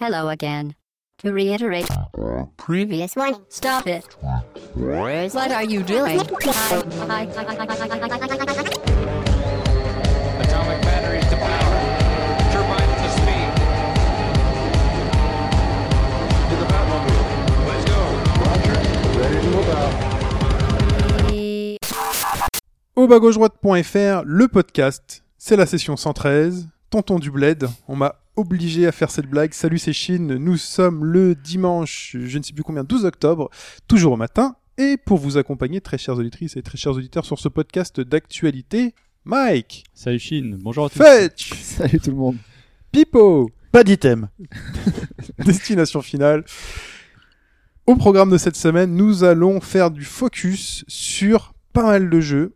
Hello again. To reiterate, previous one, stop it. What are you doing? Atomic batteries to power. Turbines to speed. To the Batmobile. Let's go. Au bas-gauche-droite.fr, le podcast, c'est la session 113. Tonton du bled, on m'a obligé à faire cette blague. Salut, c'est Chine. Nous sommes le dimanche, je ne sais plus combien, 12 octobre, toujours au matin. Et pour vous accompagner, très chères auditrices et très chers auditeurs, sur ce podcast d'actualité, Mike, Salut Chine, bonjour à tous. Fetch, Salut tout le monde. Pipo, Pas d'item. Destination finale. Au programme de cette semaine, nous allons faire du focus sur pas mal de jeux,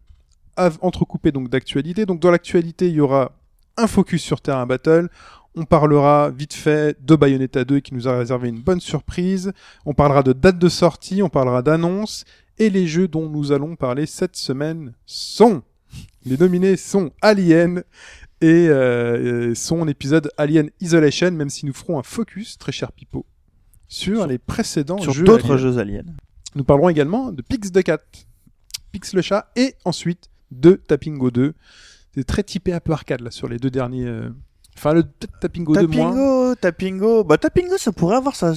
av- entrecoupés donc d'actualité. Donc dans l'actualité, il y aura un focus sur Terrain Battle. On parlera vite fait de Bayonetta 2 qui nous a réservé une bonne surprise. On parlera de date de sortie, on parlera d'annonce. Et les jeux dont nous allons parler cette semaine sont... Les nominés sont Alien, et euh, euh, son épisode Alien Isolation, même si nous ferons un focus, très cher Pipo, sur, Sur- les précédents Sur jeux. d'autres Alien. jeux aliens. Nous parlerons également de Pix the Cat, Pix le chat, et ensuite de Tapingo 2. C'est très typé Apple Arcade là, sur les deux derniers. euh, Enfin, le peut-être Tapingo 2 moins. Tapingo, Tapingo. Bah, Tapingo, ça pourrait avoir ça.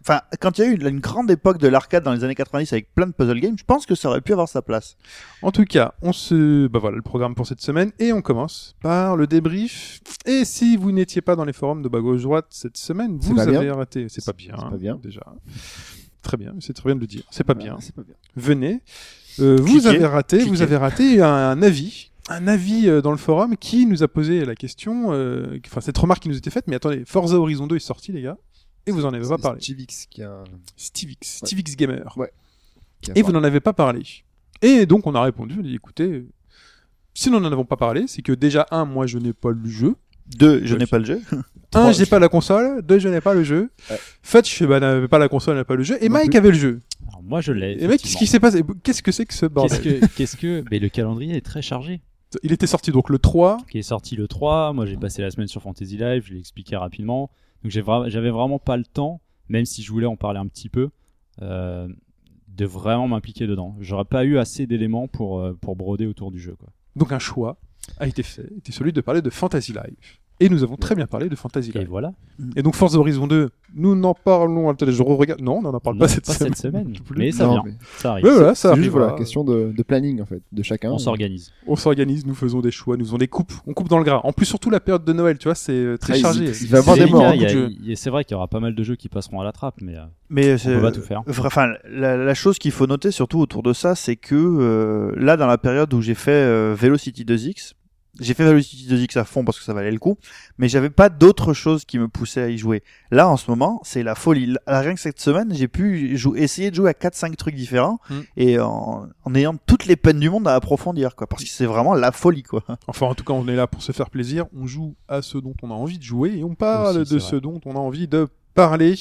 Enfin, quand il y a eu une grande époque de l'arcade dans les années 90 avec plein de puzzle games, je pense que ça aurait pu avoir sa place. En tout cas, on se. Bah voilà le programme pour cette semaine et on commence par le débrief. Et si vous n'étiez pas dans les forums de bas gauche droite cette semaine, C'est vous pas avez bien. raté. C'est pas bien. c'est pas bien. Déjà. Très bien, c'est très bien de le dire. C'est pas bien. C'est pas bien. venez. Euh, vous Cliquez, avez raté, vous cliquez. avez raté un, un avis, un avis euh, dans le forum qui nous a posé la question, euh, enfin cette remarque qui nous était faite, mais attendez, Forza Horizon 2 est sorti les gars, et vous en avez pas parlé. Chivix qui a. Stevix, Stevix Gamer. qui a Et parlé. vous n'en avez pas parlé. Et donc on a répondu, on a dit écoutez, euh, si nous n'en avons pas parlé, c'est que déjà un, moi je n'ai pas le jeu. Deux, je Ouais, n'ai pas le jeu. Un, Trois, j'ai je- pas la console. Deux, je n'ai pas le jeu. Ouais. Fetch bah, n'avait pas la console, n'a pas le jeu. Et Non Mike plus. avait le jeu. Alors moi je l'ai. Et mec, qu'est-ce qui s'est passé Qu'est-ce que c'est que ce effectivement. bordel Qu'est-ce que, qu'est-ce que, mais le calendrier est très chargé. Il était sorti donc le 3. Qui est sorti le 3. Moi j'ai passé la semaine sur Fantasy Live, je l'ai expliqué rapidement. Donc j'ai vra- j'avais vraiment pas le temps, même si je voulais en parler un petit peu, euh, de vraiment m'impliquer dedans. J'aurais pas eu assez d'éléments pour euh, pour broder autour du jeu quoi. Donc un choix a été fait, était celui de parler de Fantasy Life. Et nous avons très bien parlé de Fantasy Et Life. voilà. Et donc Forza Horizon 2, nous n'en parlons. Attendez, je regarde. Non, on n'en parle Non, pas cette pas semaine. cette semaine. Mais ça Non, vient, mais ça arrive. Mais voilà, ça C'est arrive. juste voilà, voilà. question de, de planning en fait, de chacun. On s'organise. On s'organise, nous faisons des choix, nous faisons des coupes. On coupe dans le gras. En plus, surtout la période de Noël, tu vois, c'est euh, très Ah, il- chargé. il va y avoir C'est des délicat, morts. hein, il y a- beaucoup de jeux. il y a- C'est vrai qu'il y aura pas mal de jeux qui passeront à la trappe, mais euh, Mais on c'est. peut pas tout faire. Enfin, la, la chose qu'il faut noter surtout autour de ça, c'est que euh, là, dans la période où j'ai fait euh, Velocity 2X, j'ai fait Velocity 2X à fond parce que ça valait le coup, mais j'avais pas d'autre chose qui me poussait à y jouer. Là, en ce moment, c'est la folie. Là, rien que cette semaine, j'ai pu jou- essayer de jouer à 4-5 trucs différents Hmm. Mm. et en, en ayant toutes les peines du monde à approfondir, quoi, parce que c'est vraiment la folie, quoi. Enfin, en tout cas, on est là pour se faire plaisir. On joue à ce dont on a envie de jouer et on parle Aussi, de c'est ce dont on a envie de parler.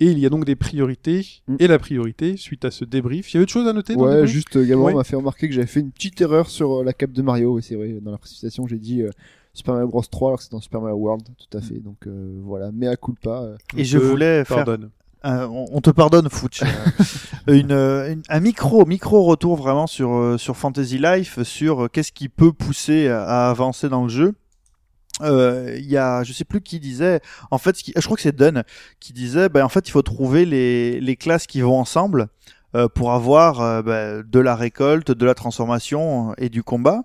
Et il y a donc des priorités. Mm. Et la priorité, suite à ce débrief, il y avait autre chose à noter dans le Ouais, débrief juste euh, Gabriel Ouais. m'a fait remarquer que j'avais fait une petite erreur sur euh, la cape de Mario. Oui, c'est vrai. Dans la précipitation, j'ai dit euh, Super Mario Bros 3 alors que c'est dans Super Mario World. Tout à fait. Donc euh, voilà, mea culpa. euh. Et je Euh, voulais faire Pardonne. Euh, on, on te pardonne, Fouch. Euh, une, euh, une- un micro, micro retour vraiment sur euh, sur Fantasy Life, sur euh, qu'est-ce qui peut pousser à, à avancer dans le jeu. Euh, Il y a, je sais plus qui disait. En fait, ce qui- je crois que c'est Dunn qui disait. Ben en fait, il faut trouver les les classes qui vont ensemble euh, pour avoir euh, ben, de la récolte, de la transformation euh, et du combat.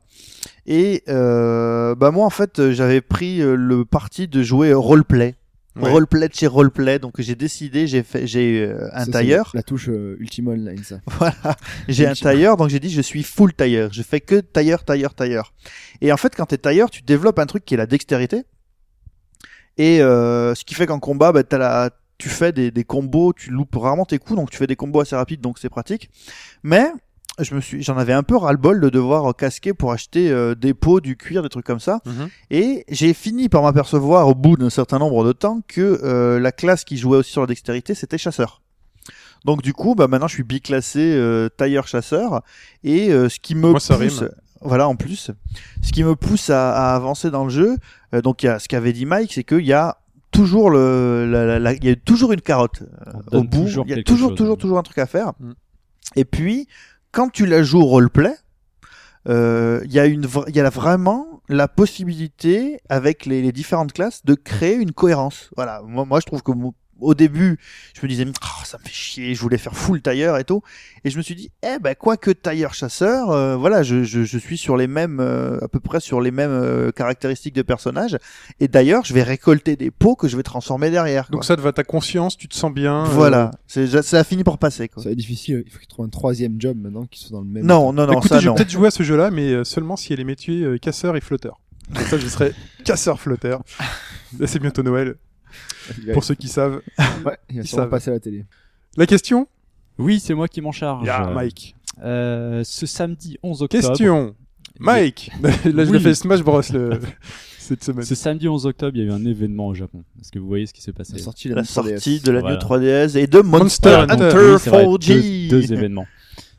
Et euh, ben moi, en fait, j'avais pris euh, le parti de jouer roleplay. Ouais. Roleplay de chez Roleplay. Donc j'ai décidé, j'ai fait, j'ai euh, un Ça, c'est tailleur. La touche euh, Ultima Online, ça. Voilà, j'ai un tailleur, donc j'ai dit je suis full tailleur. Je fais que tailleur, tailleur, tailleur. Et en fait, quand t'es tailleur, tu développes un truc qui est la dextérité. Et euh, ce qui fait qu'en combat, bah, t'as la, tu fais des, des combos, tu loupes rarement tes coups, donc tu fais des combos assez rapides, donc c'est pratique. Mais je me suis, j'en avais un peu ras-le-bol de devoir casquer pour acheter euh, des pots, du cuir, des trucs comme ça. Mhm. Et j'ai fini par m'apercevoir au bout d'un certain nombre de temps que euh, la classe qui jouait aussi sur la dextérité, c'était chasseur. Donc du coup, bah maintenant je suis biclassé euh, tailleur chasseur et euh, ce qui me Moi, ça pousse, rime. voilà en plus, ce qui me pousse à, à avancer dans le jeu. euh, donc il y a, ce qu'avait dit Mike, c'est qu'il y a toujours le, la- la- la- il y a toujours une carotte euh, On au donne bout. toujours il y a quelque toujours, chose. hein. toujours, toujours un truc à faire. Mm. Et puis, quand tu la joues au roleplay, euh, il y a une, vra- il y a la- vraiment la possibilité avec les, les différentes classes de créer une cohérence. Voilà. Moi, moi, je trouve que mon- au début, je me disais, Ah, ça me fait chier, je voulais faire full tailleur et tout. Et je me suis dit, eh ben, quoi que tailleur chasseur, euh, voilà, je, je, je suis sur les mêmes, euh, à peu près sur les mêmes euh, caractéristiques de personnages. Et d'ailleurs, je vais récolter des pots que je vais transformer derrière. Donc quoi. ça te va ta conscience, tu te sens bien. euh, voilà, c'est, ça, ça a fini par passer. Quoi. Ça va être difficile. Il faut qu'ils trouvent un troisième job maintenant qui soit dans le même. Non, non, non, Écoutez, ça je vais non. peut-être jouer à ce jeu-là, mais euh, seulement si elle est métier euh, casseur et flotteur. Comme ça, je serai casseur-flotteur. Là, c'est bientôt Noël, Il va, pour ceux qui savent. ouais, il va ils sûrement savent. passer à la télé. La question Oui, c'est moi qui m'en Ah. charge. Yeah, Mike. Euh, ce samedi 11 octobre. Question Mike Là, je Oui. l'ai fait Smash Bros. le- cette semaine. Ce samedi 11 octobre, il y a eu un événement au Japon. Est-ce que vous voyez ce qui s'est passé La sortie de la, E La 3DS. sortie de la Voilà. New 3DS et de Monster, Monster Hunter, Hunter. Ah Oui, c'est vrai, 4G. deux, deux événements.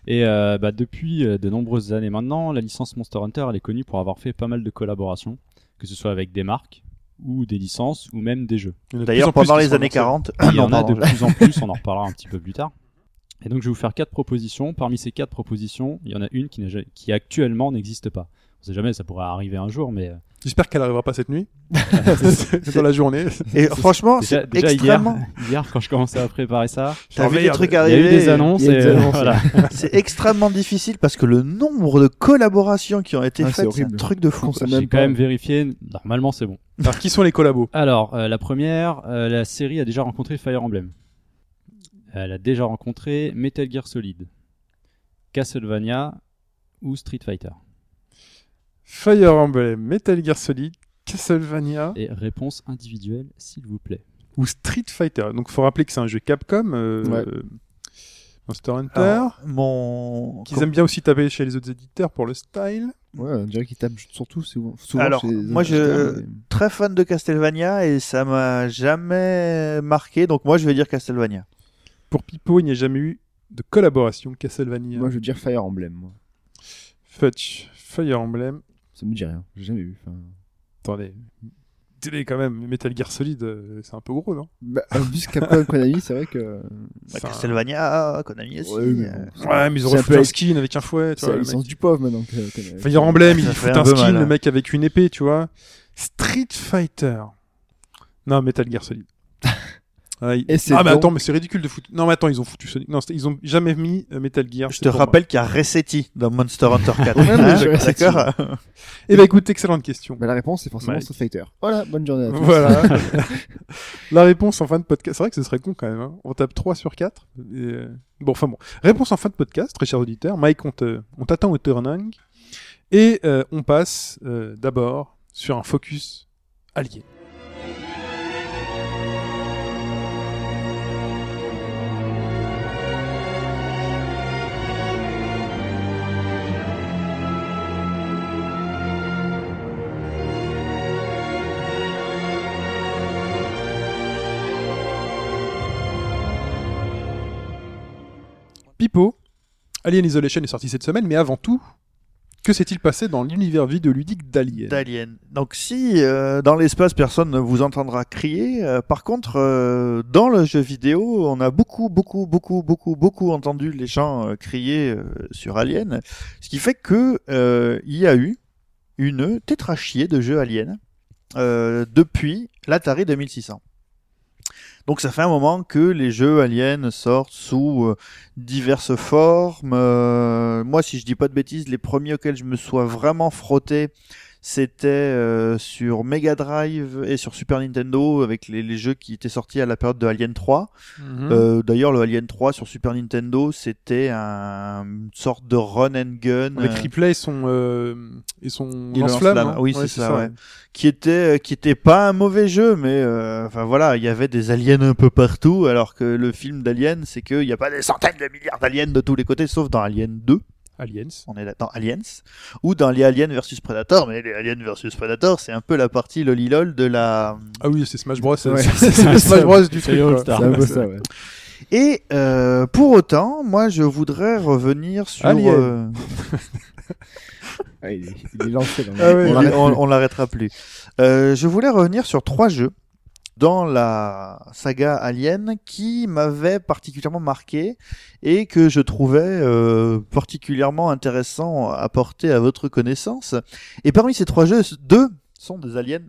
Et euh, bah, depuis euh, de nombreuses années maintenant, la licence Monster Hunter, elle est connue pour avoir fait pas mal de collaborations, que ce soit avec des marques ou des licences ou même des jeux. Il y en a de D'ailleurs, plus en plus pendant qui les sont années lancés. 40, Il y Ah non, en a de pardon, plus en plus, on en reparlera un petit peu plus tard. Et donc je vais vous faire quatre propositions. Parmi ces quatre propositions, il y en a une qui, n'a ja- qui actuellement n'existe pas. On sait jamais, ça pourrait arriver un jour, mais euh, J'espère qu'elle n'arrivera pas cette nuit. Dans la journée. Et franchement, déjà, c'est déjà hier, extrêmement. hier, quand je commençais à préparer ça, T'as vu des trucs il y a eu arriver. des annonces. il y a et, des euh, annonces, voilà. C'est extrêmement difficile parce que le nombre de collaborations qui ont été Ah, c'est faites, c'est un horrible. truc de fou. Qu'on sait quoi. même J'ai quand pas. même vérifié, normalement c'est bon. Alors, qui sont les collabos Alors, euh, la première, euh, la série a déjà rencontré Fire Emblem. Elle a déjà rencontré Metal Gear Solid, Castlevania ou Street Fighter. Fire Emblem, Metal Gear Solid, Castlevania Et réponse individuelle, s'il vous plaît. ou Street Fighter. Donc, faut rappeler que c'est un jeu Capcom. euh, Ouais. euh, Monster Hunter. Alors, mon. qu'ils aiment bien aussi taper chez les autres éditeurs pour le style. Ouais, on dirait qu'ils tapent surtout souvent. souvent Alors, chez les moi, autres je- acheteurs, mais- Très fan de Castlevania et ça m'a jamais marqué, donc moi je vais dire Castlevania. Pour Pipo, il n'y a jamais eu de collaboration Castlevania. Moi, je veux dire Fire Emblem. moi. Fetch, Fire Emblem. Ça me dit rien. J'ai jamais vu. enfin. Attendez. Télé quand même, Metal Gear Solid, euh, c'est un peu gros, non Bah, en plus, Capcom Konami, c'est vrai que. Bah, Enfin, Castlevania, Konami aussi. Ouais, mais euh, bon, c'est- Ouais, mais ils c'est auraient un fait peu- un skin avec un fouet, tu C'est vois. la le licence mec. du pauvre maintenant. que- que- Fire Emblem, Ça il fait fout un un peu skin, mal, hein. le mec avec une épée, tu vois. Street Fighter. Non, Metal Gear Solid. Ah, il- Et c'est ah, mais donc- attends, mais c'est ridicule de foutre. Non, mais attends, ils ont foutu Sonic. Non, c'est- ils ont jamais mis euh, Metal Gear. Je c'est te pour moi. rappelle qu'il y a Recetti dans Monster Hunter 4. Ouais, mais je- D'accord. Eh ben écoute, excellente question. Bah, la réponse, c'est forcément Mike. Street Fighter. Voilà, bonne journée à tous. Voilà. la réponse en fin de podcast. C'est vrai que ce serait con quand même. hein. On tape 3 sur 4. et, euh, Bon, enfin bon. Réponse en fin de podcast, très chers auditeurs. Mike, on te- on t'attend au turning. Et euh, on passe euh, d'abord sur un focus allié. Pipo, Alien Isolation est sorti cette semaine, mais avant tout, que s'est-il passé dans l'univers vidéoludique d'Alien D'Alien. Donc si euh, dans l'espace personne ne vous entendra crier, euh, par contre euh, dans le jeu vidéo on a beaucoup beaucoup beaucoup beaucoup beaucoup entendu les gens euh, crier euh, sur Alien, ce qui fait que euh, il y a eu une tétrachier de jeux Alien euh, depuis l'Atari 2600. Donc ça fait un moment que les jeux Alien sortent sous euh, diverses formes. Euh, moi, si je dis pas de bêtises, les premiers auxquels je me sois vraiment frotté, c'était euh, sur Mega Drive et sur Super Nintendo avec les, les jeux qui étaient sortis à la période de Alien 3. Mmh. Euh, D'ailleurs, le Alien 3 sur Super Nintendo, c'était un- une sorte de run and gun. Avec euh, Ripley et son, euh, et son Et le lance-flamme. lance-flamme, hein oui, c'est ça, ouais. qui était euh, qui était pas un mauvais jeu mais euh, enfin voilà il y avait des aliens un peu partout alors que le film d'Alien c'est que il y a pas des centaines de milliards d'aliens de tous les côtés sauf dans Alien 2 Aliens. on est là dans Aliens ou dans les Aliens versus Predator mais les Aliens versus Predator c'est un peu la partie lolilol de la Ah oui, c'est Smash Bros. Ouais. C'est c'est le Smash Bros du C'est truc. quoi. All-Star. C'est un peu ça, ouais. et euh, pour autant moi je voudrais revenir sur Alien. euh, Ah, il, est, il est lancé. là. Ah ouais, on il l'arrête- l'arrête on plus. on l'arrêtera plus. Euh, je voulais revenir sur trois jeux dans la saga Alien qui m'avait particulièrement marqué et que je trouvais euh, particulièrement intéressant à porter à votre connaissance. Et parmi ces trois jeux, deux sont des Aliens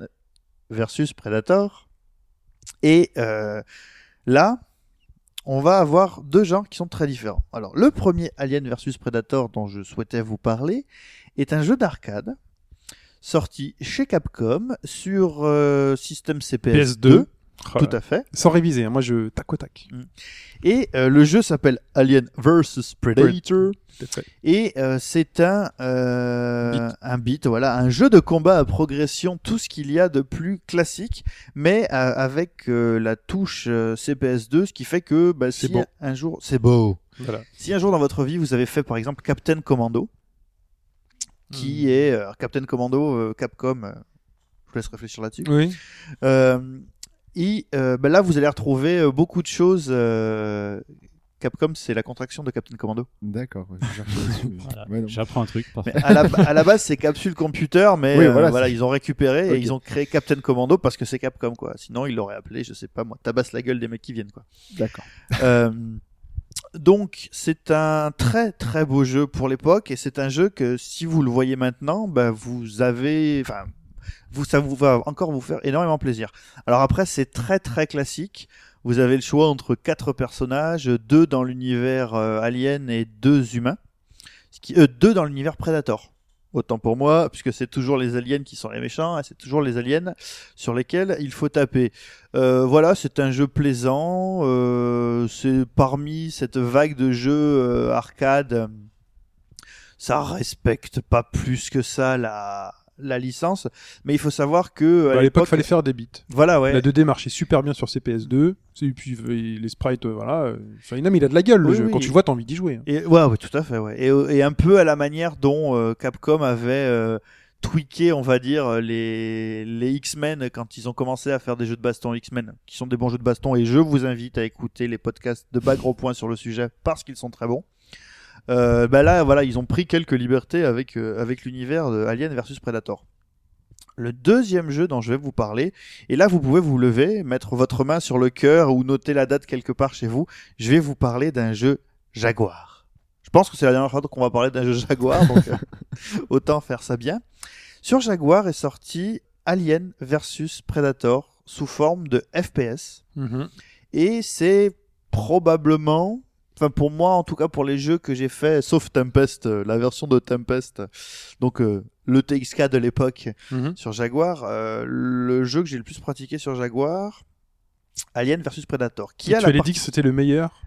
versus Predator. Et euh, là, on va avoir deux genres qui sont très différents. Alors, le premier Alien versus Predator dont je souhaitais vous parler est un jeu d'arcade sorti chez Capcom sur euh, système CPS2. PS2. Tout à fait. Sans réviser, hein, moi je tac au tac. Et euh, le jeu s'appelle Alien vs Predator. Et euh, c'est un euh, un beat, voilà, un jeu de combat à progression, tout ce qu'il y a de plus classique, mais euh, avec euh, la touche euh, CPS2, ce qui fait que bah, C'est si beau. un jour, c'est beau. Voilà. Si un jour dans votre vie vous avez fait par exemple Captain Commando, qui est euh, Captain Commando, euh, Capcom, euh, je vous laisse réfléchir là-dessus. Oui. Euh, et euh, ben là, vous allez retrouver euh, beaucoup de choses. euh, Capcom, c'est la contraction de Captain Commando. D'accord. ouais, je cherchais là-dessus, mais- Voilà, ouais, non. J'apprends un truc. parfait. Mais à, la, à la base, c'est Capsule Computer, mais Oui, euh, voilà, voilà, ils ont récupéré Ok. et ils ont créé Captain Commando parce que c'est Capcom, quoi. Sinon, ils l'auraient appelé, je sais pas moi, tabasse la gueule des mecs qui viennent, quoi. D'accord. Euh, donc c'est un très très beau jeu pour l'époque et c'est un jeu que si vous le voyez maintenant, bah, vous avez, enfin, vous ça vous va encore vous faire énormément plaisir. Alors après c'est très très classique. Vous avez le choix entre quatre personnages, deux dans l'univers euh, alien et deux humains, ce qui, euh, deux dans l'univers Predator. Autant pour moi, puisque c'est toujours les aliens qui sont les méchants, et c'est toujours les aliens sur lesquels il faut taper. Euh, voilà, c'est un jeu plaisant. euh, c'est parmi cette vague de jeux euh, arcade, euh, ça respecte pas plus que ça la la licence. Mais il faut savoir que Bah, à l'époque, fallait faire des beats. voilà ouais. La 2D marchait super bien sur CPS2. Et puis euh, les sprites, euh, voilà. euh, Enfin, non, mais il a de la gueule le Oui, jeu. oui. Quand tu vois, t'as envie d'y jouer. hein. Et ouais, ouais, tout à fait, ouais. Et, et un peu à la manière dont euh, Capcom avait euh, tweaké, on va dire, euh, les, les X-Men quand ils ont commencé à faire des jeux de baston X-Men, qui sont des bons jeux de baston. Et je vous invite à écouter les podcasts de Bagro Point sur le sujet parce qu'ils sont très bons. Euh, bah là, voilà, ils ont pris quelques libertés avec euh, avec l'univers de Alien versus Predator. Le deuxième jeu dont je vais vous parler, et là vous pouvez vous lever, mettre votre main sur le cœur ou noter la date quelque part chez vous. Je vais vous parler d'un jeu Jaguar. Je pense que c'est la dernière fois qu'on va parler d'un jeu Jaguar, donc euh, autant faire ça bien. Sur Jaguar est sorti Alien versus Predator sous forme de FPS. Et c'est probablement, enfin pour moi en tout cas pour les jeux que j'ai fait, sauf Tempest, euh, la version de Tempest, donc euh, le TXK de l'époque Mhm. sur Jaguar, euh, le jeu que j'ai le plus pratiqué sur Jaguar, Alien versus Predator, qui Et a tu la allais partie- dit que c'était le meilleur.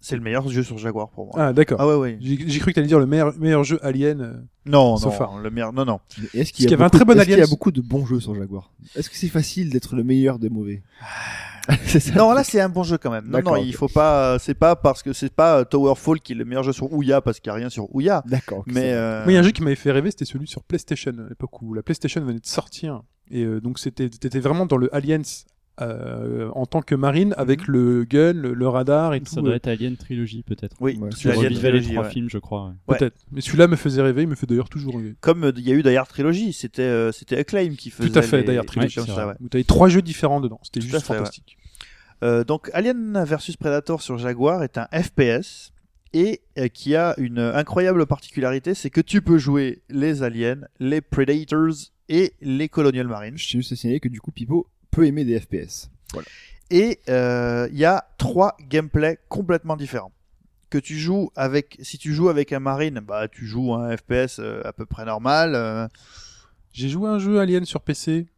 c'est le meilleur jeu sur Jaguar pour moi. Ah, d'accord. Ah ouais ouais. J'ai j'ai cru que t'allais dire le meilleur, meilleur jeu Alien. euh. Non So non, far. le meilleur non non. Mais Est-ce Parce qu'il y, qu'il y a avait un beaucoup- très bon est-ce qu'il y a Aliens. beaucoup de bons jeux sur Jaguar Est-ce que c'est facile d'être le meilleur des mauvais Ah. C'est ça. Non, là c'est un bon jeu quand même. Non, non, D'accord, il ok. faut pas. C'est pas parce que c'est pas euh, Towerfall qui est le meilleur jeu sur Ouya parce qu'il y a rien sur Ouya. D'accord. ok, Mais ça va. euh, Moi, il y a un jeu qui m'avait fait rêver, c'était celui sur PlayStation, à l'époque où la PlayStation venait de sortir. Et euh, donc, c'était t'étais vraiment dans le Aliens euh, en tant que marine, avec Mhm. le gun, le, le radar et Ça tout. doit euh, être Alien Trilogy peut-être. oui, Ouais, tu Tu sur as Alien Alien revivais les Trilogy, trois ouais. films, je crois. ouais. ouais. Peut-être. Mais celui-là me faisait rêver, il me fait d'ailleurs toujours rêver. Comme euh, il y a eu d'ailleurs Trilogy, c'était euh, c'était Acclaim qui faisait. Tout à fait, les- Die Hard les Trilogy, trucs comme c'est ça, vrai. ouais. Où t'avais trois jeux différents dedans. C'était Tout à juste fait, ouais. fantastique. Euh, donc Alien versus Predator sur Jaguar est un FPS et euh, qui a une euh, incroyable particularité, c'est que tu peux jouer les aliens, les Predators et les Colonial euh, Marines. Je tiens juste à signaler que du coup, Pipo peut aimer des FPS. Et euh, il y a trois gameplays complètement différents. Que tu joues avec, si tu joues avec un marine, bah tu joues un FPS euh, à peu près normal. euh, J'ai joué à un jeu Alien sur PC.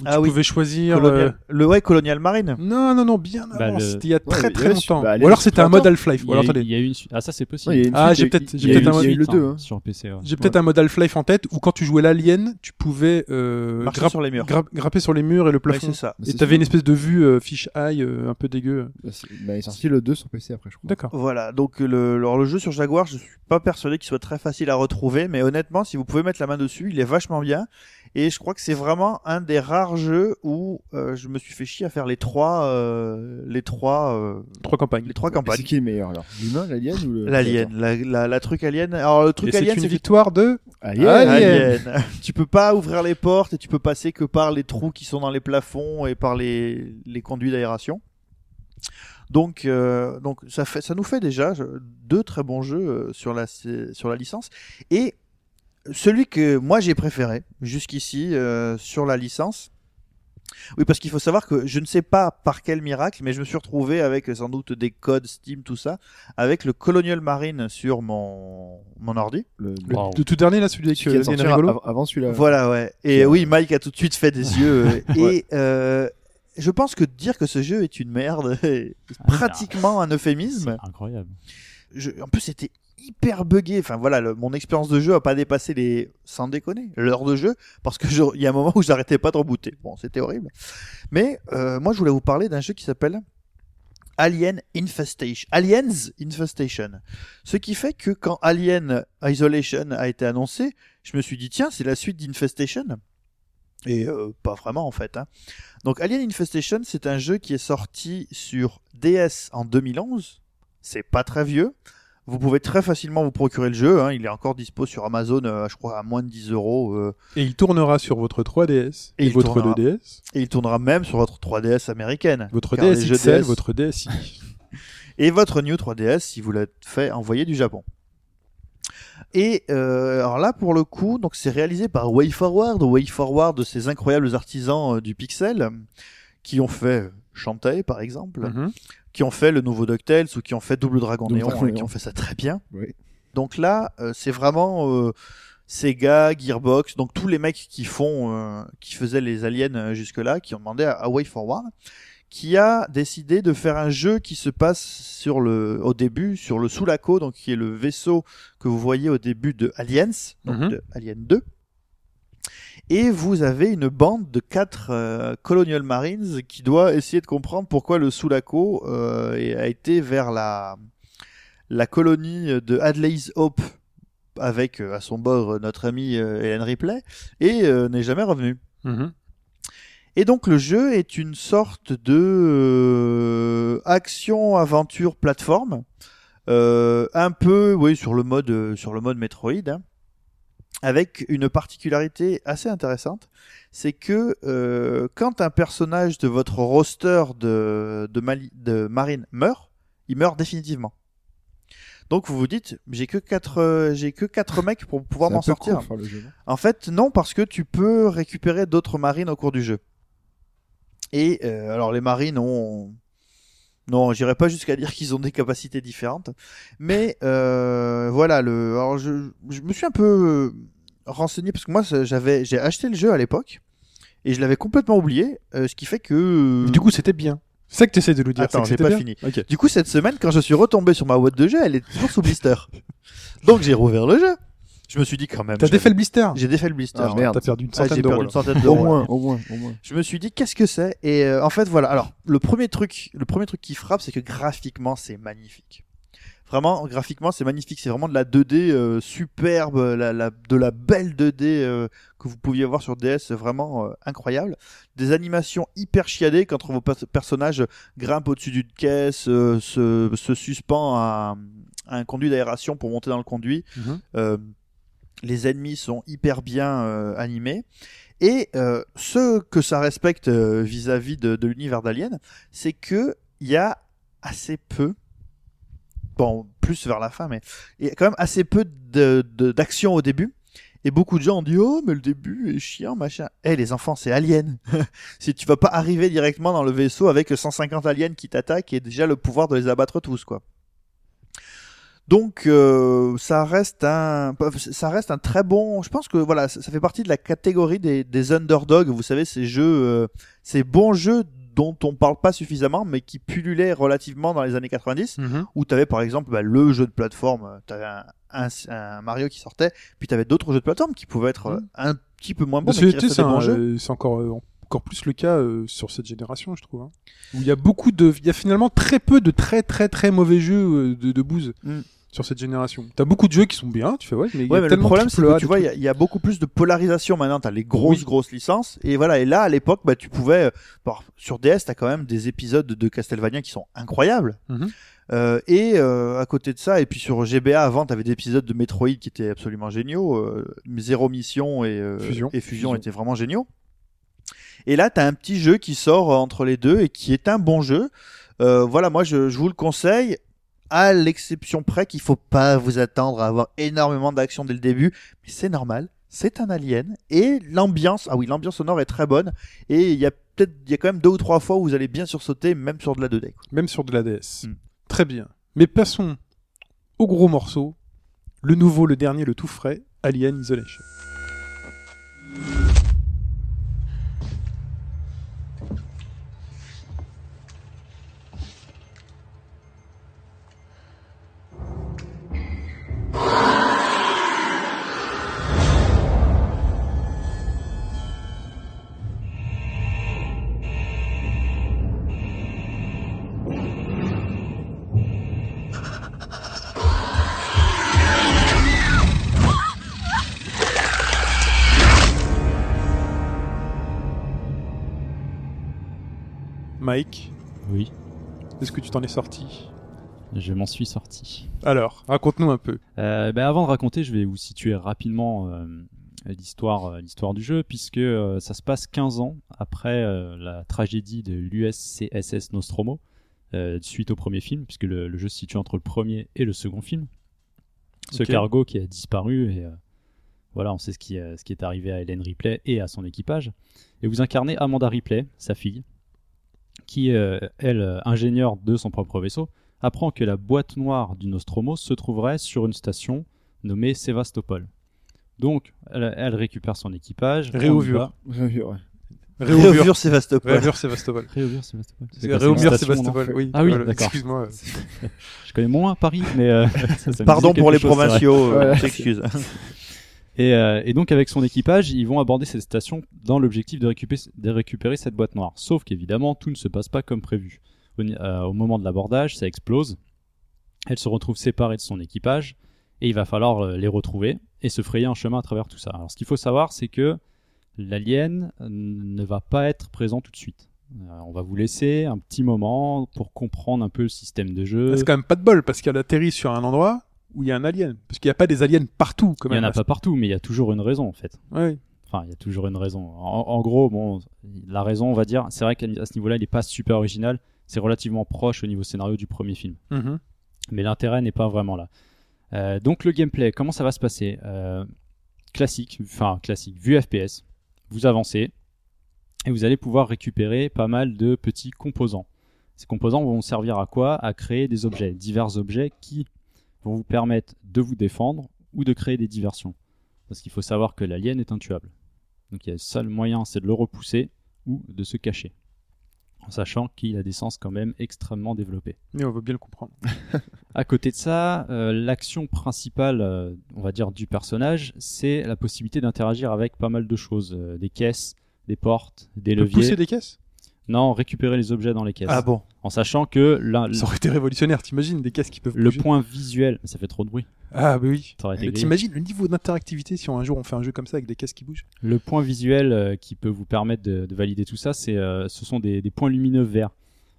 Où Ah tu oui. pouvais choisir. colonial- euh, Le ouais colonial marine. Non, non, non, bien Bah, avant. le- C'était il y a très mais très il y a- longtemps. bah, Alien Ou alors c'était un mode Half-Life. Ou Il y, a alors eu- attendez. il y a eu une suite. Ah, ça c'est possible. Ouais, il y a une Ah, suite, j'ai il y a- peut-être- il y j'ai a peut-être eu- un- il y a eu le Putain, 2. hein. Sur PC. ouais. J'ai peut-être un mode Half-Life en tête où quand tu jouais l'alien, tu pouvais euh, Marcher grapp- sur les murs. grapp- grapper sur les murs et le Ouais, plafond. c'est ça. Bah, et c'est t'avais sûr. une espèce de vue euh, fish-eye euh, un peu dégueu. Bah, c'est- bah, il est sorti le 2 sur PC après, je crois. D'accord. Voilà, donc le, alors le jeu sur Jaguar, je suis pas persuadé qu'il soit très facile à retrouver, mais honnêtement, si vous pouvez mettre la main dessus, il est vachement bien. Et je crois que c'est vraiment un des rares rares jeux où euh, je me suis fait chier à faire les trois, euh, les trois, euh, Trois campagnes. les trois C'est campagnes. qui le meilleur alors L'humain, l'alien ou le. L'alien, la, la, la truc alien. Alors le Et truc c'est alien, une c'est que victoire de. Ah, Alien. Alien. Alien. tu peux pas ouvrir les portes et tu peux passer que par les trous qui sont dans les plafonds et par les, les conduits d'aération. Donc, euh, donc ça, fait, ça nous fait déjà je- deux très bons jeux euh, sur la, sé- sur la licence. Et celui que moi j'ai préféré jusqu'ici euh, sur la licence, oui, parce qu'il faut savoir que je ne sais pas par quel miracle, mais je me suis retrouvé avec euh, sans doute des codes Steam, tout ça, avec le Colonial Marine sur mon, mon ordi. Le... Le Wow. tout- tout dernier, là, celui avec Celui qui vient de euh, Alien sortir ah, Rigolo. av- avant celui-là. Voilà, ouais. Et Qui, euh, oui, Mike a tout de suite fait des yeux. euh, Ouais. Et euh, je pense que dire que ce jeu est une merde est pratiquement un euphémisme. Ah, Incroyable. Je- en plus, c'était hyper buggé. Enfin voilà, le- mon expérience de jeu a pas dépassé les, sans déconner, l'heure de jeu, parce que je- il y a un moment où j'arrêtais pas de rebooter. Bon, c'était horrible. Mais euh, moi, je voulais vous parler d'un jeu qui s'appelle Alien Infestation, Aliens Infestation. Ce qui fait que quand Alien Isolation a été annoncé, je me suis dit tiens, c'est la suite d'Infestation. Et euh, pas vraiment en fait. hein. Donc Alien Infestation, c'est un jeu qui est sorti sur DS en 2011. C'est pas très vieux. Vous pouvez très facilement vous procurer le jeu. hein. Il est encore dispo sur Amazon, euh, je crois, à moins de 10 euros. euh, Et il tournera sur votre 3DS. Et Et, il votre tournera. 2DS. et il tournera même sur votre 3DS américaine. Votre Car les DS jeux XL, DS votre DSi. et votre New 3DS si vous l'avez fait envoyer du Japon. Et euh, alors là, pour le coup, donc c'est réalisé par WayForward, WayForward, ces incroyables artisans euh, du pixel euh, qui ont fait Shantae, par exemple, Mhm. qui ont fait le nouveau DuckTales ou qui ont fait Double Dragon Double Néon, Dragon et qui Néon. ont fait ça très bien. Oui. Donc là, euh, c'est vraiment euh, Sega, Gearbox, donc tous les mecs qui font, euh, qui faisaient les aliens euh, jusque-là, qui ont demandé à, à Way Forward, qui a décidé de faire un jeu qui se passe sur le, au début, sur le Sulaco, donc qui est le vaisseau que vous voyez au début de Aliens, donc Mhm. de Alien 2. Et vous avez une bande de quatre euh, Colonial Marines qui doit essayer de comprendre pourquoi le Sulaco euh, est- a été vers la, la colonie de Adlai's Hope avec euh, à son bord euh, notre ami euh, Hélène Ripley et euh, n'est jamais revenu. Mhm. Et donc le jeu est une sorte de euh, action aventure plateforme, euh, un peu oui sur le mode euh, sur le mode Metroid, hein, avec une particularité assez intéressante, c'est que euh, quand un personnage de votre roster de de, mali- de marine meurt, il meurt définitivement. Donc vous vous dites j'ai que quatre euh, j'ai que quatre mecs pour pouvoir C'est un m'en peu sortir. court, enfin, le jeu, non En fait, non, parce que tu peux récupérer d'autres marines au cours du jeu. Et euh, alors les marines ont... Non, j'irai pas jusqu'à dire qu'ils ont des capacités différentes. Mais euh, voilà, le... alors je, je me suis un peu renseigné parce que moi ça, j'avais j'ai acheté le jeu à l'époque et je l'avais complètement oublié, euh, ce qui fait que... Mais Du coup, c'était bien. C'est ça que tu essaies de nous dire. Attends, c'est que j'ai c'était pas bien. fini. Ok. Du coup, cette semaine, quand je suis retombé sur ma boîte de jeu, elle est toujours sous blister. Donc j'ai rouvert le jeu. Je me suis dit quand même... T'as j'avais- défait le blister. J'ai défait le blister. Ah, ouais. merde. T'as perdu une Ah, centaine j'ai d'euros. perdu une centaine Au d'euros. ouais. moins, au moins, au moins. Je me suis dit qu'est-ce que c'est et euh, en fait voilà. Alors le premier truc, le premier truc qui frappe, c'est que graphiquement c'est magnifique. Vraiment graphiquement c'est magnifique. C'est vraiment de la 2D euh, superbe, la, la- de la belle 2D euh, que vous pouviez voir sur DS, c'est vraiment euh, incroyable. Des animations hyper chiadées quand vos pers- personnages grimpent au-dessus d'une caisse, euh, se, se suspend à, à un conduit d'aération pour monter dans le conduit. Mhm. Euh, les ennemis sont hyper bien euh, animés. Et euh, ce que ça respecte euh, vis-à-vis de, de l'univers d'Alien, c'est que il y a assez peu, bon, plus vers la fin, mais il y a quand même assez peu de- de- d'action au début. Et beaucoup de gens ont dit oh mais le début est chiant machin. Eh les enfants c'est Alien. si tu vas pas arriver directement dans le vaisseau avec 150 aliens qui t'attaquent et déjà le pouvoir de les abattre tous quoi. Donc euh, ça reste un ça reste un très bon. Je pense que voilà ça, ça fait partie de la catégorie des, des underdogs. Vous savez ces jeux euh, ces bons jeux dont on parle pas suffisamment mais qui pullulaient relativement dans les années 90 Mhm. où tu avais par exemple bah, le jeu de plateforme, tu avais un, un- un Mario qui sortait, puis tu avais d'autres jeux de plateforme qui pouvaient être euh, Mmh. un petit peu moins bons, Parce mais que, tu qui sais, restaient c'est des bons un- jeux. euh, c'est encore, euh, encore plus le cas euh, sur cette génération, je trouve. hein. Où il y a beaucoup de. Il y a finalement très peu de très très très mauvais jeux euh, de, de bouse. Mm. sur cette génération. T'as beaucoup de jeux qui sont bien, tu fais ouais, mais, il y a Ouais, mais le tellement de problème, c'est triple A, que tu des vois, il trucs- y a- il y, a beaucoup plus de polarisation maintenant. T'as les grosses, Oui. grosses licences. Et voilà. Et là, à l'époque, bah, tu pouvais, euh, bon, sur DS, t'as quand même des épisodes de Castlevania qui sont incroyables. Mhm. Euh, et euh, à côté de ça, et puis sur GBA avant, t'avais des épisodes de Metroid qui étaient absolument géniaux. Euh, Zéro Mission et, euh, Fusion. et Fusion étaient vraiment géniaux. Et là, t'as un petit jeu qui sort euh, entre les deux et qui est un bon jeu. Euh, voilà, moi, je, je vous le conseille à l'exception près qu'il faut pas vous attendre à avoir énormément d'action dès le début, mais c'est normal. C'est un alien et l'ambiance, ah oui, l'ambiance sonore est très bonne et il y a peut-être, il y a quand même deux ou trois fois où vous allez bien sursauter, même sur de la 2D. quoi. Même sur de la DS. Mm. Très bien. Mais passons au gros morceau. Le nouveau, le dernier, le tout frais, Alien Isolation. Mike, Oui, est-ce que tu t'en es sorti je m'en suis sorti. Alors, raconte-nous un peu. Euh, ben, avant de raconter, je vais vous situer rapidement euh, l'histoire, euh, l'histoire du jeu, puisque euh, ça se passe 15 ans après euh, la tragédie de l'USCSS Nostromo, euh, suite au premier film, puisque le, le jeu se situe entre le premier et le second film. Ce Ok. cargo qui a disparu, et euh, voilà, on sait ce qui, euh, ce qui est arrivé à Hélène Ripley et à son équipage. Et vous incarnez Amanda Ripley, sa fille, qui, euh, elle, euh, ingénieure de son propre vaisseau, apprend que la boîte noire du Nostromo se trouverait sur une station nommée Sévastopol. Donc, elle, elle récupère son équipage. Réauvure. on y va. Ouais. Réauvure Sébastopol. Réauvure Sébastopol. Réauvure Sévastopol. C'est quoi, c'est une Réauvure station, non Sébastopol, oui. Ah oui, Voilà, d'accord. Excuse-moi. euh. Je connais moins Paris, mais euh, ça- ça me Pardon disait pour les quelque chose, c'est vrai. provinciaux, euh, Ouais. j'excuse. Et, euh, et donc avec son équipage, ils vont aborder cette station dans l'objectif de récupérer, de récupérer cette boîte noire. Sauf qu'évidemment, tout ne se passe pas comme prévu. Au, ni- euh, au moment de l'abordage, ça explose. Elle se retrouve séparée de son équipage et il va falloir euh, les retrouver et se frayer un chemin à travers tout ça. Alors ce qu'il faut savoir, c'est que l'alien euh, ne va pas être présent tout de suite. Euh, on va vous laisser un petit moment pour comprendre un peu le système de jeu. Bah, C'est quand même pas de bol parce qu'elle atterrit sur un endroit où il y a un alien. Parce qu'il n'y a pas des aliens partout, quand Il n'y même. en a pas partout, mais il y a toujours une raison en fait. Ouais. Enfin, il y a toujours une raison. En, en gros, bon, la raison, on va dire, c'est vrai qu'à à ce niveau-là, il n'est pas super original. C'est relativement proche au niveau scénario du premier film. Mhm. Mais l'intérêt n'est pas vraiment là. Euh, donc, le gameplay, comment ça va se passer Euh, Classique, enfin, classique, vue FPS. Vous avancez et vous allez pouvoir récupérer pas mal de petits composants. Ces composants vont servir à quoi À créer des objets, divers objets qui vont vous permettre de vous défendre ou de créer des diversions. Parce qu'il faut savoir que l'alien est intuable. Donc il y a le seul moyen, c'est de le repousser ou de se cacher. En sachant qu'il a des sens quand même extrêmement développés. Mais on veut bien le comprendre. À côté de ça, euh, l'action principale, euh, on va dire, du personnage, c'est la possibilité d'interagir avec pas mal de choses. euh, des caisses, des portes, des On peut leviers. pousser des caisses Non, récupérer les objets dans les caisses. Ah bon. En sachant que la- Ça aurait été révolutionnaire, t'imagines des caisses qui peuvent le bouger. point visuel, ça fait trop de bruit. Ah, bah oui. Ça aurait été Mais grillé. T'imagines le niveau d'interactivité si un jour on fait un jeu comme ça avec des caisses qui bougent Le point visuel euh, qui peut vous permettre de, de valider tout ça, c'est, euh, ce sont des, des points lumineux verts.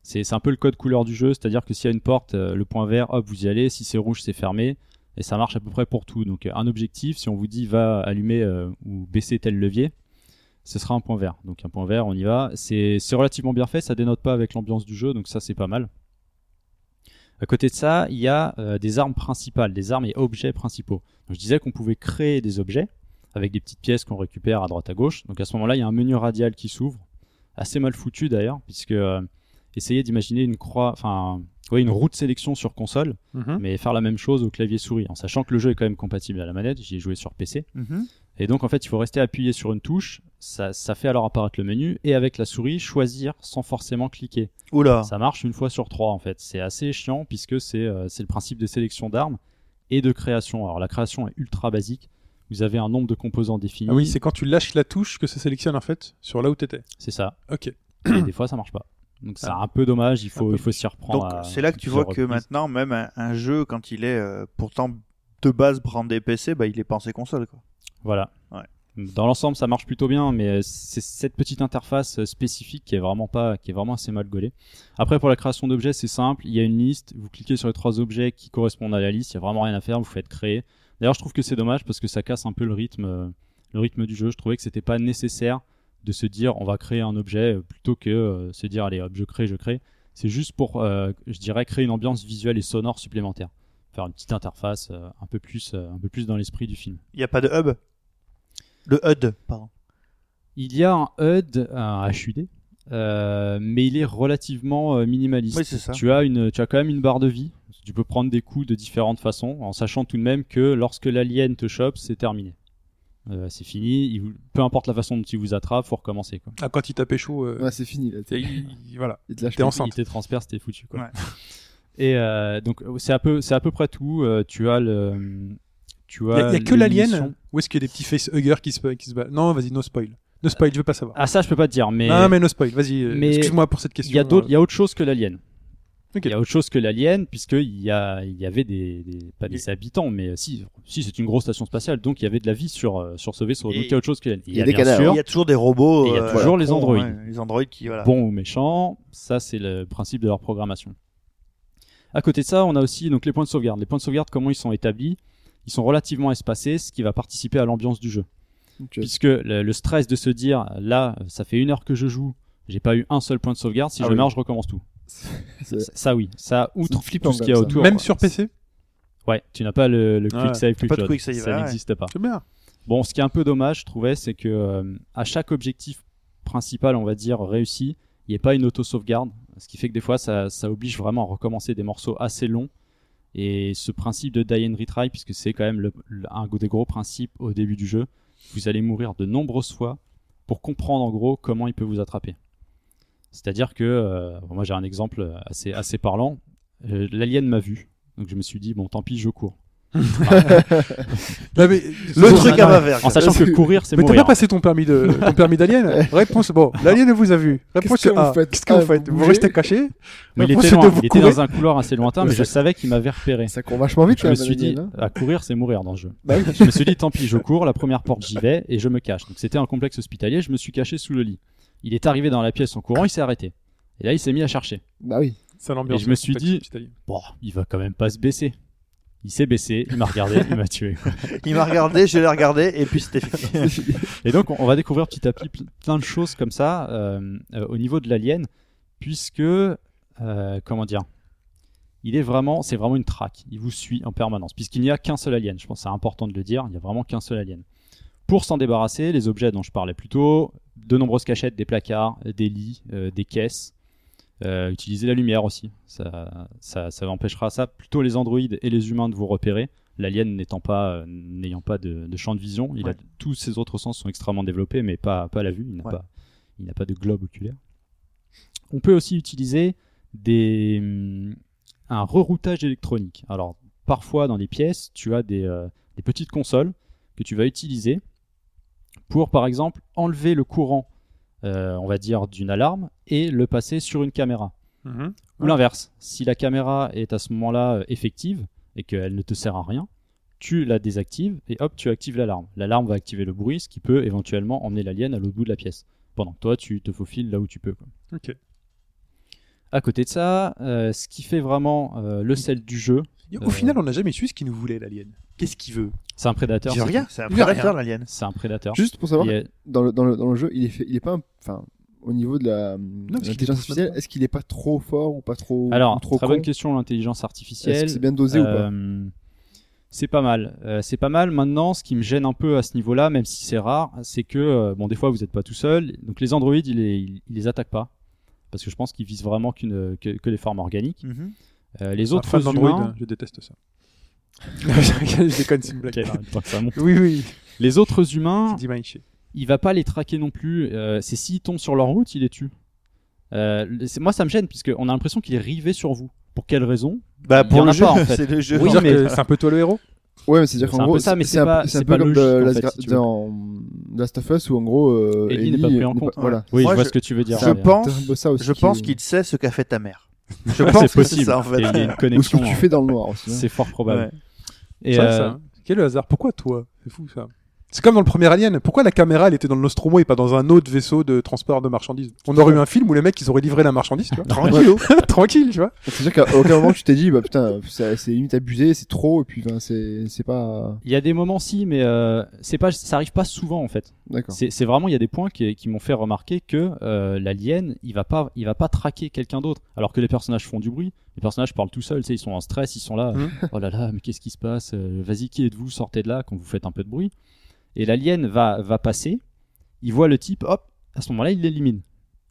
C'est c'est un peu le code couleur du jeu, c'est-à-dire que s'il y a une porte, euh, le point vert, hop, vous y allez. Si c'est rouge, c'est fermé. Et ça marche à peu près pour tout. Donc euh, un objectif, si on vous dit va allumer euh, ou baisser tel levier, ce sera un point vert. Donc un point vert, on y va. C'est c'est relativement bien fait, ça dénote pas avec l'ambiance du jeu, donc ça c'est pas mal. À côté de ça, il y a euh, des armes principales, des armes et objets principaux. Donc, je disais qu'on pouvait créer des objets avec des petites pièces qu'on récupère à droite à gauche. Donc à ce moment-là, il y a un menu radial qui s'ouvre, assez mal foutu d'ailleurs, puisque euh, essayez d'imaginer une croix, enfin ouais, une roue de sélection sur console, Hein mais faire la même chose au clavier souris, en sachant que le jeu est quand même compatible à la manette. J'y ai joué sur PC, et donc en fait, il faut rester appuyé sur une touche. Ça, ça fait alors apparaître le menu et avec la souris choisir sans forcément cliquer. Ah. Oula. Ça marche une fois sur trois en fait. C'est assez chiant puisque c'est euh, c'est le principe de sélection d'armes et de création. Alors la création est ultra basique. Vous avez un nombre de composants définis. Ah oui, c'est quand tu lâches la touche que ça sélectionne en fait sur là où t'étais. c'est ça. Ok. et des fois ça marche pas. Donc c'est Ah. un peu dommage, il faut, il faut s'y reprendre. Donc à c'est là que tu vois plusieurs que reprises. maintenant, même un, un jeu, quand il est euh, pourtant de base brandé PC, bah, il est pensé console. Quoi. Voilà. Ouais. Dans l'ensemble, ça marche plutôt bien, mais euh, c'est cette petite interface euh, spécifique qui est vraiment pas, qui est vraiment assez mal gaulée. Après, pour la création d'objets, c'est simple. Il y a une liste. Vous cliquez sur les trois objets qui correspondent à la liste. Il y a vraiment rien à faire. Vous faites créer. D'ailleurs, je trouve que c'est dommage parce que ça casse un peu le rythme, euh, le rythme du jeu. Je trouvais que c'était pas nécessaire de se dire on va créer un objet euh, plutôt que euh, se dire allez hop je crée je crée. C'est juste pour, euh, je dirais, créer une ambiance visuelle et sonore supplémentaire. Faire une petite interface euh, un peu plus, euh, un peu plus dans l'esprit du film. Il n'y a pas de hub Le HUD, pardon. Il y a un HUD, un HUD, euh, mais il est relativement euh, minimaliste. Oui, c'est ça. Tu as, une, tu as quand même une barre de vie. Tu peux prendre des coups de différentes façons, en sachant tout de même que lorsque l'alien te chope, c'est terminé. Euh, c'est fini. Il vous- peu importe la façon dont il vous attrape, faut recommencer. Quoi. Ah, quand il t'a pécho, euh, Ouais, c'est fini là. t'es- il- il- voilà, Il te lâche t'es pas. Il enceinte. te transperce, t'es foutu. Quoi. Ouais. Et euh, donc c'est à peu, c'est à peu près tout. Euh, tu as le, tu Il y as a, il y a que Bah, les l'alien missions. Ou est-ce qu'il y a des petits facehuggers qui se, qui se battent Non, vas-y, no spoil. No spoil, je veux pas savoir. Ah ça, je peux pas te dire, mais Non, mais no spoil, vas-y, euh, mais- excuse-moi pour cette question. euh, il y a d'autres, il y a autre chose que l'alien. Ok. Il y a autre chose que l'alien, puisqu'il y, a- il y avait des, des- pas des habitants, mais euh, si, si c'est une grosse station spatiale, donc il y avait de la vie sur, euh, sur ce vaisseau. Et- donc il y a autre chose que l'alien. y a des bien cadavres. sûr, Il y a toujours des robots. Et il y a euh, toujours les cons, androïdes. ouais, les androïdes qui. Voilà. bons ou méchants, ça c'est le principe de leur programmation. À côté de ça, on a aussi donc, les points de sauvegarde. Les points de sauvegarde, comment ils sont établis Ils sont relativement espacés, ce qui va participer à l'ambiance du jeu. Donc, euh, Puisque le, le stress de se dire, là, ça fait une heure que je joue, j'ai pas eu un seul point de sauvegarde, si Ah je oui. meurs, je recommence tout. C'est- Ça, ça, oui, ça outre C'est flippant, tout ce qu'il y a quand même, ça. autour. Même quoi. sur PC Ouais, tu n'as pas le, le Ouais, quick save, quick pas de load. quick save, ça ouais. n'existe pas. C'est bien. Bon, ce qui est un peu dommage, je trouvais, c'est que euh, à chaque objectif principal, on va dire réussi, il n'y a pas une auto sauvegarde, ce qui fait que des fois, ça, ça oblige vraiment à recommencer des morceaux assez longs. Et ce principe de die and retry, puisque c'est quand même le- le- un des gros principes au début du jeu, vous allez mourir de nombreuses fois pour comprendre en gros comment il peut vous attraper. C'est-à-dire que, euh, bon, moi j'ai un exemple assez, assez parlant, Euh, l'alien m'a vu, donc je me suis dit, bon tant pis, je cours. Non, mais- Le Sauf- truc à ma verge. En sachant que courir, c'est Mais t'as pas mourir. passé ton permis de ton permis d'alien Réponse bon, l'alien vous a vu. Réponse Qu'est-ce que A. vous faites Qu'est-ce que vous Ah, faites vous Vous bougez restez caché Mais il Réponse était C, loin, vous il était courez. dans un couloir assez lointain, mais je savais qu'il m'avait repéré. Ça court vachement vite Je quand me même, suis dit, Daniel, hein. à courir, c'est mourir dans le jeu. Bah oui. Je me suis dit, tant pis, je cours, la première porte, j'y vais et je me cache. Donc c'était un complexe hospitalier, je me suis caché sous le lit. Il est arrivé dans la pièce en courant, il s'est arrêté. Et là, il s'est mis à chercher. Bah oui. C'est l'ambiance. Et je me suis Tac, dit- petit alien. Bon, il va quand même pas se baisser. Il s'est baissé, il m'a regardé, il m'a tué. Il m'a regardé, je l'ai regardé, et puis c'était fini. Et donc, on on va découvrir petit à petit ple- plein de choses comme ça euh, euh, au niveau de l'alien, puisque, euh, comment dire, il est vraiment, c'est vraiment une traque. Il vous suit en permanence, puisqu'il n'y a qu'un seul alien. Je pense que c'est important de le dire. Il n'y a vraiment qu'un seul alien. Pour s'en débarrasser, les objets dont je parlais plus tôt, de nombreuses cachettes, des placards, des lits, euh, des caisses. Euh, utiliser la lumière aussi, ça, ça, ça empêchera ça. Plutôt les androïdes et les humains de vous repérer. L'alien n'étant pas, euh, n'ayant pas de, de champ de vision, il a Ouais. tous ses autres sens sont extrêmement développés, mais pas pas à la vue. Il n'a Ouais. pas, il n'a pas de globe oculaire. On peut aussi utiliser des hum, un reroutage électronique. Alors parfois dans les pièces, tu as des, euh, des petites consoles que tu vas utiliser pour par exemple enlever le courant, euh, on va dire, d'une alarme et le passer sur une caméra. Mhm. Ou l'inverse, si la caméra est à ce moment-là euh, effective et qu'elle ne te sert à rien, tu la désactives et hop, tu actives l'alarme. L'alarme va activer le bruit, ce qui peut éventuellement emmener l'alien à l'autre bout de la pièce. Pendant que toi, tu te faufiles là où tu peux. quoi. Ok. À côté de ça, euh, ce qui fait vraiment euh, le sel du jeu, Et Au Euh, final, on n'a jamais su ce qu'il nous voulait l'alien. Qu'est-ce qu'il veut c'est un prédateur. Il dit c'est rien, tout. c'est un Il dit rien. prédateur, l'alien. C'est un prédateur. euh, Juste pour savoir, Il est- dans, le, dans, le, dans le jeu, il est, fait, il est pas. un- Enfin, au niveau de la parce qu'il est l'intelligence tout artificielle, maintenant. est-ce qu'il est pas trop fort ou pas trop. ou Alors, trop très con bonne question, l'intelligence Est-ce artificielle. que c'est bien dosé ou pas Euh, C'est pas mal. Euh, c'est pas mal. Maintenant, ce qui me gêne un peu à ce niveau-là, même si c'est rare, c'est que, euh, bon, des fois, vous n'êtes pas tout seul. Donc, les androïdes, ils les, ils- ils les attaquent pas. Parce que je pense qu'ils visent vraiment qu'une- que, que les formes organiques. Mhm. Euh, les autres Fan d'Android, humains. hein, je déteste ça. je déconne, c'est une blague. Ok, attends que ça monte. Oui, oui, Les autres humains, dit Maïché. il va pas les traquer non plus. Euh, c'est s'ils tombent sur leur route, il les tue. Euh, le- c'est- moi, ça me gêne, puisqu'on a l'impression qu'il est rivé sur vous. Pour quelle raison Bah, Il y pour en le a jeu, pas, en fait. c'est le jeu. Oui, Dire mais- que c'est un peu toi le héros Ouais, mais c'est-à-dire C'est qu'en un gros, peu ça, mais c'est c'est un, pas- c'est un c'est peu pas comme logique, dans en Last, fait, Gra- si tu veux. dans Last of Us où en gros, euh, Ellie n'est pas pris en n'est compte. pas- Voilà. Oui, Moi, je vois je- ce que tu veux dire. je mais- pense- C'est un peu ça aussi Je qui- pense qu'il sait ce qu'a fait ta mère. Je Ouais, pense c'est que c'est possible. ça en Il y a- il y a fait. une euh, Ou ce que connexion. tu hein. fais dans le noir aussi. hein. C'est fort probable. Ouais. Et C'est vrai, euh, ça, hein. Quel le hasard Pourquoi toi C'est fou ça. C'est comme dans le premier Alien. Pourquoi la caméra elle était dans le Nostromo et pas dans un autre vaisseau de transport de marchandises On aurait eu un film où les mecs ils auraient livré la marchandise, tu vois. Tranquillo. Tranquille, tu vois. C'est-à-dire qu'à aucun moment tu t'es dit, bah putain, ça- c'est limite abusé, c'est trop, et puis ben, c'est c'est pas. il y a des moments si, mais euh, c'est pas, ça arrive pas souvent en fait. D'accord. C'est c'est vraiment, il y a des points qui, qui m'ont fait remarquer que euh, l'alien, il va pas, il va pas traquer quelqu'un d'autre. Alors que les personnages font du bruit, les personnages parlent tout seuls, tu sais, ils sont en stress, ils sont là. Mhm. Oh là là, mais qu'est-ce qui se passe Euh, Vas-y, qui êtes-vous Sortez de là quand vous faites un peu de bruit. Et l'alien va, va passer, il voit le type, hop, à ce moment-là, il l'élimine.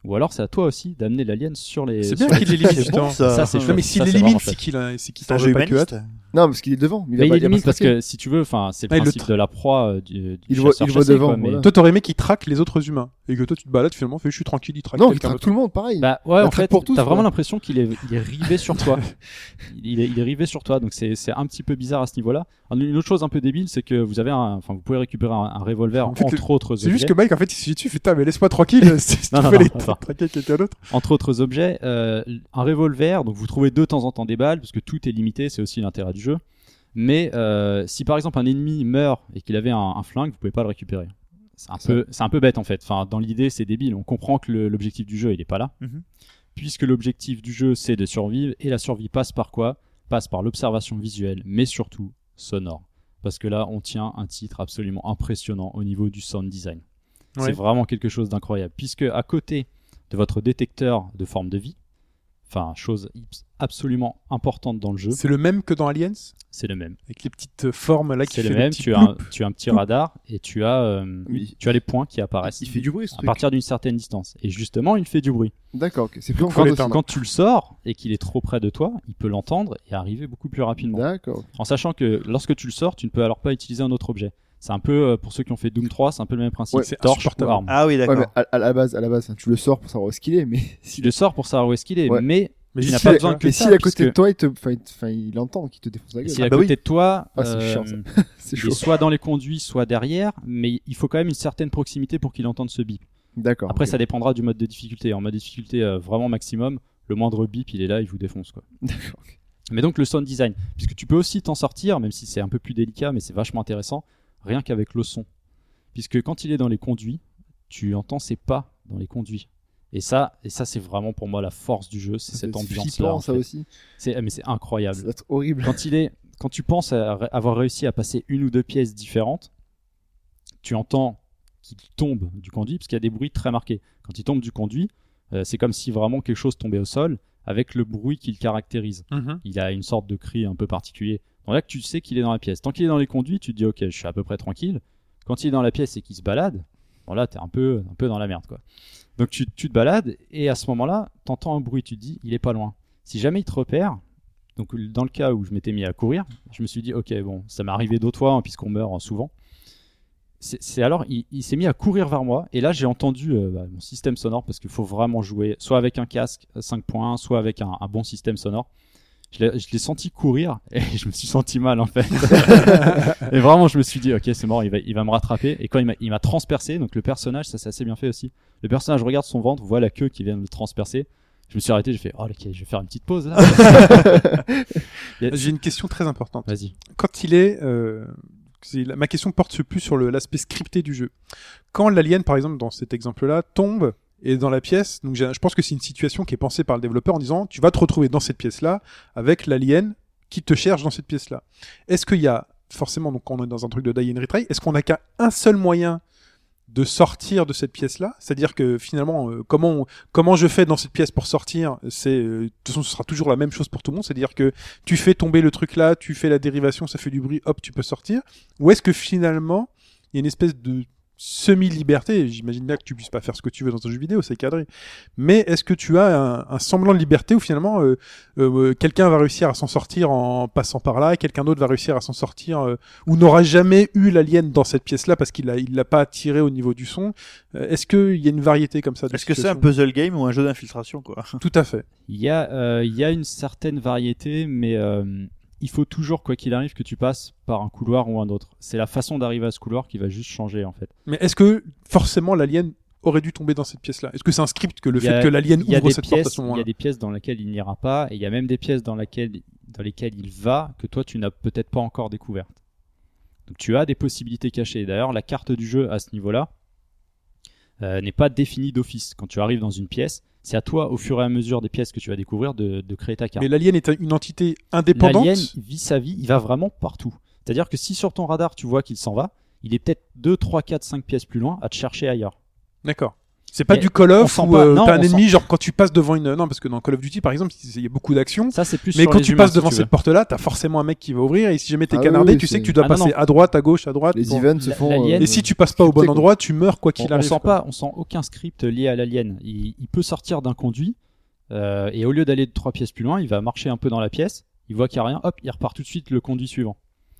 Ou alors, c'est à toi aussi d'amener l'alien sur les. C'est sur bien les- qu'il l'élimine. C'est bon justement. ça. Ça, c'est Non, mais chouette. s'il Ça, c'est l'élimine, vraiment c'est qu'il- qu'il a- c'est qu'il C'est un t'en jeu veut pas que humaniste. Non, parce qu'il est devant. Mais a il pas- a pas élimine parce traqué. que si tu veux, enfin, c'est Ah, le il le principe tra- de la proie euh, du, du Il voit- chasseur il voit chassé, devant, quoi, mais- voilà. Toi, t'aurais aimé qu'il traque les autres humains et que toi, tu te balades finalement, fais, je suis tranquille, il Ah, traque Non, il quelqu'un traque d'autre. tout le monde, pareil. Bah ouais, La en traque fait, pour tous, t'as quoi. vraiment l'impression qu'il est, il est rivé sur toi. il, est, il est rivé sur toi, donc c'est c'est un petit peu bizarre à ce niveau-là. Un- Une autre chose un peu débile, c'est que vous avez, un- enfin, vous pouvez récupérer un, un revolver En fait, entre autres C'est juste objets. que Mike, en fait, il se dit tu fais putain, mais laisse-moi tranquille, si tu Non, non, fais non, les attends. traquer quelqu'un d'autre. Entre autres objets, euh, un revolver, donc vous trouvez de temps en temps des balles, parce que tout est limité, c'est aussi l'intérêt du jeu. Mais euh, si par exemple un ennemi meurt et qu'il avait un, un flingue, vous pouvez pas le récupérer. C'est un peu, c'est un peu bête en fait. Enfin, dans l'idée, c'est débile. On comprend que le- l'objectif du jeu, il est pas là. Mhm. puisque l'objectif du jeu c'est de survivre et la survie passe par quoi Passe par l'observation visuelle, mais surtout sonore. Parce que là, on tient un titre absolument impressionnant au niveau du sound design. Ouais. C'est vraiment quelque chose d'incroyable, puisque à côté de votre détecteur de forme de vie, enfin chose ips- absolument importante dans le jeu, C'est le même que dans Aliens, c'est le même. avec les petites euh, formes là qui C'est fait le même. petit Tu as, un, tu as un petit radar et tu as, euh, Oui. tu as les points qui apparaissent Il fait du bruit, ce à truc. partir d'une certaine distance. Et justement, il fait du bruit. D'accord, ok. c'est plus Faut encore de l'éteindre. Quand tu le sors et qu'il est trop près de toi, il peut l'entendre et arriver beaucoup plus rapidement. D'accord. En sachant que lorsque tu le sors, tu ne peux alors pas utiliser un autre objet. C'est un peu, euh, pour ceux qui ont fait Doom 3, c'est un peu le même principe. Ouais, c'est torche ou insupportable. arme. Ah oui, Ouais, d'accord. mais à, à la base, à la base, hein, tu le sors pour savoir où est-ce qu'il est, mais Tu s'il le sors pour savoir où est-ce qu'il est, Ouais. mais Mais tu il n'as fait- pas besoin que mais de s'il ça. est à côté de puisque toi, il te, enfin, il, te- enfin, il entend qu'il te défonce la gueule. s'il est à bah oui. côté de toi, Ah, c'est euh, chiant, ça. C'est il chaud. est soit dans les conduits, soit derrière, mais il faut quand même une certaine proximité pour qu'il entende ce bip. D'accord. Après, ok. ça dépendra du mode de difficulté. En mode de difficulté euh, vraiment maximum, le moindre bip, il est là, il vous défonce. Quoi. D'accord, ok. Mais donc le sound design, puisque tu peux aussi t'en sortir, même si c'est un peu plus délicat, mais c'est vachement intéressant, rien qu'avec le son. Puisque quand il est dans les conduits, tu entends ses pas dans les conduits. Et ça, et ça c'est vraiment pour moi la force du jeu, c'est Ça cette doit être ambiance-là. flippant, en ça fait. aussi. C'est- ah, Mais c'est Ça incroyable. doit être horrible. Quand, il est, quand tu penses à ré- avoir réussi à passer une ou deux pièces différentes, tu entends qu'il tombe du conduit, parce qu'il y a des bruits très marqués. Quand il tombe du conduit, euh, c'est comme si vraiment quelque chose tombait au sol avec le bruit qu'il caractérise Mhm. il a une sorte de cri un peu particulier. Donc là, que tu sais qu'il est dans la pièce. Tant qu'il est dans les conduits, tu te dis, ok, je suis à peu près tranquille. Quand il est dans la pièce et qu'il se balade, bon là, t'es un peu, un peu dans la merde, quoi. Donc tu, tu te balades et à ce moment-là, t'entends un bruit, tu te dis, il est pas loin. Si jamais il te repère, donc dans le cas où je m'étais mis à courir, je me suis dit, ok, bon, ça m'est arrivé d'autres fois, hein, puisqu'on meurt hein, souvent. C'est c'est alors, il, il s'est mis à courir vers moi, et là j'ai entendu euh, bah, mon système sonore, parce qu'il faut vraiment jouer soit avec un casque 5.1, soit avec un- un bon système sonore je l'ai- je l'ai senti courir et je me suis senti mal en fait. et vraiment, je me suis dit, ok, c'est mort, il va, il va me rattraper. Et quand il m'a- il m'a transpercé, donc le personnage, ça c'est assez bien fait aussi. Le personnage regarde son ventre, voit la queue qui vient de le transpercer. Je me suis arrêté, j'ai fait, oh, ok, je vais faire une petite pause là. Il y a- J'ai une question très importante. Vas-y. Quand il est. euh, c'est la- Ma question porte plus sur le- l'aspect scripté du jeu. Quand l'alien, par exemple, dans cet exemple-là, tombe et est dans la pièce, donc j'ai- je pense que c'est une situation qui est pensée par le développeur en disant tu vas te retrouver dans cette pièce-là avec l'alien qui te cherche dans cette pièce-là. Est-ce qu'il y a forcément, donc quand on est dans un truc de Die and Retry, est-ce qu'on n'a qu'un un seul moyen de sortir de cette pièce-là C'est-à-dire que finalement, euh, comment, on- comment je fais dans cette pièce pour sortir C'est euh, de toute façon, ce sera toujours la même chose pour tout le monde. C'est-à-dire que tu fais tomber le truc là, tu fais la dérivation, ça fait du bruit, hop, tu peux sortir. Ou est-ce que finalement, il y a une espèce de semi-liberté, et j'imagine bien que tu puisses pas faire ce que tu veux dans un jeu vidéo, c'est cadré. Mais est-ce que tu as un, un semblant de liberté où finalement euh, euh, quelqu'un va réussir à s'en sortir en passant par là, et quelqu'un d'autre va réussir à s'en sortir euh, ou n'aura jamais eu l'alien dans cette pièce-là parce qu'il l'a il l'a pas attiré au niveau du son. Euh, est-ce qu'il y a une variété comme ça de Est-ce que c'est un situations puzzle game ou un jeu d'infiltration quoi Tout à fait. Il y, a, euh, il y a une certaine variété, mais euh, il faut toujours, quoi qu'il arrive, que tu passes par un couloir ou un autre. C'est la façon d'arriver à ce couloir qui va juste changer, en fait. Mais est-ce que forcément l'alien aurait dû tomber dans cette pièce-là Est-ce que c'est un script que le Il y a- fait que l'alien il y a ouvre des cette porte à ce pièces, il y moment-là a des pièces dans lesquelles il n'ira pas, et il y a même des pièces dans, laquelle- dans lesquelles il va que toi tu n'as peut-être pas encore découvertes. Donc tu as des possibilités cachées. D'ailleurs, la carte du jeu à ce niveau-là euh, n'est pas définie d'office. Quand tu arrives dans une pièce, c'est à toi, au fur et à mesure des pièces que tu vas découvrir, de, de créer ta carte. Mais l'alien est une entité indépendante L'alien vit sa vie, il va vraiment partout. C'est-à-dire que si sur ton radar tu vois qu'il s'en va, il est peut-être 2, 3, 4, 5 pièces plus loin à te chercher ailleurs. D'accord. C'est pas Mais du Call of sent où pas- euh, non, t'as un on ennemi, genre quand tu passes devant une. Non, parce que dans Call of Duty par exemple, il y a beaucoup d'action. Ça, c'est plus Mais sur quand les tu humains, passes si devant tu veux. cette porte-là, t'as forcément un mec qui va ouvrir. Et si jamais t'es Ah oui, canardé, oui, tu sais c'est- que tu dois Ah non, passer à droite, à gauche, à droite. Les pour- events se font. euh, ah, l'alien- Et si tu passes pas au bon Scripté, quoi. endroit, tu meurs quoi on, qu'il on arrive. sent quoi. pas, on sent aucun script lié à l'alien. Il, il peut sortir d'un conduit euh, et au lieu d'aller de trois pièces plus loin, il va marcher un peu dans la pièce. Il voit qu'il n'y a rien, hop, il repart tout de suite le conduit suivant.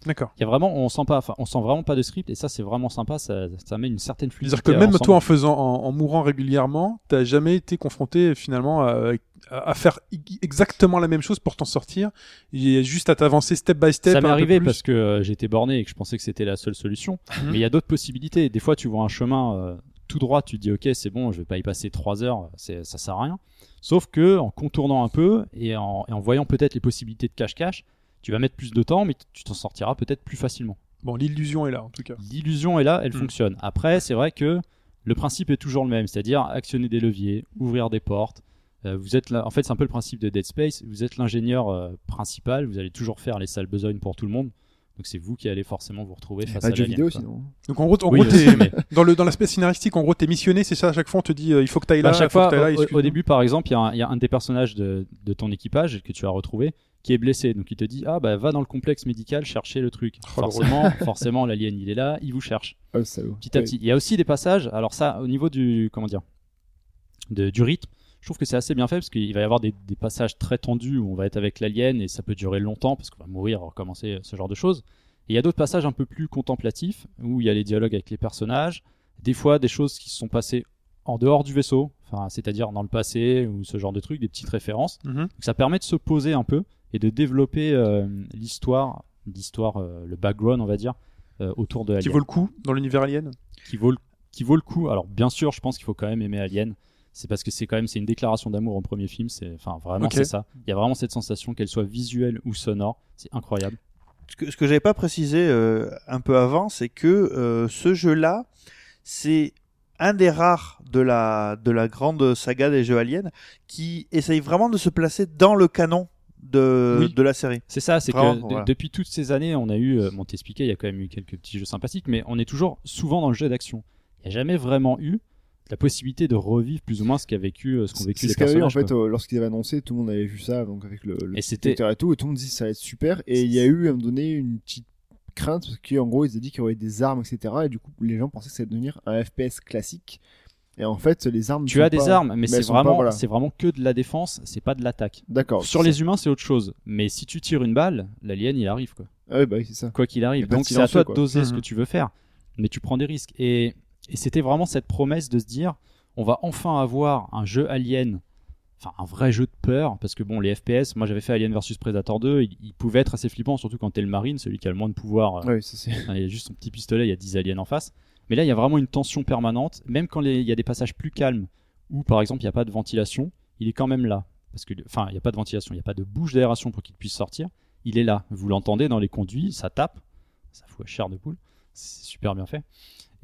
D'accord. Il y a vraiment, on sent pas, enfin, on sent vraiment pas de script et ça c'est vraiment sympa. Ça, ça met une certaine fluidité. C'est-à-dire que à même l'ensemble. toi, en faisant, en, en mourant régulièrement, t'as jamais été confronté finalement à, à- à faire i- exactement la même chose pour t'en sortir. Il y a juste à t'avancer step by step. ça m'est un peu arrivé plus. parce que euh, j'étais borné et que je pensais que c'était la seule solution. Mhm. Mais il y a d'autres possibilités. Des fois, tu vois un chemin euh, tout droit, tu te dis ok, c'est bon, je vais pas y passer trois heures, c'est- ça sert à rien. Sauf que en contournant un peu et en, et en voyant peut-être les possibilités de cache-cache, tu vas mettre plus de temps, mais t- tu t'en sortiras peut-être plus facilement. Bon, l'illusion est là en tout cas. L'illusion est là, elle Mhm. fonctionne. Après, c'est vrai que le principe est toujours le même, c'est-à-dire actionner des leviers, ouvrir des portes. Euh, vous êtes là, en fait, c'est un peu le principe de Dead Space. Vous êtes l'ingénieur euh, principal, vous allez toujours faire les sales besognes pour tout le monde. Donc c'est vous qui allez forcément vous retrouver face Pas à de jeux l'alien. vidéo quoi. sinon. hein. Donc en gros, en Oui, gros, aussi, t'es- mais- dans le dans l'aspect scénaristique, en gros, t'es missionné, c'est ça. À chaque fois, on te dit, euh, il faut que t'ailles là, Bah, à chaque il faut que fois, t'ailles là, au- au, excuse-moi. début, par exemple, il y, a un- il y a un des personnages de, de ton équipage que tu as retrouvé qui est blessé. Donc il te dit Ah, bah va dans le complexe médical chercher le truc. Oh, le forcément, forcément l'alien, il est là, il vous cherche. Ah, le salaud. Petit à petit. Il y a aussi des passages. Alors, ça, au niveau du. Comment dire de- Du rythme, je trouve que c'est assez bien fait parce qu'il va y avoir des, des passages très tendus où on va être avec l'alien et ça peut durer longtemps parce qu'on va mourir, recommencer, ce genre de choses. Et il y a d'autres passages un peu plus contemplatifs où il y a les dialogues avec les personnages, des fois des choses qui se sont passées en dehors du vaisseau, enfin, c'est-à-dire dans le passé ou ce genre de trucs, des petites références. Mhm. Donc ça permet de se poser un peu et de développer euh, l'histoire, l'histoire, euh, le background, on va dire, euh, autour de qui Alien vaut le coup dans l'univers alien. qui vaut le, qui vaut le coup. Alors bien sûr, je pense qu'il faut quand même aimer Alien. C'est parce que c'est quand même c'est une déclaration d'amour au premier film. C'est enfin vraiment Ok. c'est ça. Il y a vraiment cette sensation qu'elle soit visuelle ou sonore, c'est incroyable. ce que, ce que j'avais pas précisé euh, un peu avant, c'est que euh, ce jeu-là, c'est un des rares de la, de la grande saga des jeux aliens qui essaye vraiment de se placer dans le canon de, Oui. de la série. C'est ça, c'est que Vraiment, de- voilà. depuis toutes ces années, on a eu, euh, bon t'expliquais, il y a quand même eu quelques petits jeux sympathiques, mais on est toujours souvent dans le jeu d'action. Il n'y a jamais vraiment eu la possibilité de revivre plus ou moins ce qu'a vécu, euh, ce qu'ont C'est vécu c'est les ce qu'il y avait eu, en personnages. fait quoi. euh, lorsqu'il avait annoncé, tout le monde avait vu ça donc avec le, le Et c'était- Twitter et tout, et tout le monde dit ça va être super. Et il y a eu à me donner une petite crainte parce qu'en gros ils avaient dit qu'il y aurait des armes etc. Et du coup les gens pensaient que ça allait devenir un FPS classique. Et en fait les armes. Tu sont as des pas- armes, mais, c'est elles sont pas, vraiment, voilà. Oh, c'est vraiment que de la défense, c'est pas de l'attaque. D'accord. Sur les humains, c'est autre chose, mais si tu tires une balle, l'alien il arrive quoi. Ah oui bah oui, c'est ça. quoi qu'il Et arrive. pas de Donc c'est à silencieux, toi quoi. Mmh. de doser ce Mhm. que tu veux faire, mais tu prends des risques. Et, et c'était vraiment cette promesse de se dire, on va enfin avoir un jeu Alien, enfin un vrai jeu de peur, parce que bon, les FPS, moi j'avais fait Alien vs Predator 2, il, il pouvait être assez flippant, surtout quand t'es le marine, celui qui a le moins de pouvoir. euh, Ah Oui ça c'est. Hein, Il y a juste son petit pistolet, il y a 10 aliens en face. Mais là, il y a vraiment une tension permanente. Même quand les- il y a des passages plus calmes, où par exemple, il n'y a pas de ventilation, il est quand même là. Parce que, enfin, il n'y a pas de ventilation, il n'y a pas de bouche d'aération pour qu'il puisse sortir. Il est là. Vous l'entendez dans les conduits, ça tape. Ça fout la chair de poule. C'est super bien fait.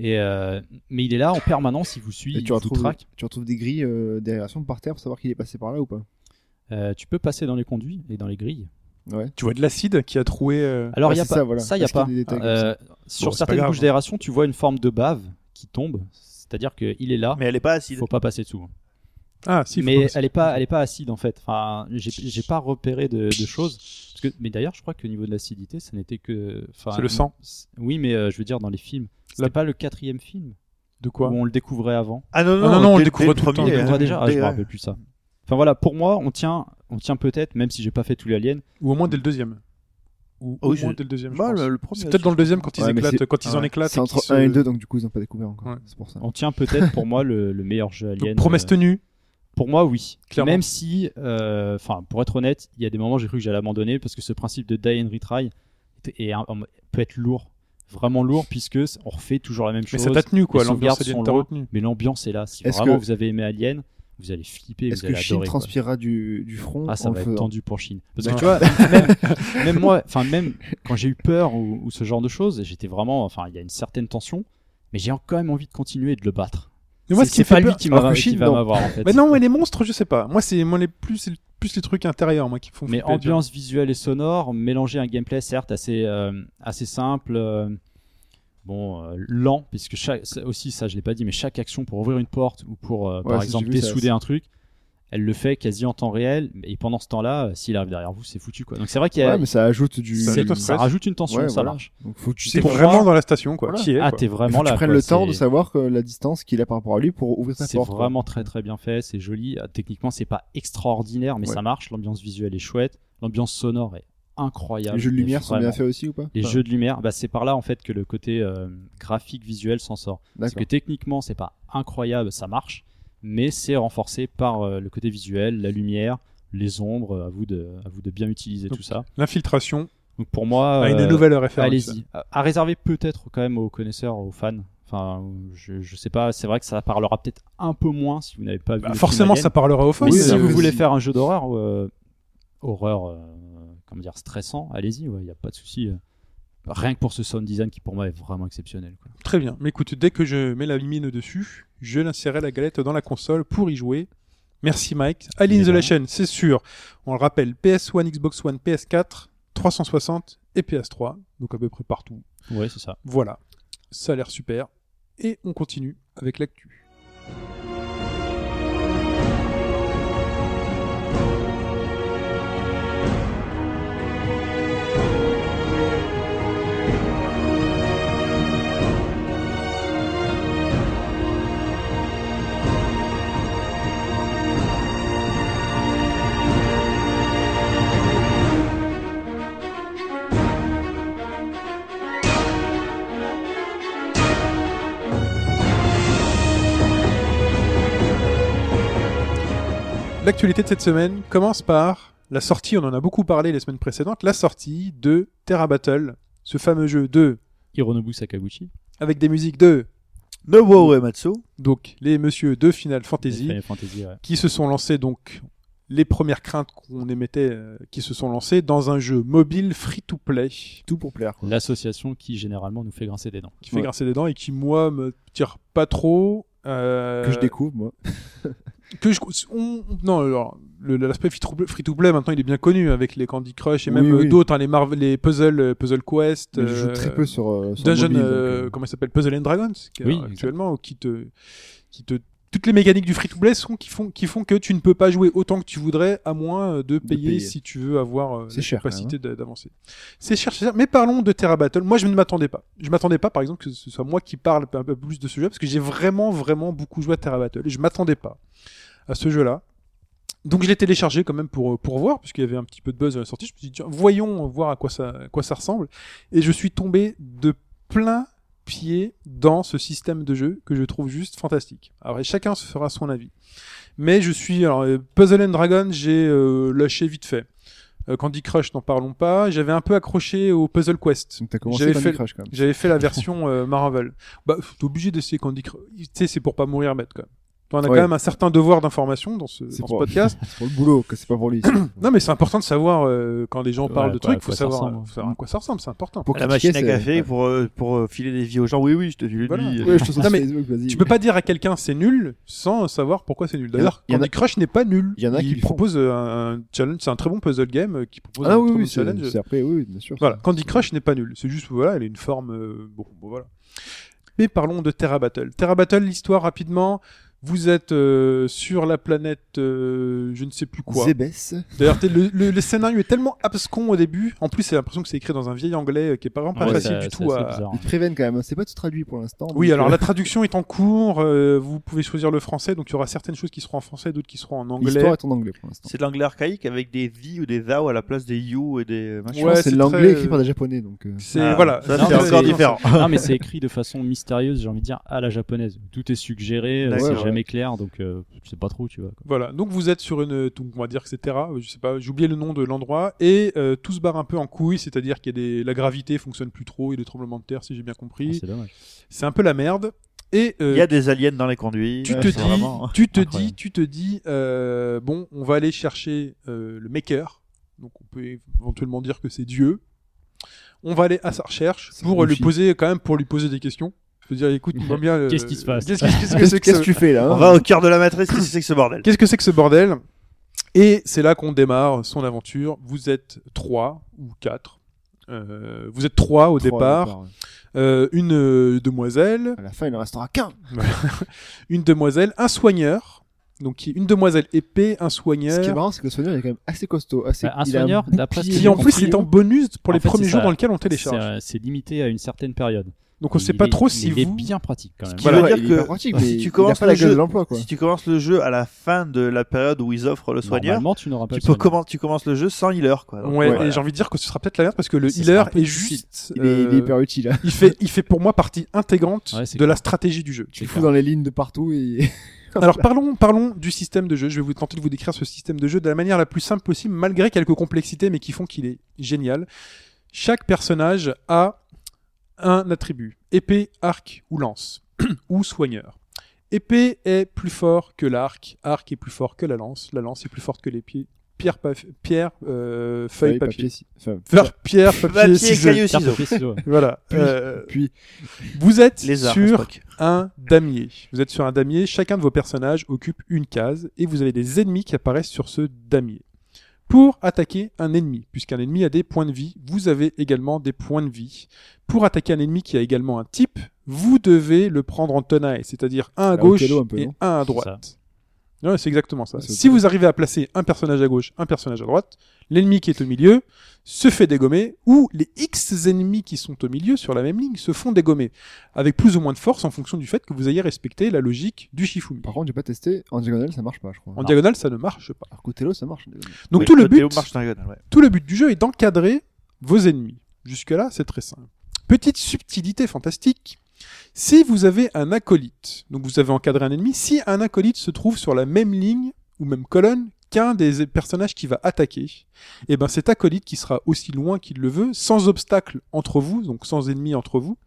Et euh, mais il est là en permanence, il vous suit, Et il tu vous retrouves, traque. tu retrouves des grilles euh, d'aération par terre pour savoir qu'il est passé par là ou pas. Euh, tu peux passer dans les conduits et dans les grilles. Ouais. Tu vois de l'acide qui a troué. euh, Alors, Ouais, il y a Ah, c'est pas, ça, voilà. ça, il y a Est-ce qu'il y a pas. des détails comme Euh, sur Bon, c'est pas certaines grave, bouches hein. d'aération, tu vois une forme de bave qui tombe. C'est-à-dire qu'il est là, Mais elle est pas il acide. faut pas passer dessous. hein. Ah, si. faut mais pas- elle est pas, elle est pas acide en fait. Enfin, j'ai j'ai pas repéré de, de choses. Parce que, mais d'ailleurs, je crois qu'au niveau de l'acidité, ça n'était que. enfin, C'est le sang. Oui, mais euh, je veux dire dans les films. C'était La- pas le quatrième film De quoi où on le découvrait avant. Ah non, Ah non, non, on dès- le découvre dès tout le temps, On Et, le premier, découvrait euh, déjà. Ah, dès- je me rappelle plus ça. Enfin voilà, pour moi, on tient, on tient peut-être, même si j'ai pas fait tout l'Alien. Ou au moins dès le deuxième. Ou Oh, au je- moins dès le deuxième. je Bah, pense. le- le premier, C'est peut-être dans le deuxième quand ils Ouais, mais éclatent, c'est- quand ils en ouais. éclatent. C'est et entre qu'ils 1 se- et 2 donc du coup ils n'ont pas découvert encore. Ouais. C'est pour ça. On tient peut-être pour moi le, le meilleur jeu Alien. Donc, promesse euh, tenue. Pour moi, oui. Clairement. Même si, euh, enfin, pour être honnête, il y a des moments où j'ai cru que j'allais abandonner parce que ce principe de die and retry est- est un- un- peut être lourd, vraiment lourd, puisque c- on refait toujours la même Mais chose. ça t'a tenu quoi, les l'ambiance sauvegardes elle sont t'a loin. retenu. Mais l'ambiance est là. Si Est-ce vraiment que- vous avez aimé Alien, vous allez flipper, Est-ce vous que allez Shin adorer. quoi. transpirera du, du front Ah, ça en hein le va être faisant tendu pour Chine. Parce que Ouais. tu vois, même, même moi, enfin, même quand j'ai eu peur ou, ou ce genre de choses, j'étais vraiment, enfin, il y a une certaine tension, mais j'ai quand même envie de continuer et de le battre. Mais moi, C'est- ce qui me c'est pas fait lui peur- qui, alors m'a- que qui Shin, va non. m'avoir, en fait. Bah non, mais les monstres, je sais pas. Moi, c'est moi les plus, c'est plus les trucs intérieurs moi qui me font. mais flipper, tu vois. ambiance visuelle et sonore, mélanger un gameplay certes assez, euh, assez simple, euh, bon, euh, lent, puisque chaque, ça aussi, ça je l'ai pas dit, mais chaque action pour ouvrir une porte ou pour, euh, Ouais, par ça, exemple, j'ai vu ça, dessouder ça. un truc, elle le fait quasi en temps réel, et pendant ce temps-là, euh, s'il arrive derrière vous, c'est foutu quoi. Donc c'est vrai qu'il y a. Ouais, mais ça ajoute du. Ça c'est- ajoute un ça stress. rajoute une tension, Ouais, ça voilà. marche. Donc faut que tu T'es sais pour vraiment moi- dans la station quoi. Voilà. T'y es, Ah, quoi. t'es Il faut vraiment que là. tu prennes quoi. le temps de C'est- savoir que la distance qu'il a par rapport à lui pour ouvrir sa C'est porte. quoi. vraiment très très bien fait, c'est joli. Ah, Techniquement, c'est pas extraordinaire, mais Ouais. ça marche. L'ambiance visuelle est chouette, l'ambiance sonore est incroyable. Les jeux de mais lumière sont bien vraiment. faits aussi ou pas Les Enfin, jeux de lumière, bah, c'est par là en fait que le côté euh, graphique visuel s'en sort. Parce D'accord. que techniquement, c'est pas incroyable, ça marche, mais c'est renforcé par euh, le côté visuel, la lumière, les ombres. euh, À vous de, à vous de bien utiliser Donc, tout ça. L'infiltration Donc pour moi, à une euh, nouvelle référence. Allez-y. À, à réserver peut-être quand même aux connaisseurs, aux fans. Enfin, je, je sais pas, c'est vrai que ça parlera peut-être un peu moins si vous n'avez pas vu. Bah, le film forcément, Alien. ça parlera aux fans. Mais Oui, si euh, vous oui. voulez faire un jeu d'horreur, euh, horreur, euh, comment dire, stressant, allez-y, il n'y a pas de souci. euh. Rien que pour ce sound design qui pour moi est vraiment exceptionnel. quoi. Très bien. Mais écoute, dès que je mets la mine dessus, je l'insérerai la galette dans la console pour y jouer. Merci Mike. Alien Mais de rien. Isolation, c'est sûr. On le rappelle, PS1, Xbox One, PS4, 360 et PS3. Donc à peu près partout. Ouais, c'est ça. Voilà. Ça a l'air super. Et on continue avec l'actu. L'actualité de cette semaine commence par la sortie, on en a beaucoup parlé les semaines précédentes, la sortie de Terra Battle, ce fameux jeu de, Hironobu Sakaguchi. avec des musiques de, Nobuo Uematsu. donc les messieurs de Final des Fantasy. Final Fantasy, ouais. qui se sont lancés donc les premières craintes qu'on émettait euh, qui se sont lancées dans un jeu mobile free to play qui Tout pour plaire. quoi. L'association qui généralement nous fait grincer des dents. fait Ouais. grincer des dents et qui moi me tire pas trop euh, Que je découvre, moi. que je- on- non alors, le- l'aspect free to play maintenant il est bien connu avec les Candy Crush et même Oui, oui. euh, d'autres hein, les Marvel les puzzles euh, puzzle quest Mais je joue euh, très peu sur. euh, sur Dungeon, mobile, donc, euh, euh, comment il s'appelle Puzzle and Dragons, qui est euh, Oui, actuellement, qui te, qui te, toutes les mécaniques du free-to-play sont qui font, qui font que tu ne peux pas jouer autant que tu voudrais à moins euh, de payer, payer. si tu veux avoir euh, C'est la cher, hein. quand capacité d'a- d'avancer. C'est cher, c'est cher. Mais parlons de Terra Battle. Moi, je ne m'attendais pas. Je m'attendais pas, par exemple, que ce soit moi qui parle un peu plus de ce jeu parce que j'ai vraiment, vraiment beaucoup joué à Terra Battle et je m'attendais pas à ce jeu-là. Donc je l'ai téléchargé quand même pour, euh, pour voir, puisqu'il y avait un petit peu de buzz à la sortie. Je me suis dit, tiens, voyons voir à quoi ça, à quoi ça ressemble. Et je suis tombé de plein pied dans ce système de jeu que je trouve juste fantastique. Alors chacun se fera son avis. Mais je suis... Alors, euh, Puzzle and Dragon, j'ai euh, lâché vite fait. Euh, Candy Crush, n'en parlons pas. J'avais un peu accroché au Puzzle Quest. Donc t'as commencé J'avais Candy fait- Crush quand même. J'avais fait la version euh, Marvel. Bah, t'es obligé d'essayer Candy Crush. Tu sais, c'est pour pas mourir bête, quand même. On a Ouais. quand même un certain devoir d'information dans ce, C'est dans ce pour- podcast. C'est pour le boulot, que c'est pas pour lui. Non, mais c'est important de savoir euh, quand des gens Ouais, parlent de quoi, à trucs, faut quoi ça savoir, hein. ressemble. faut savoir à quoi ça ressemble, Ah, c'est important. Pour À la critiquer, machine à c'est- café ouais. pour, euh, pour euh, filer des vies aux gens. Oui, oui, je te file Voilà. une vie. Ouais, je te sens Non, sur mais Facebook, vas-y. Tu peux pas dire à quelqu'un c'est nul sans savoir pourquoi c'est nul. D'ailleurs, Il y en a- Candy Crush n'est pas nul. il y en a qui le font. propose un, un challenge, c'est un très bon puzzle game euh, qui propose un Ah oui, très bon oui, challenge. c'est c'est après, oui, oui, bien sûr. Voilà, Candy Crush n'est pas nul. C'est juste, voilà, elle est une forme. euh, bon, bon, voilà. Mais parlons de Terra Battle. Terra Battle, l'histoire rapidement. Vous êtes euh, sur la planète, euh, je ne sais plus quoi. Zébès. D'ailleurs, t'es- le, le- le scénario est tellement abscon au début. En plus, j'ai l'impression que c'est écrit dans un vieil anglais euh, qui est pas vraiment pas Ouais, facile ça- du c'est tout assez à, bizarre, hein. Ils te préviennent quand même, c'est pas tout traduit pour l'instant. Oui, donc, alors euh, la traduction est en cours. euh, vous pouvez choisir le français, donc il y aura certaines choses qui seront en français, d'autres qui seront en anglais. L'histoire est en anglais pour l'instant. C'est de l'anglais archaïque avec des vi ou des thou à la place des you et des machins. Je pense que c'est c'est de l'anglais très- écrit par des japonais, donc. euh, C'est Ah, voilà. ça, Non, c'est mais encore différent. non, mais c'est écrit de façon mystérieuse, j'ai envie de dire, à la japonaise. Tout est suggéré, euh, D'accord, c'est ouais, jamais clair, donc euh, je sais pas trop où tu vas. quoi. Voilà, donc vous êtes sur une, donc on va dire que c'est Terra, euh, je sais pas, j'ai oublié le nom de l'endroit, et euh, tout se barre un peu en couille, c'est-à-dire qu'il y a des, la gravité fonctionne plus trop, il y a des tremblements de terre, si j'ai bien Ah, compris. c'est dommage. c'est un peu la merde. Et euh, Il y a des aliens dans les conduits. tu euh, te c'est dis, vraiment- tu te incroyable. dis, tu te dis, euh, bon, on va aller chercher euh, le maker, donc on peut éventuellement dire que c'est Dieu. On va aller à sa recherche C'est pour lui Luffy. poser quand même pour lui poser des questions. Je veux dire, écoute, moi bien. euh, Qu'est-ce qui se passe Qu'est-ce qu'est-ce que Qu'est-ce c'est que qu'est-ce ce- que tu fais là On hein va au cœur de la matrice. Qu'est-ce que c'est que ce bordel Qu'est-ce que c'est que ce bordel Et c'est là qu'on démarre son aventure. Vous êtes trois ou quatre. Euh, vous êtes trois au Trois, départ. Euh, une euh, demoiselle, À la fin, il en restera qu'un. une demoiselle, un soigneur. Donc qui- une demoiselle épée, un Ce qui est soigneur. marrant, c'est que le soigneur il est quand même assez costaud. Assez... Bah, un il hein. a soigneur, d'après ce bouclier. que Qui en plus est en bonus pour En les fait, premiers c'est jours ça. dans lesquels on C'est, télécharge. euh, c'est limité à une certaine période. Donc on ne Il sait pas est- trop si il est vous. bien pratique quand même. Ce qui Voilà, veut il dire est que pas pratique, si mais tu il a commences pas le la gueule jeu- de l'emploi quoi. Si tu commences le jeu à la fin de la période où ils offrent le soigneur, Normalement, tu n'auras pas tu, le peux soigneur. commen- tu commences le jeu sans healer. Quoi. Donc, Ouais, voilà. et j'ai envie de dire que ce sera peut-être la merde parce que le Ça healer sera un peu est difficile. juste. Il est, il est euh, hyper utile. hein. il fait, il fait pour moi partie intégrante Ouais, de c'est la stratégie du jeu. C'est Tu le fous clair. dans les lignes de partout et. Alors parlons, parlons du système de jeu. Je vais vous tenter de vous décrire ce système de jeu de la manière la plus simple possible, malgré quelques complexités, mais qui font qu'il est génial. Chaque personnage a un attribut épée, arc ou lance, ou soigneur. Épée est plus fort que l'arc, arc est plus fort que la lance, la lance est plus forte que les pieds. Pierre, paf- pierre euh, feuille, Feuille, papier. si- enfin, Faire pierre, papier, Papier, ciseaux. caillou, Carte ciseaux. papier, ciseaux, ouais. Voilà. Puis- Euh, puis- vous êtes Les arts, sur Spock. un damier. Vous êtes sur un damier, chacun de vos personnages occupe une case et vous avez des ennemis qui apparaissent sur ce damier. Pour attaquer un ennemi, puisqu'un ennemi a des points de vie, vous avez également des points de vie. Pour attaquer un ennemi qui a également un type, vous devez le prendre en tenaille, c'est-à-dire un à La gauche Othello un peu, et non un à ça. droite. Ouais, c'est exactement ça. Ouais, c'est Si Othello. vous arrivez à placer un personnage à gauche, un personnage à droite, l'ennemi qui est au milieu se fait dégommer, ou les X ennemis qui sont au milieu sur la même ligne se font dégommer, avec plus ou moins de force en fonction du fait que vous ayez respecté la logique du Shifumi. Par contre, j'ai pas testé. En diagonale, ça marche pas, je crois. En diagonale, ça ne marche pas. Alors côté l'eau, ça marche. en diagonale. Donc Oui, tout, le Théo but, marche dans les gueules, ouais. tout le but du jeu est d'encadrer vos ennemis. Jusque-là, c'est très simple. Petite subtilité fantastique. Si vous avez un acolyte, donc vous avez encadré un ennemi, si un acolyte se trouve sur la même ligne ou même colonne qu'un des personnages qui va attaquer, et ben cet acolyte qui sera aussi loin qu'il le veut, sans obstacle entre vous, donc sans ennemi entre vous,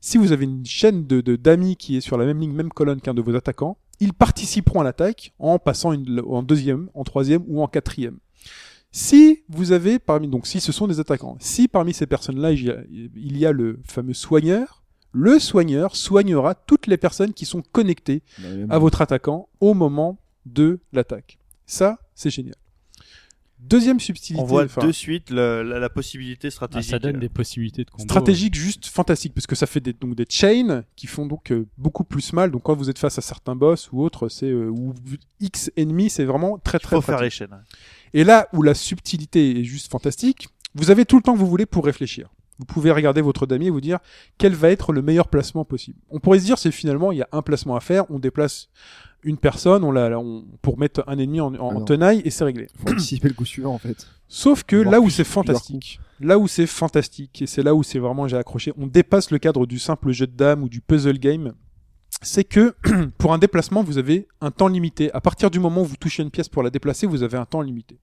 si vous avez une chaîne de de- d'amis qui est sur la même ligne, même colonne qu'un de vos attaquants, ils participeront à l'attaque en passant une- en deuxième, en troisième ou en quatrième. Si vous avez parmi donc si ce sont des attaquants, si parmi ces personnes-là il y a- il y a le fameux soigneur, le soigneur soignera toutes les personnes qui sont connectées Dans les mêmes- Mmh. à votre attaquant au moment de l'attaque. Ça, c'est génial. Deuxième subtilité. On voit enfin, de suite le- la, la possibilité Ah, stratégique. ça donne des possibilités de combo. stratégique juste fantastique parce que ça fait des, donc des chains qui font donc euh, beaucoup plus mal donc quand vous êtes face à certains boss ou autres c'est euh, ou x ennemis c'est vraiment très Il très faut faire les pratique. chaînes. et là où la subtilité est juste fantastique vous avez tout le temps que vous voulez pour réfléchir vous pouvez regarder votre damier et vous dire quel va être le meilleur placement possible on pourrait se dire c'est finalement il y a un placement à faire on déplace une personne on la on, pour mettre un ennemi en, en- Ah en non. tenaille et c'est réglé Faut anticiper le coup suivant en fait. Sauf que Voir là où c'est plusieurs fantastique, là où c'est fantastique, et c'est là où c'est vraiment j'ai accroché, on dépasse le cadre du simple jeu de dames ou du puzzle game, c'est que pour un déplacement, vous avez un temps limité. À partir du moment où vous touchez une pièce pour la déplacer, vous avez un temps limité.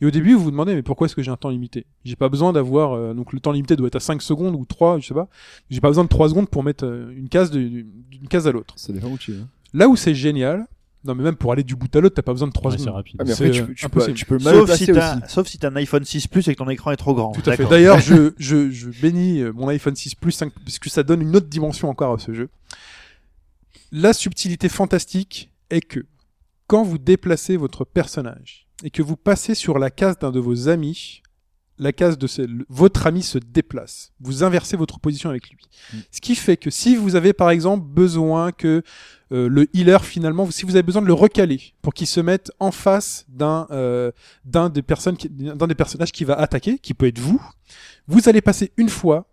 Et au début, vous vous demandez, mais pourquoi est-ce que j'ai un temps limité J'ai pas besoin d'avoir, euh, donc le temps limité doit être à 5 secondes ou 3, je sais pas. J'ai pas besoin de 3 secondes pour mettre euh, une case de- d'une case à l'autre. Ça dépend où tu es. hein. Là où c'est génial, non mais même pour aller du bout à l'autre, t'as pas besoin de 3 Ouais, c'est secondes. rapide. Ah, mais C'est après, tu, peux- tu peux, impossible. tu peux mal le Sauf si placer aussi. t'as sauf si t'as un iPhone 6 Plus et que ton écran est trop grand. Tout à fait. D'accord. D'ailleurs, je, je, je bénis euh, mon iPhone 6 Plus 5 parce que ça donne une autre dimension encore à ce jeu. La subtilité fantastique est que quand vous déplacez votre personnage et que vous passez sur la case d'un de vos amis, la case de ce- le- votre ami se déplace. Vous inversez votre position avec lui. Ce qui fait que si vous avez par exemple besoin que euh, le healer finalement, si vous avez besoin de le recaler pour qu'il se mette en face d'un euh, d'un des personnes qui- d'un des personnages qui va attaquer, qui peut être vous, vous allez passer une fois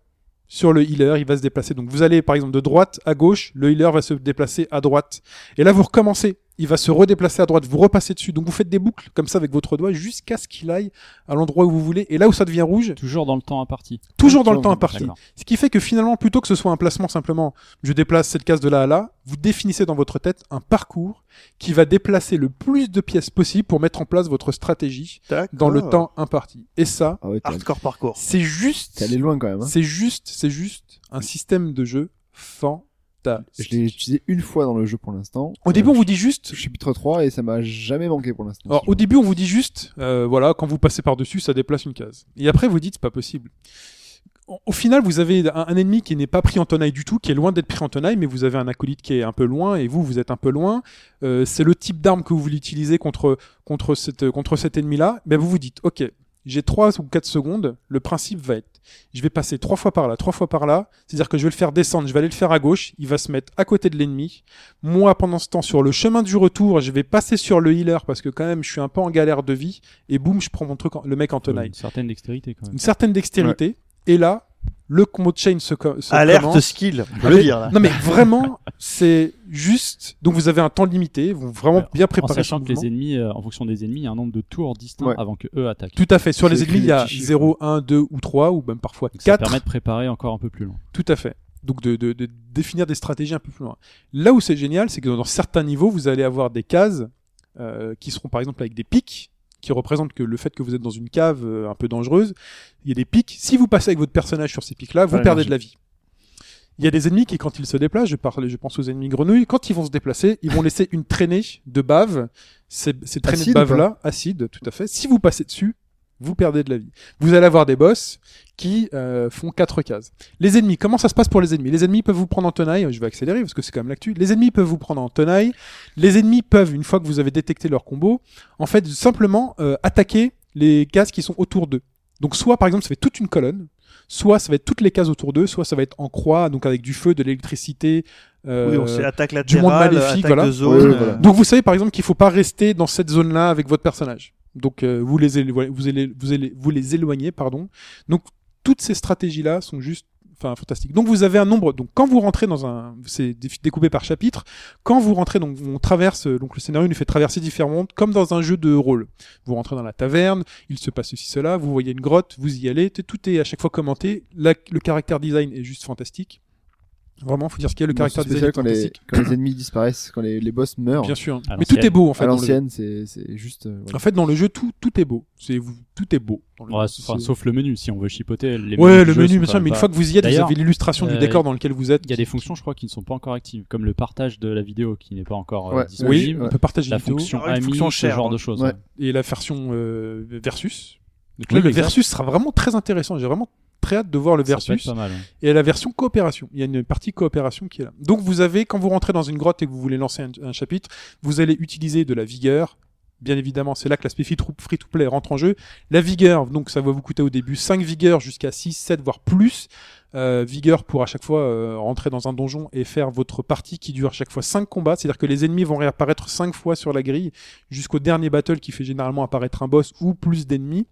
sur le healer, il va se déplacer. Donc vous allez par exemple de droite à gauche, le healer va se déplacer à droite. Et là vous recommencez. il va se redéplacer à droite, vous repassez dessus. Donc vous faites des boucles comme ça avec votre doigt jusqu'à ce qu'il aille à l'endroit où vous voulez. Et là où ça devient rouge, Toujours dans le temps imparti. toujours dans le temps imparti. D'accord. Ce qui fait que finalement, plutôt que ce soit un placement simplement, je déplace cette case de là à là, vous définissez dans votre tête un parcours qui va déplacer le plus de pièces possible pour mettre en place votre stratégie dans le temps imparti. Et ça, Ah ouais, t'es Hardcore parcours. c'est juste, t'es allé loin quand même. hein. c'est juste, c'est juste un système de jeu Je fantastique. l'ai utilisé une fois dans le jeu pour l'instant. Au début, on Euh, vous dit juste, chapitre 3 et ça m'a jamais manqué pour l'instant. Alors, au début, on vous dit juste, euh, voilà, quand vous passez par-dessus, ça déplace une case. Et après, vous dites, c'est pas possible. Au au final, vous avez un, un ennemi qui n'est pas pris en tenaille du tout, qui est loin d'être pris en tenaille, mais vous avez un acolyte qui est un peu loin, et vous, vous êtes un peu loin. Euh, c'est le type d'arme que vous voulez utiliser contre, contre, cette, contre cet ennemi-là. Ben, vous vous dites, ok, j'ai 3 ou 4 secondes, le principe va être, je vais passer trois fois par là, trois fois par là, c'est-à-dire que je vais le faire descendre, je vais aller le faire à gauche, il va se mettre à côté de l'ennemi. Moi, pendant ce temps, sur le chemin du retour, je vais passer sur le healer parce que quand même, je suis un peu en galère de vie, et boum, je prends mon truc, en- le mec en Faut tenaille. Une certaine dextérité quand même. Une certaine dextérité, et là, le combo de chain se, co- se Alerte commence. skill. Je veux dire là. Non mais vraiment, c'est juste. Donc vous avez un temps limité, vous vraiment Alors, bien En préparé. sachant ce que les mouvement. ennemis, euh, en fonction des ennemis, il y a un nombre de tours distincts Ouais. avant que eux attaquent. Tout à fait. Sur C'est les écrit ennemis, il y des a petits chiffres. 0, 1, 2 ou 3, ou même parfois Donc ça 4. permet de préparer encore un peu plus loin. Tout à fait. Donc de, de- de définir des stratégies un peu plus loin. Là où c'est génial, c'est que dans certains niveaux, vous allez avoir des cases euh, qui seront par exemple avec des pics qui représentent que le fait que vous êtes dans une cave euh, un peu dangereuse, il y a des pics. Si vous passez avec votre personnage sur ces pics-là, vous Ouais, perdez non, de la vie. Il y a des ennemis qui, quand ils se déplacent, je parle, je pense aux ennemis grenouilles, quand ils vont se déplacer, ils vont laisser une traînée de bave. Ces, ces traînées Acide de ou bave-là, acide, tout à fait. Si vous passez dessus, vous perdez de la vie. Vous allez avoir des boss qui euh, font quatre cases. Les ennemis, comment ça se passe pour les ennemis Les ennemis peuvent vous prendre en tenaille, je vais accélérer parce que c'est quand même l'actu. Les ennemis peuvent vous prendre en tenaille. Les ennemis peuvent, une fois que vous avez détecté leur combo, en fait simplement euh, attaquer les cases qui sont autour d'eux. Donc soit par exemple ça fait toute une colonne, soit ça va être toutes les cases autour d'eux, soit ça va être en croix, donc avec du feu, de l'électricité. euh, Oui, on sait attaque du monde latérale, maléfique, attaque voilà. de zone. Ouais, voilà. euh, donc vous savez par exemple qu'il faut pas rester dans cette zone-là avec votre personnage. Donc euh, vous les élo- vous allez vous allez vous les éloignez pardon. Donc toutes ces stratégies-là sont juste enfin fantastiques. Donc vous avez un nombre donc quand vous rentrez dans un c'est dé- découpé par chapitre, quand vous rentrez donc on traverse euh, donc le scénario nous fait traverser différents mondes comme dans un jeu de rôle. Vous rentrez dans la taverne, il se passe ceci cela, vous voyez une grotte, vous y allez, t- tout est à chaque fois commenté, La- le caractère design est juste fantastique. Vraiment, faut dire ce qu'il y a le Bon, caractère c'est design est spécial quand les, fantastique. quand les ennemis disparaissent, quand les, les boss meurent. Bien sûr. hein. À Mais tout l'ancienne. est beau en fait. à dans le jeu. l'ancienne, c'est c'est juste. euh, voilà. En fait, dans le jeu, tout, tout est beau. C'est vous- tout est beau. Dans le Ouais, jeu. enfin, C'est- sauf le menu, si on veut chipoter. Les ouais, menus le du jeu menu, sont bien quand sûr. même Mais une pas- fois que vous y êtes, vous D'ailleurs, avez l'illustration du euh, décor dans lequel vous êtes. Il y a des fonctions, je crois, qui ne sont pas encore actives, comme le partage de la vidéo qui n'est pas encore euh, Ouais. Oui, disponible, on peut partager la les vidéos. fonction Ah oui, ami, une fonction ce share, genre hein. de choses. Ouais. ouais. et la version euh, versus. Donc Oui, là, le exact. versus sera vraiment très intéressant. J'ai vraiment très hâte de voir le Ça peut être versus pas mal. hein. et la version coopération. Il y a une partie coopération qui est là. Donc vous avez, quand vous rentrez dans une grotte et que vous voulez lancer un, un chapitre, vous allez utiliser de la vigueur. Bien évidemment, c'est là que l'aspect free-to-play rentre en jeu. La vigueur, donc ça va vous coûter au début 5 vigueurs jusqu'à 6, 7, voire plus. Euh, vigueur pour à chaque fois euh, rentrer dans un donjon et faire votre partie qui dure à chaque fois 5 combats. C'est-à-dire que les ennemis vont réapparaître 5 fois sur la grille jusqu'au dernier battle qui fait généralement apparaître un boss ou plus d'ennemis.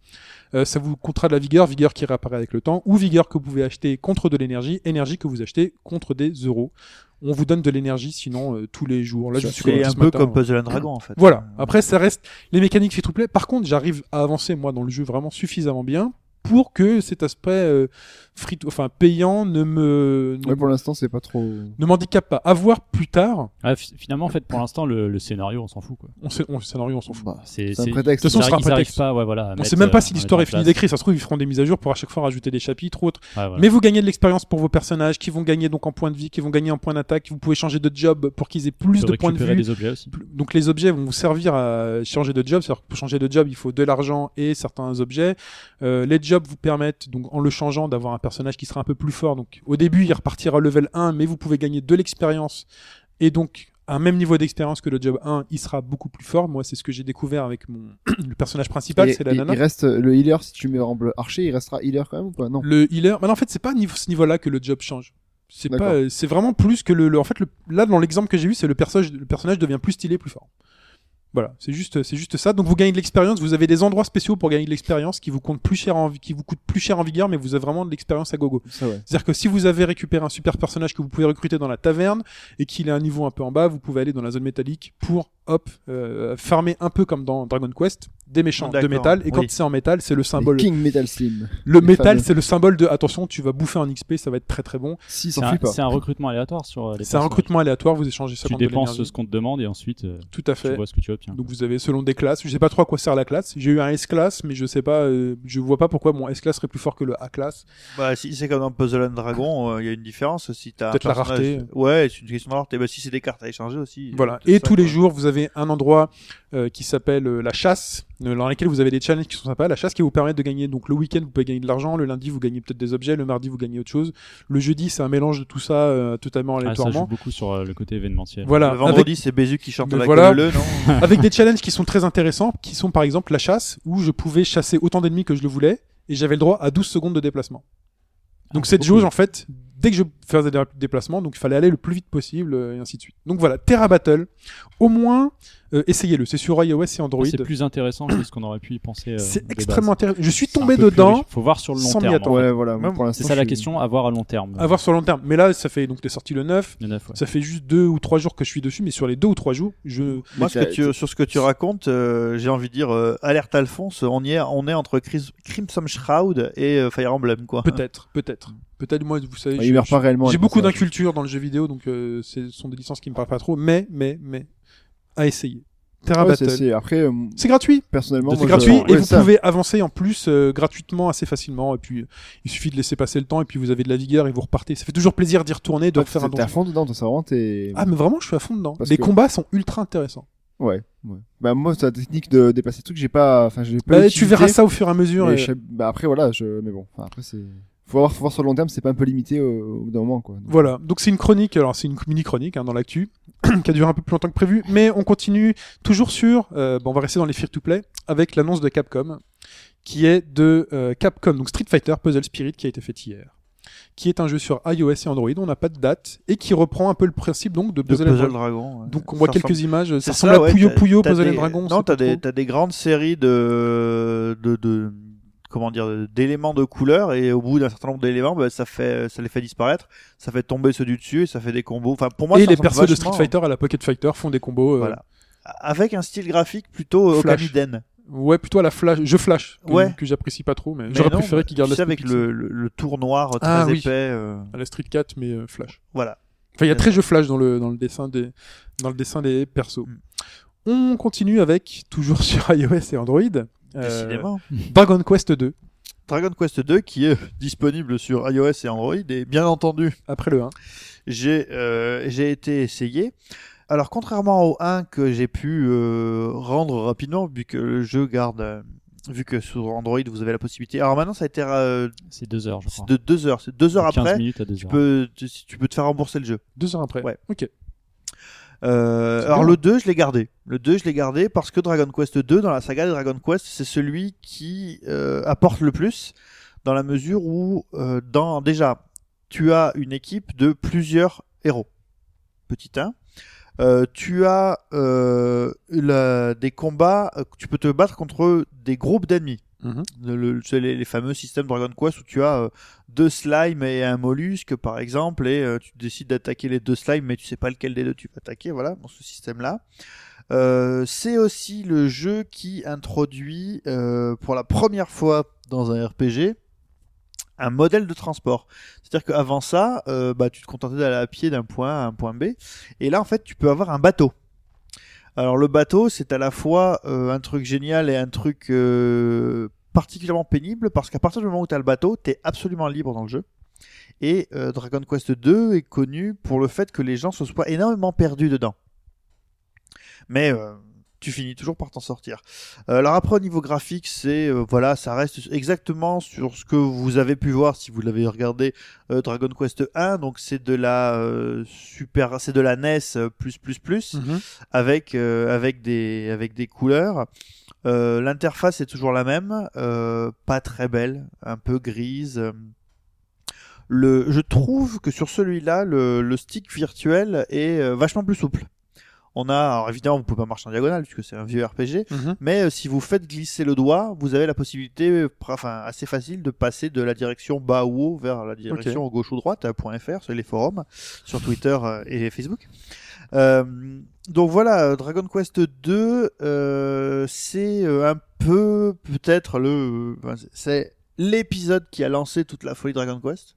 Euh, ça vous comptera de la vigueur, vigueur qui réapparaît avec le temps, ou vigueur que vous pouvez acheter contre de l'énergie, énergie que vous achetez contre des euros. On vous donne de l'énergie sinon euh, tous les jours. Là, je me suis C'est connecté un ce peu matin, comme ouais. Puzzle and Dragon en fait. Euh, Voilà. Après, ça reste les mécaniques free to play. Par contre, j'arrive à avancer moi dans le jeu vraiment suffisamment bien pour que cet aspect euh, free to- enfin payant ne me ne, Ouais, pour l'instant, c'est pas trop. ne m'handicape pas. À voir plus tard. Ouais, fi- finalement, en fait, pour l'instant, le, le scénario, on s'en fout. Quoi. On sait, on, scénario, on s'en fout. Bah, C'est, C'est un c'est- prétexte. De toute façon, ils ce sera un arri- ils arrivent prétexte. pas, ouais, voilà, à On mettre, sait même euh, pas si à l'histoire est mettre en finie place. d'écrire. Ça se trouve, ils feront des mises à jour pour à chaque fois rajouter des chapitres ou autre. Ouais, voilà. Mais vous gagnez de l'expérience pour vos personnages, qui vont gagner donc en points de vie, qui vont gagner en points d'attaque. Vous pouvez changer de job pour qu'ils aient plus Ils de peuvent points de récupérer vue. des objets aussi. Plus- Donc les objets vont vous servir à changer de job. C'est-à-dire que pour changer de job, il faut de l'argent et certains objets. Euh, les jobs vous permettent, donc en le changeant, d'avoir un personnage qui sera un peu plus fort. Donc au début, il repartira level 1, mais vous pouvez gagner de l'expérience. Et donc, à un même niveau d'expérience que le job 1, il sera beaucoup plus fort. Moi, c'est ce que j'ai découvert avec mon le personnage principal, Et- c'est la et- nana. Il reste euh, le healer si tu mets en bleu archer, il restera healer quand même ou pas Non. Le healer, mais en fait, c'est pas à niveau- ce niveau-là que le job change. C'est D'accord. pas, euh, c'est vraiment plus que le, le- en fait, le- là dans l'exemple que j'ai eu, c'est le personnage, le personnage devient plus stylé, plus fort. Voilà, c'est juste, c'est juste ça. Donc vous gagnez de l'expérience, vous avez des endroits spéciaux pour gagner de l'expérience qui vous comptent plus cher en, vi- qui vous coûtent plus cher en vigueur, mais vous avez vraiment de l'expérience à gogo. Ça ouais. C'est-à-dire que si vous avez récupéré un super personnage que vous pouvez recruter dans la taverne et qu'il est à un niveau un peu en bas, vous pouvez aller dans la zone métallique pour hop, euh, farmer un peu comme dans Dragon Quest, des méchants de D'accord, métal, et quand oui. c'est en métal, c'est le symbole. King Metal Slim. Le les métal, fameux. c'est le symbole de attention, tu vas bouffer un XP, ça va être très très bon. Si, C'est s'en un, pas. c'est un recrutement aléatoire sur euh, les C'est un personnages. recrutement aléatoire, vous échangez Tu 50 de dépenses l'énergie. ce qu'on te demande et ensuite euh, Tout à tu fait. vois ce que tu obtiens. Donc vous avez selon des classes, je sais pas trop à quoi sert la classe. J'ai eu un S classe, mais je sais pas, euh, je vois pas pourquoi mon S classe serait plus fort que le A classe. Bah, si c'est comme dans Puzzle and Dragon, euh, il y a une différence. Si t'as un Peut-être la personnage- rareté. Ouais, c'est une question de rareté. Bah, si c'est des cartes à échanger aussi. euh, Voilà. c'est Et ça, tous les quoi. jours, vous avez un endroit euh, qui s'appelle euh, la chasse, euh, dans laquelle vous avez des challenges qui sont sympas. La chasse qui vous permet de gagner. Donc le week-end, vous pouvez gagner de l'argent. Le lundi, vous gagnez peut-être des objets. Le mardi, vous gagnez autre chose. Le jeudi, c'est un mélange de tout ça euh, totalement Ah, ça joue aléatoirement. beaucoup sur euh, le côté événementiel. voilà. Le vendredi, c'est Bézu qui chante Mais à la voilà. gueule leu, non Avec, avec des challenges qui sont très intéressants, qui sont par exemple la chasse, où je pouvais chasser autant d'ennemis que je le voulais, et j'avais le droit à 12 secondes de déplacement. Donc Ah, cette beaucoup. jauge, en fait, dès que je faisais des déplacements, donc il fallait aller le plus vite possible, euh, et ainsi de suite. Donc voilà, Terra Battle, au moins, euh, essayez-le. C'est sur iOS et Android. C'est plus intéressant que ce qu'on aurait pu y penser. euh, C'est de extrêmement base. intéressant. Je suis C'est un tombé peu plus dedans, riche. Faut voir sur le long sans m'y terme. en attendre. fait. Ouais, voilà. Même- pour C'est l'instant, ça la je suis- question, à voir à long terme. à voir sur le long terme. Mais là, ça fait donc t'es sorti le 9. Le neuf, ouais. Ça fait juste deux ou trois jours que je suis dessus, mais sur les deux ou trois jours, je Moi, Mais ce que t'as- tu, sur ce que tu racontes, euh, j'ai envie de dire, euh, alerte Alphonse, on y est, on est entre Chris- Crimson Shroud et euh, Fire Emblem, quoi. peut-être, peut-être, peut-être. Moi, vous savez, Ouais, je- il meurt je- pas réellement. hein. J'ai le beaucoup personnage. d'inculture dans le jeu vidéo, donc euh, ce sont des licences qui me parlent pas trop. Mais, mais, mais, à essayer. Terra Ouais, c'est- Ah, Battle. c'est- Après, euh, C'est gratuit. personnellement, C'est moi, gratuit je- et ouais, vous ça. pouvez avancer en plus euh, gratuitement assez facilement. Et puis, euh, il suffit de laisser passer le temps et puis vous avez de la vigueur et vous repartez. Ça fait toujours plaisir d'y retourner, de Toi, refaire un t'es- T'es à donjon. fond dedans, toi, ça vraiment, t'es. Ah, mais vraiment, je suis à fond dedans. Parce les que- combats sont ultra intéressants. Ouais, ouais. Bah, moi, c'est la technique de dépasser le truc, j'ai pas. Enfin, j'ai pas. Bah, tu l'utilité, verras ça au fur et à mais mesure. et- je sais- Bah, après, voilà, je. Mais bon, enfin, après, c'est. Faut voir, faut voir sur le long terme, c'est pas un peu limité au, au bout d'un moment, quoi. Donc, Voilà, donc c'est une chronique, alors c'est une mini chronique hein, dans l'actu, qui a duré un peu plus longtemps que prévu, mais on continue toujours sur, euh, bon, on va rester dans les free-to-play, avec l'annonce de Capcom, qui est de euh, Capcom, donc Street Fighter Puzzle Spirit, qui a été faite hier, qui est un jeu sur iOS et Android, on n'a pas de date, et qui reprend un peu le principe donc de De Puzzle, and Puzzle Dragon. Dragon. ouais. Donc on voit Ça quelques ressemble- images, c'est ça ressemble à ouais, Puyo t'as- Puyo, t'as Puzzle and des- Dragon. on Non, sait pas t'as des, trop. t'as des grandes séries de, de, de comment dire, d'éléments de couleur et au bout d'un certain nombre d'éléments, bah, ça fait, ça les fait disparaître, ça fait tomber ceux du dessus et ça fait des combos. Enfin, pour moi, et ça les ressemble persos de Street vachement- Fighter à la Pocket Fighter font des combos, euh, Voilà. Avec un style graphique plutôt euh, Flash. Okamiden. ouais, plutôt à la Flash, je Flash, que, Ouais. que j'apprécie pas trop, mais, Mais j'aurais non, bah, préféré qu'ils gardent tu sais, la avec le, le, le tour noir très Ah, oui. épais. euh, à la Street 4, mais euh, Flash. voilà. Enfin, il y a très jeu flash dans le, dans le dessin des, dans le dessin des persos. Mm. On continue avec, toujours sur iOS et Android, euh, Décidément. Dragon Quest 2, Dragon Quest 2 qui est disponible sur iOS et Android et bien entendu après le 1. j'ai euh, j'ai été essayé. Alors contrairement au 1 que j'ai pu euh, rendre rapidement vu que le jeu garde euh, vu que sur Android vous avez la possibilité. Alors maintenant ça a été euh, C'est deux heures, je c'est crois. de deux heures, c'est deux heures De 15 après minutes à deux tu heures. peux tu, tu peux te faire rembourser le jeu. Deux heures après. Ouais. Ok. Euh, C'est alors bien. le 2, je l'ai gardé. Le 2, je l'ai gardé parce que Dragon Quest 2, dans la saga de Dragon Quest, c'est celui qui euh, apporte le plus, dans la mesure où, euh, dans, déjà, tu as une équipe de plusieurs héros. Petit 1. Euh, tu as euh, la- des combats, euh, tu peux te battre contre des groupes d'ennemis. Mhm. Le- le- c'est les, les fameux systèmes Dragon Quest où tu as euh, deux slimes et un mollusque par exemple et euh, tu décides d'attaquer les deux slimes mais tu sais pas lequel des deux tu vas attaquer voilà dans ce système là euh, c'est aussi le jeu qui introduit euh, pour la première fois dans un RPG un modèle de transport. C'est-à-dire qu'avant ça, euh, bah, tu te contentais d'aller à pied d'un point A à un point B. Et là, en fait, tu peux avoir un bateau. Alors le bateau, c'est à la fois euh, un truc génial et un truc euh, particulièrement pénible parce qu'à partir du moment où tu as le bateau, tu es absolument libre dans le jeu. Et euh, Dragon Quest 2 est connu pour le fait que les gens se soient énormément perdus dedans. Mais euh, tu finis toujours par t'en sortir. Euh, alors après au niveau graphique, c'est euh, voilà, ça reste exactement sur ce que vous avez pu voir si vous l'avez regardé euh, Dragon Quest 1. Donc c'est de la euh, super, c'est de la NES euh, plus plus plus avec euh, avec des avec des couleurs. Euh, L'interface est toujours la même, euh, pas très belle, un peu grise. Le, je trouve que sur celui-là, le, le stick virtuel est euh, vachement plus souple. On a, alors évidemment, vous pouvez pas marcher en diagonale puisque c'est un vieux RPG, Mhm. mais euh, si vous faites glisser le doigt, vous avez la possibilité, euh, pra- enfin assez facile, de passer de la direction bas ou haut vers la direction gauche ou droite à .fr sur les forums, sur Twitter euh, et Facebook. Euh, donc voilà, euh, Dragon Quest 2, c'est euh, un peu peut-être le, euh, enfin, c'est l'épisode qui a lancé toute la folie Dragon Quest.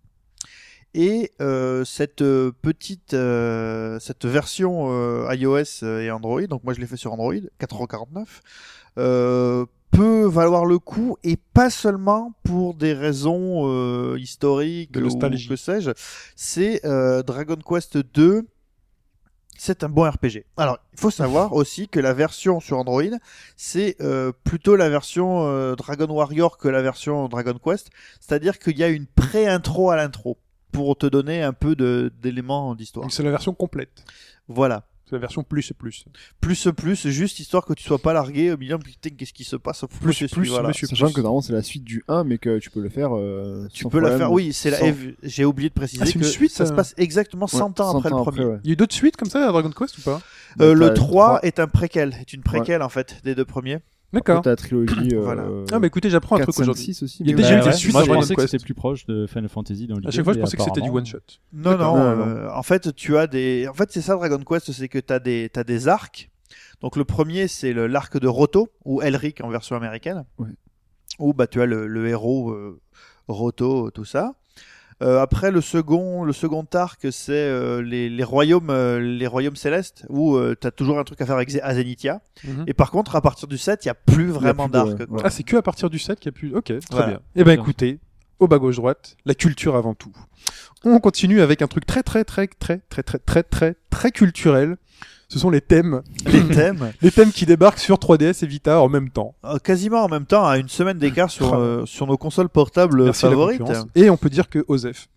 Et euh, cette euh, petite, euh, cette version euh, iOS et Android, donc moi je l'ai fait sur Android, 4,49, euh, peut valoir le coup et pas seulement pour des raisons euh, historiques De ou nostalgie. que sais-je. C'est euh, Dragon Quest 2. C'est un bon RPG. Alors, il faut savoir aussi que la version sur Android, c'est euh, plutôt la version euh, Dragon Warrior que la version Dragon Quest. C'est-à-dire qu'il y a une pré-intro à l'intro pour te donner un peu de- d'éléments d'histoire. Donc c'est la version complète. Voilà. C'est la version plus et plus. Plus plus, juste histoire que tu sois pas largué au milieu. Putain, qu'est-ce qui se passe Plus Plus plus, voilà. monsieur Sachant plus. que normalement c'est la suite du 1, mais que tu peux le faire. euh, Tu sans peux la problème. faire. Oui, c'est la. sans- eh, vu- J'ai oublié de préciser Ah, c'est que une suite, ça se euh. passe exactement Ouais, 100 ans après le premier. ouais. Il y a eu d'autres suites comme ça à Dragon Quest ou pas Euh, Donc, le t'as 3 est un préquel, est une préquelle en fait des deux premiers. D'accord. T'as la trilogie. euh, Voilà. Ah bah écoutez, j'apprends un 4, truc 5, aujourd'hui. 6 aussi. Il y a mais- déjà eu Bah des ouais, suites Moi, dans je Dragon pensais que Quest. c'était plus proche de Final Fantasy dans l'idée. À chaque fois, je et pensais que c'était du apparemment, one shot. Non, non, D'accord. Non, euh, en fait, tu as des. En fait, c'est ça Dragon Quest, c'est que tu as des, t'as des arcs. Donc, le premier, c'est le- l'arc de Roto, ou Elric en version américaine, Ouais. où bah, tu as le, le héros euh, Roto, tout ça. Euh, après, le second, le second arc, c'est euh, les, les, royaumes, euh, les royaumes célestes, où tu as toujours un truc à faire avec Ze- à Zenithia. Mhm. Et par contre, à partir du 7, il n'y a plus vraiment plus de- d'arc. quoi. ouais. Ah, c'est que à partir du 7 qu'il y a pu. Ok, très Voilà. bien. Eh ben écoutez, au bas gauche droite, la culture avant tout. On continue avec un truc très très très très très très très très très culturel. Ce sont les thèmes, Les thèmes, les thèmes qui débarquent sur 3DS et Vita en même temps. euh, quasiment en même temps, à une semaine d'écart sur, Ah. euh, sur nos consoles portables Merci à la favorites. concurrence. Et on peut dire que Osef.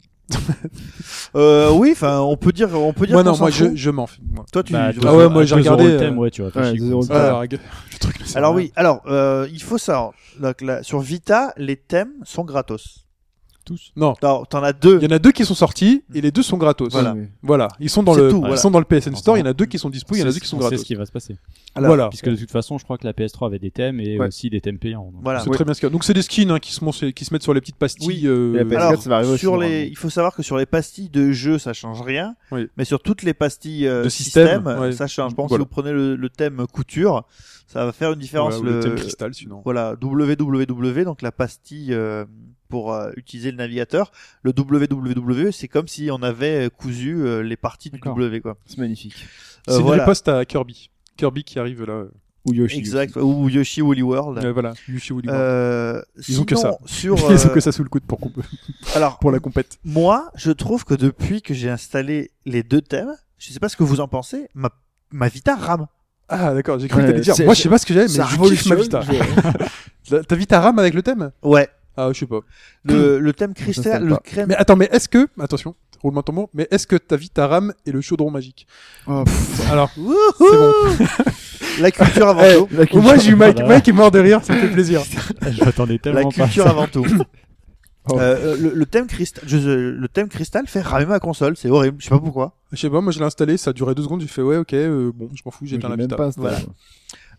Euh, oui, enfin, on peut dire, on peut dire. Moi qu'on non, s'en moi fout. je, je m'en fous. moi. Toi, tu. Bah, tu- deux Ah ouais, euros- moi, j'ai deux euros regardé, le thème, euh, ouais, tu vas faire ouais, chier, deux quoi. euros le Ah, thème. la règle. Le truc ne sert à Alors rien. oui, alors euh, il faut savoir donc, là, sur Vita, les thèmes sont gratos. tous. Non, T'en t'en as deux. il y en a deux qui sont sortis et les deux sont gratos. Voilà. Ouais, Voilà, ils sont dans C'est le tout, ils voilà. sont dans le PSN Store, il y en a deux qui sont dispo, il y en a deux qui sont On sait ce gratos. qui va se passer. Alors, voilà. Puisque de toute façon, je crois que la PS3 avait des thèmes et Ouais. aussi des thèmes payants. donc. Voilà. C'est très bien ce qu'il y a. Donc c'est des skins hein, qui se mon- qui se mettent sur les petites pastilles. Oui. euh, Et la PS4, Alors, ça va arriver aussi, sur les, normalement. il faut savoir que sur les pastilles de jeu, ça change rien. Oui. Mais sur toutes les pastilles euh, De système, ouais. ça change. Bon, Voilà. si vous prenez le, le thème couture, ça va faire une différence. voilà, ou le thème cristal sinon. Voilà, www, donc la pastille euh, pour euh, utiliser le navigateur. Le www, c'est comme si on avait cousu euh, les parties du D'accord. W, quoi. C'est magnifique. Euh, C'est une voilà. riposte à Kirby. Kirby qui arrive là. euh, Ou Yoshi. Exact, ou Yoshi Woolly World. euh, voilà, Yoshi Woolly World. Euh, Ils ont que sinon, ça. Sur, Ils ont euh, que ça sous le coude pour, comp- Alors, pour la compète. moi, je trouve que depuis que j'ai installé les deux thèmes, je sais pas ce que vous en pensez, ma, ma Vita rame. Ah d'accord, j'ai cru que Ouais, t'allais dire. c'est- Moi je sais pas ce que j'aime, mais Ça je kiffe ma Vita. révolutionne le jeu. La- Ta Vita rame avec le thème Ouais, Ah je sais pas. le, le thème cristal, s'installe le pas. crème. Mais attends, mais est-ce que attention, roulement de tambour, mais est-ce que ta Vita rame et le chaudron magique Oh, Alors Wouhou bon. la culture avant Eh, tout. la au culture. moins j'ai eu Mike. Voilà. Mike est mort de rire, ça me fait plaisir. Je m'attendais tellement La pas à culture ça. avant tout. Oh. Euh, le, le thème cristal, je- le thème cristal fait ramer ma console, c'est horrible, je sais pas pourquoi. Je sais pas, moi je l'ai installé, ça a duré deux secondes, j'ai fait ouais ok, euh, bon je m'en fous, Je j'éteins la l'ai même Vita. pas installé, Voilà. quoi.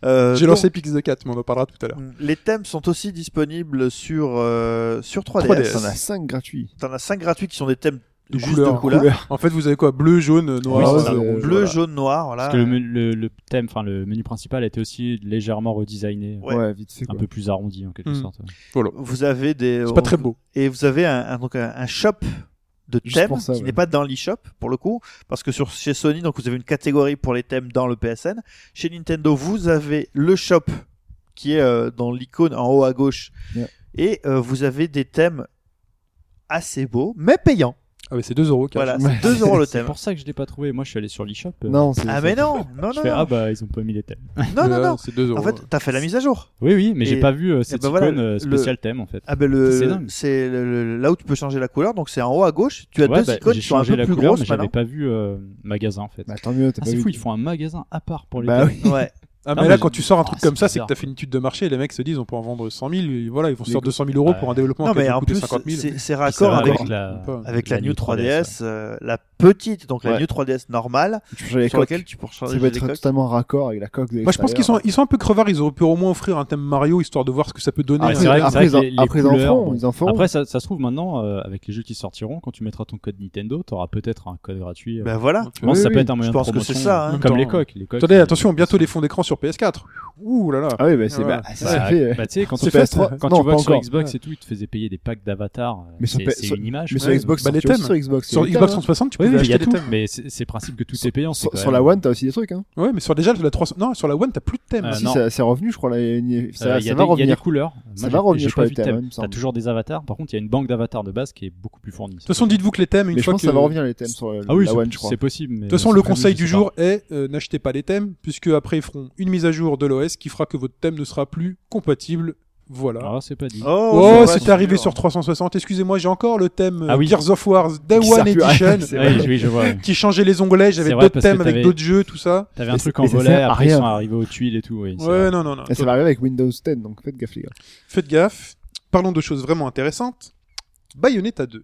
Euh, J'ai donc, lancé Pix the Cat, mais on en parlera tout à l'heure. Les thèmes sont aussi disponibles sur euh, sur 3DS. 3DS. T'en as 5 gratuits. T'en as 5 gratuits qui sont des thèmes De Ah juste couleurs. de couleur. En fait, vous avez quoi Bleu, jaune, noir, Oui, Voilà. c'est ça. euh, bleu, rouge. voilà. jaune, noir, voilà. Parce que le, me- le- le thème, enfin le menu principal a été aussi légèrement redesigné, Ouais. Ouais, vite fait. un quoi. peu plus arrondi en quelque Hmm. sorte. Vous avez des C'est pas très beau. et vous avez un, un- donc un, un shop de Juste thèmes pour ça, qui ouais. n'est pas dans l'eShop pour le coup parce que sur chez Sony donc vous avez une catégorie pour les thèmes dans le PSN. Chez Nintendo, vous avez le shop qui est euh, dans l'icône en haut à gauche Ouais. et euh, vous avez des thèmes assez beaux mais payants. Ah, mais c'est 2 euros. Voilà, Ouais. c'est 2 euros le C'est thème. pour ça que je l'ai pas trouvé. Moi, je suis allé sur l'eShop. euh, Non, c'est. Ah c'est- mais non, non Je non. fais non. ah bah ils ont pas mis les thèmes. non non non. C'est 2 euros. En fait, t'as fait la mise à jour. Oui oui, mais Et- j'ai pas vu euh, cette ben voilà, icône euh, le- spécial thème en fait. Ah ben C'est le dingue. c'est le- le- là où tu peux changer la couleur donc c'est en haut à gauche. Tu as Ouais, deux bah, icônes j'ai qui sont un changé peu la plus couleur, mais grosses j'avais maintenant. pas vu euh, magasin en fait. Bah tant mieux, t'as Ah, pas c'est vu. fou, ils font un magasin à part pour les Bah thèmes. oui. Ouais. Ah, Non, mais mais là, je- quand tu sors un Ah, truc c'est comme ça, c'est que bizarre, t'as fait une étude de marché et les mecs se disent on peut en vendre 100 000, et voilà, ils vont Les sortir gars- 200 000 euros Ouais. pour un développement Non, qui mais a en coûté plus, 50 000. c'est- Ah, c'est Ça raccord va avec, avec la... Pas. avec la, New 3DS, euh, la petite, donc la Ouais. New 3DS normale, Tu peux changer les sur coques. laquelle tu peux changer Ça va les être coques. totalement raccord avec la coque de Moi, je pense qu'ils sont, ils sont un peu crevards. Ils auraient pu au moins offrir un thème Mario histoire de voir ce que ça peut donner. Euh, Ah, Ouais, c'est vrai que- Après, ils que en- les- les après, ils en couleurs, feront, bon. ils en feront. Après, ça, ça se trouve maintenant, euh, avec les jeux qui sortiront, quand tu mettras ton code Nintendo, t'auras peut-être un code gratuit. euh. Ben voilà. je pense que oui, ça oui, peut être un moyen je pense de que c'est promotion. euh, ça, hein. Comme Attends. les coques. Les coques euh, Attendez, attention, bientôt les fonds d'écran sur PS4. Ouh là là. Ah oui, bah, c'est Ouais. bah, Bah, c'est Bah, fait. bah, tu sais, quand, C'est tu- fait, quand ça. tu Non, vois pas que sur encore. Xbox Ouais. et tout, ils te faisaient payer des packs d'avatars. euh, Mais sur c'est P- c'est sur- une image. Mais sur Ouais, Xbox, bah, les tu as aussi thèmes. sur Xbox. Sur les thèmes, Xbox hein. 360, tu Oui, pouvais oui, il acheter y a des tout. thèmes. Mais c'est c'est le principe que tout Sur- est payant. c'est Sur quand sur la même- One, t'as aussi des trucs, hein. Ouais, mais sur déjà la 300. Non, sur la One, t'as plus de thème. Euh, si, non. ça- c'est revenu, je crois. là, il- Euh, Ça il y a ça va des- Il y a revenir. des couleurs. Ça Moi, va j'ai- revenir j'ai sur pas les vu de thèmes, thème. il me T'as semble. toujours des avatars. Par contre, il y a une banque d'avatars de base qui est beaucoup plus fournie. De toute façon, dites-vous que les thèmes, une Mais je fois pense que ça que- va revenir les thèmes sur Ah oui, la c'est- One, je crois. c'est possible. De toute façon, le conseil du jour est euh, n'achetez pas les thèmes, puisque après ils feront une mise à jour de l'OS qui fera que votre thème ne sera plus compatible. Voilà. Ah, c'est pas dit. Oh, c'est c'était arrivé sur 360. Excusez-moi, j'ai encore le thème euh, Ah oui. Gears of War Day Qui One sert plus à rien, Edition c'est Oui, oui, je vois. qui changeait les onglets. J'avais C'est vrai, d'autres parce que thèmes avec t'avais- d'autres jeux, tout ça. T'avais Mais un c'est- truc en mais ça volet, sert à après ils rien. sont arrivés aux tuiles et tout. Oui, c'est Ouais, vrai. non, non, non. Et ça va arriver avec Windows 10, donc faites gaffe, les gars. Faites gaffe. Parlons de choses vraiment intéressantes. Bayonetta 2.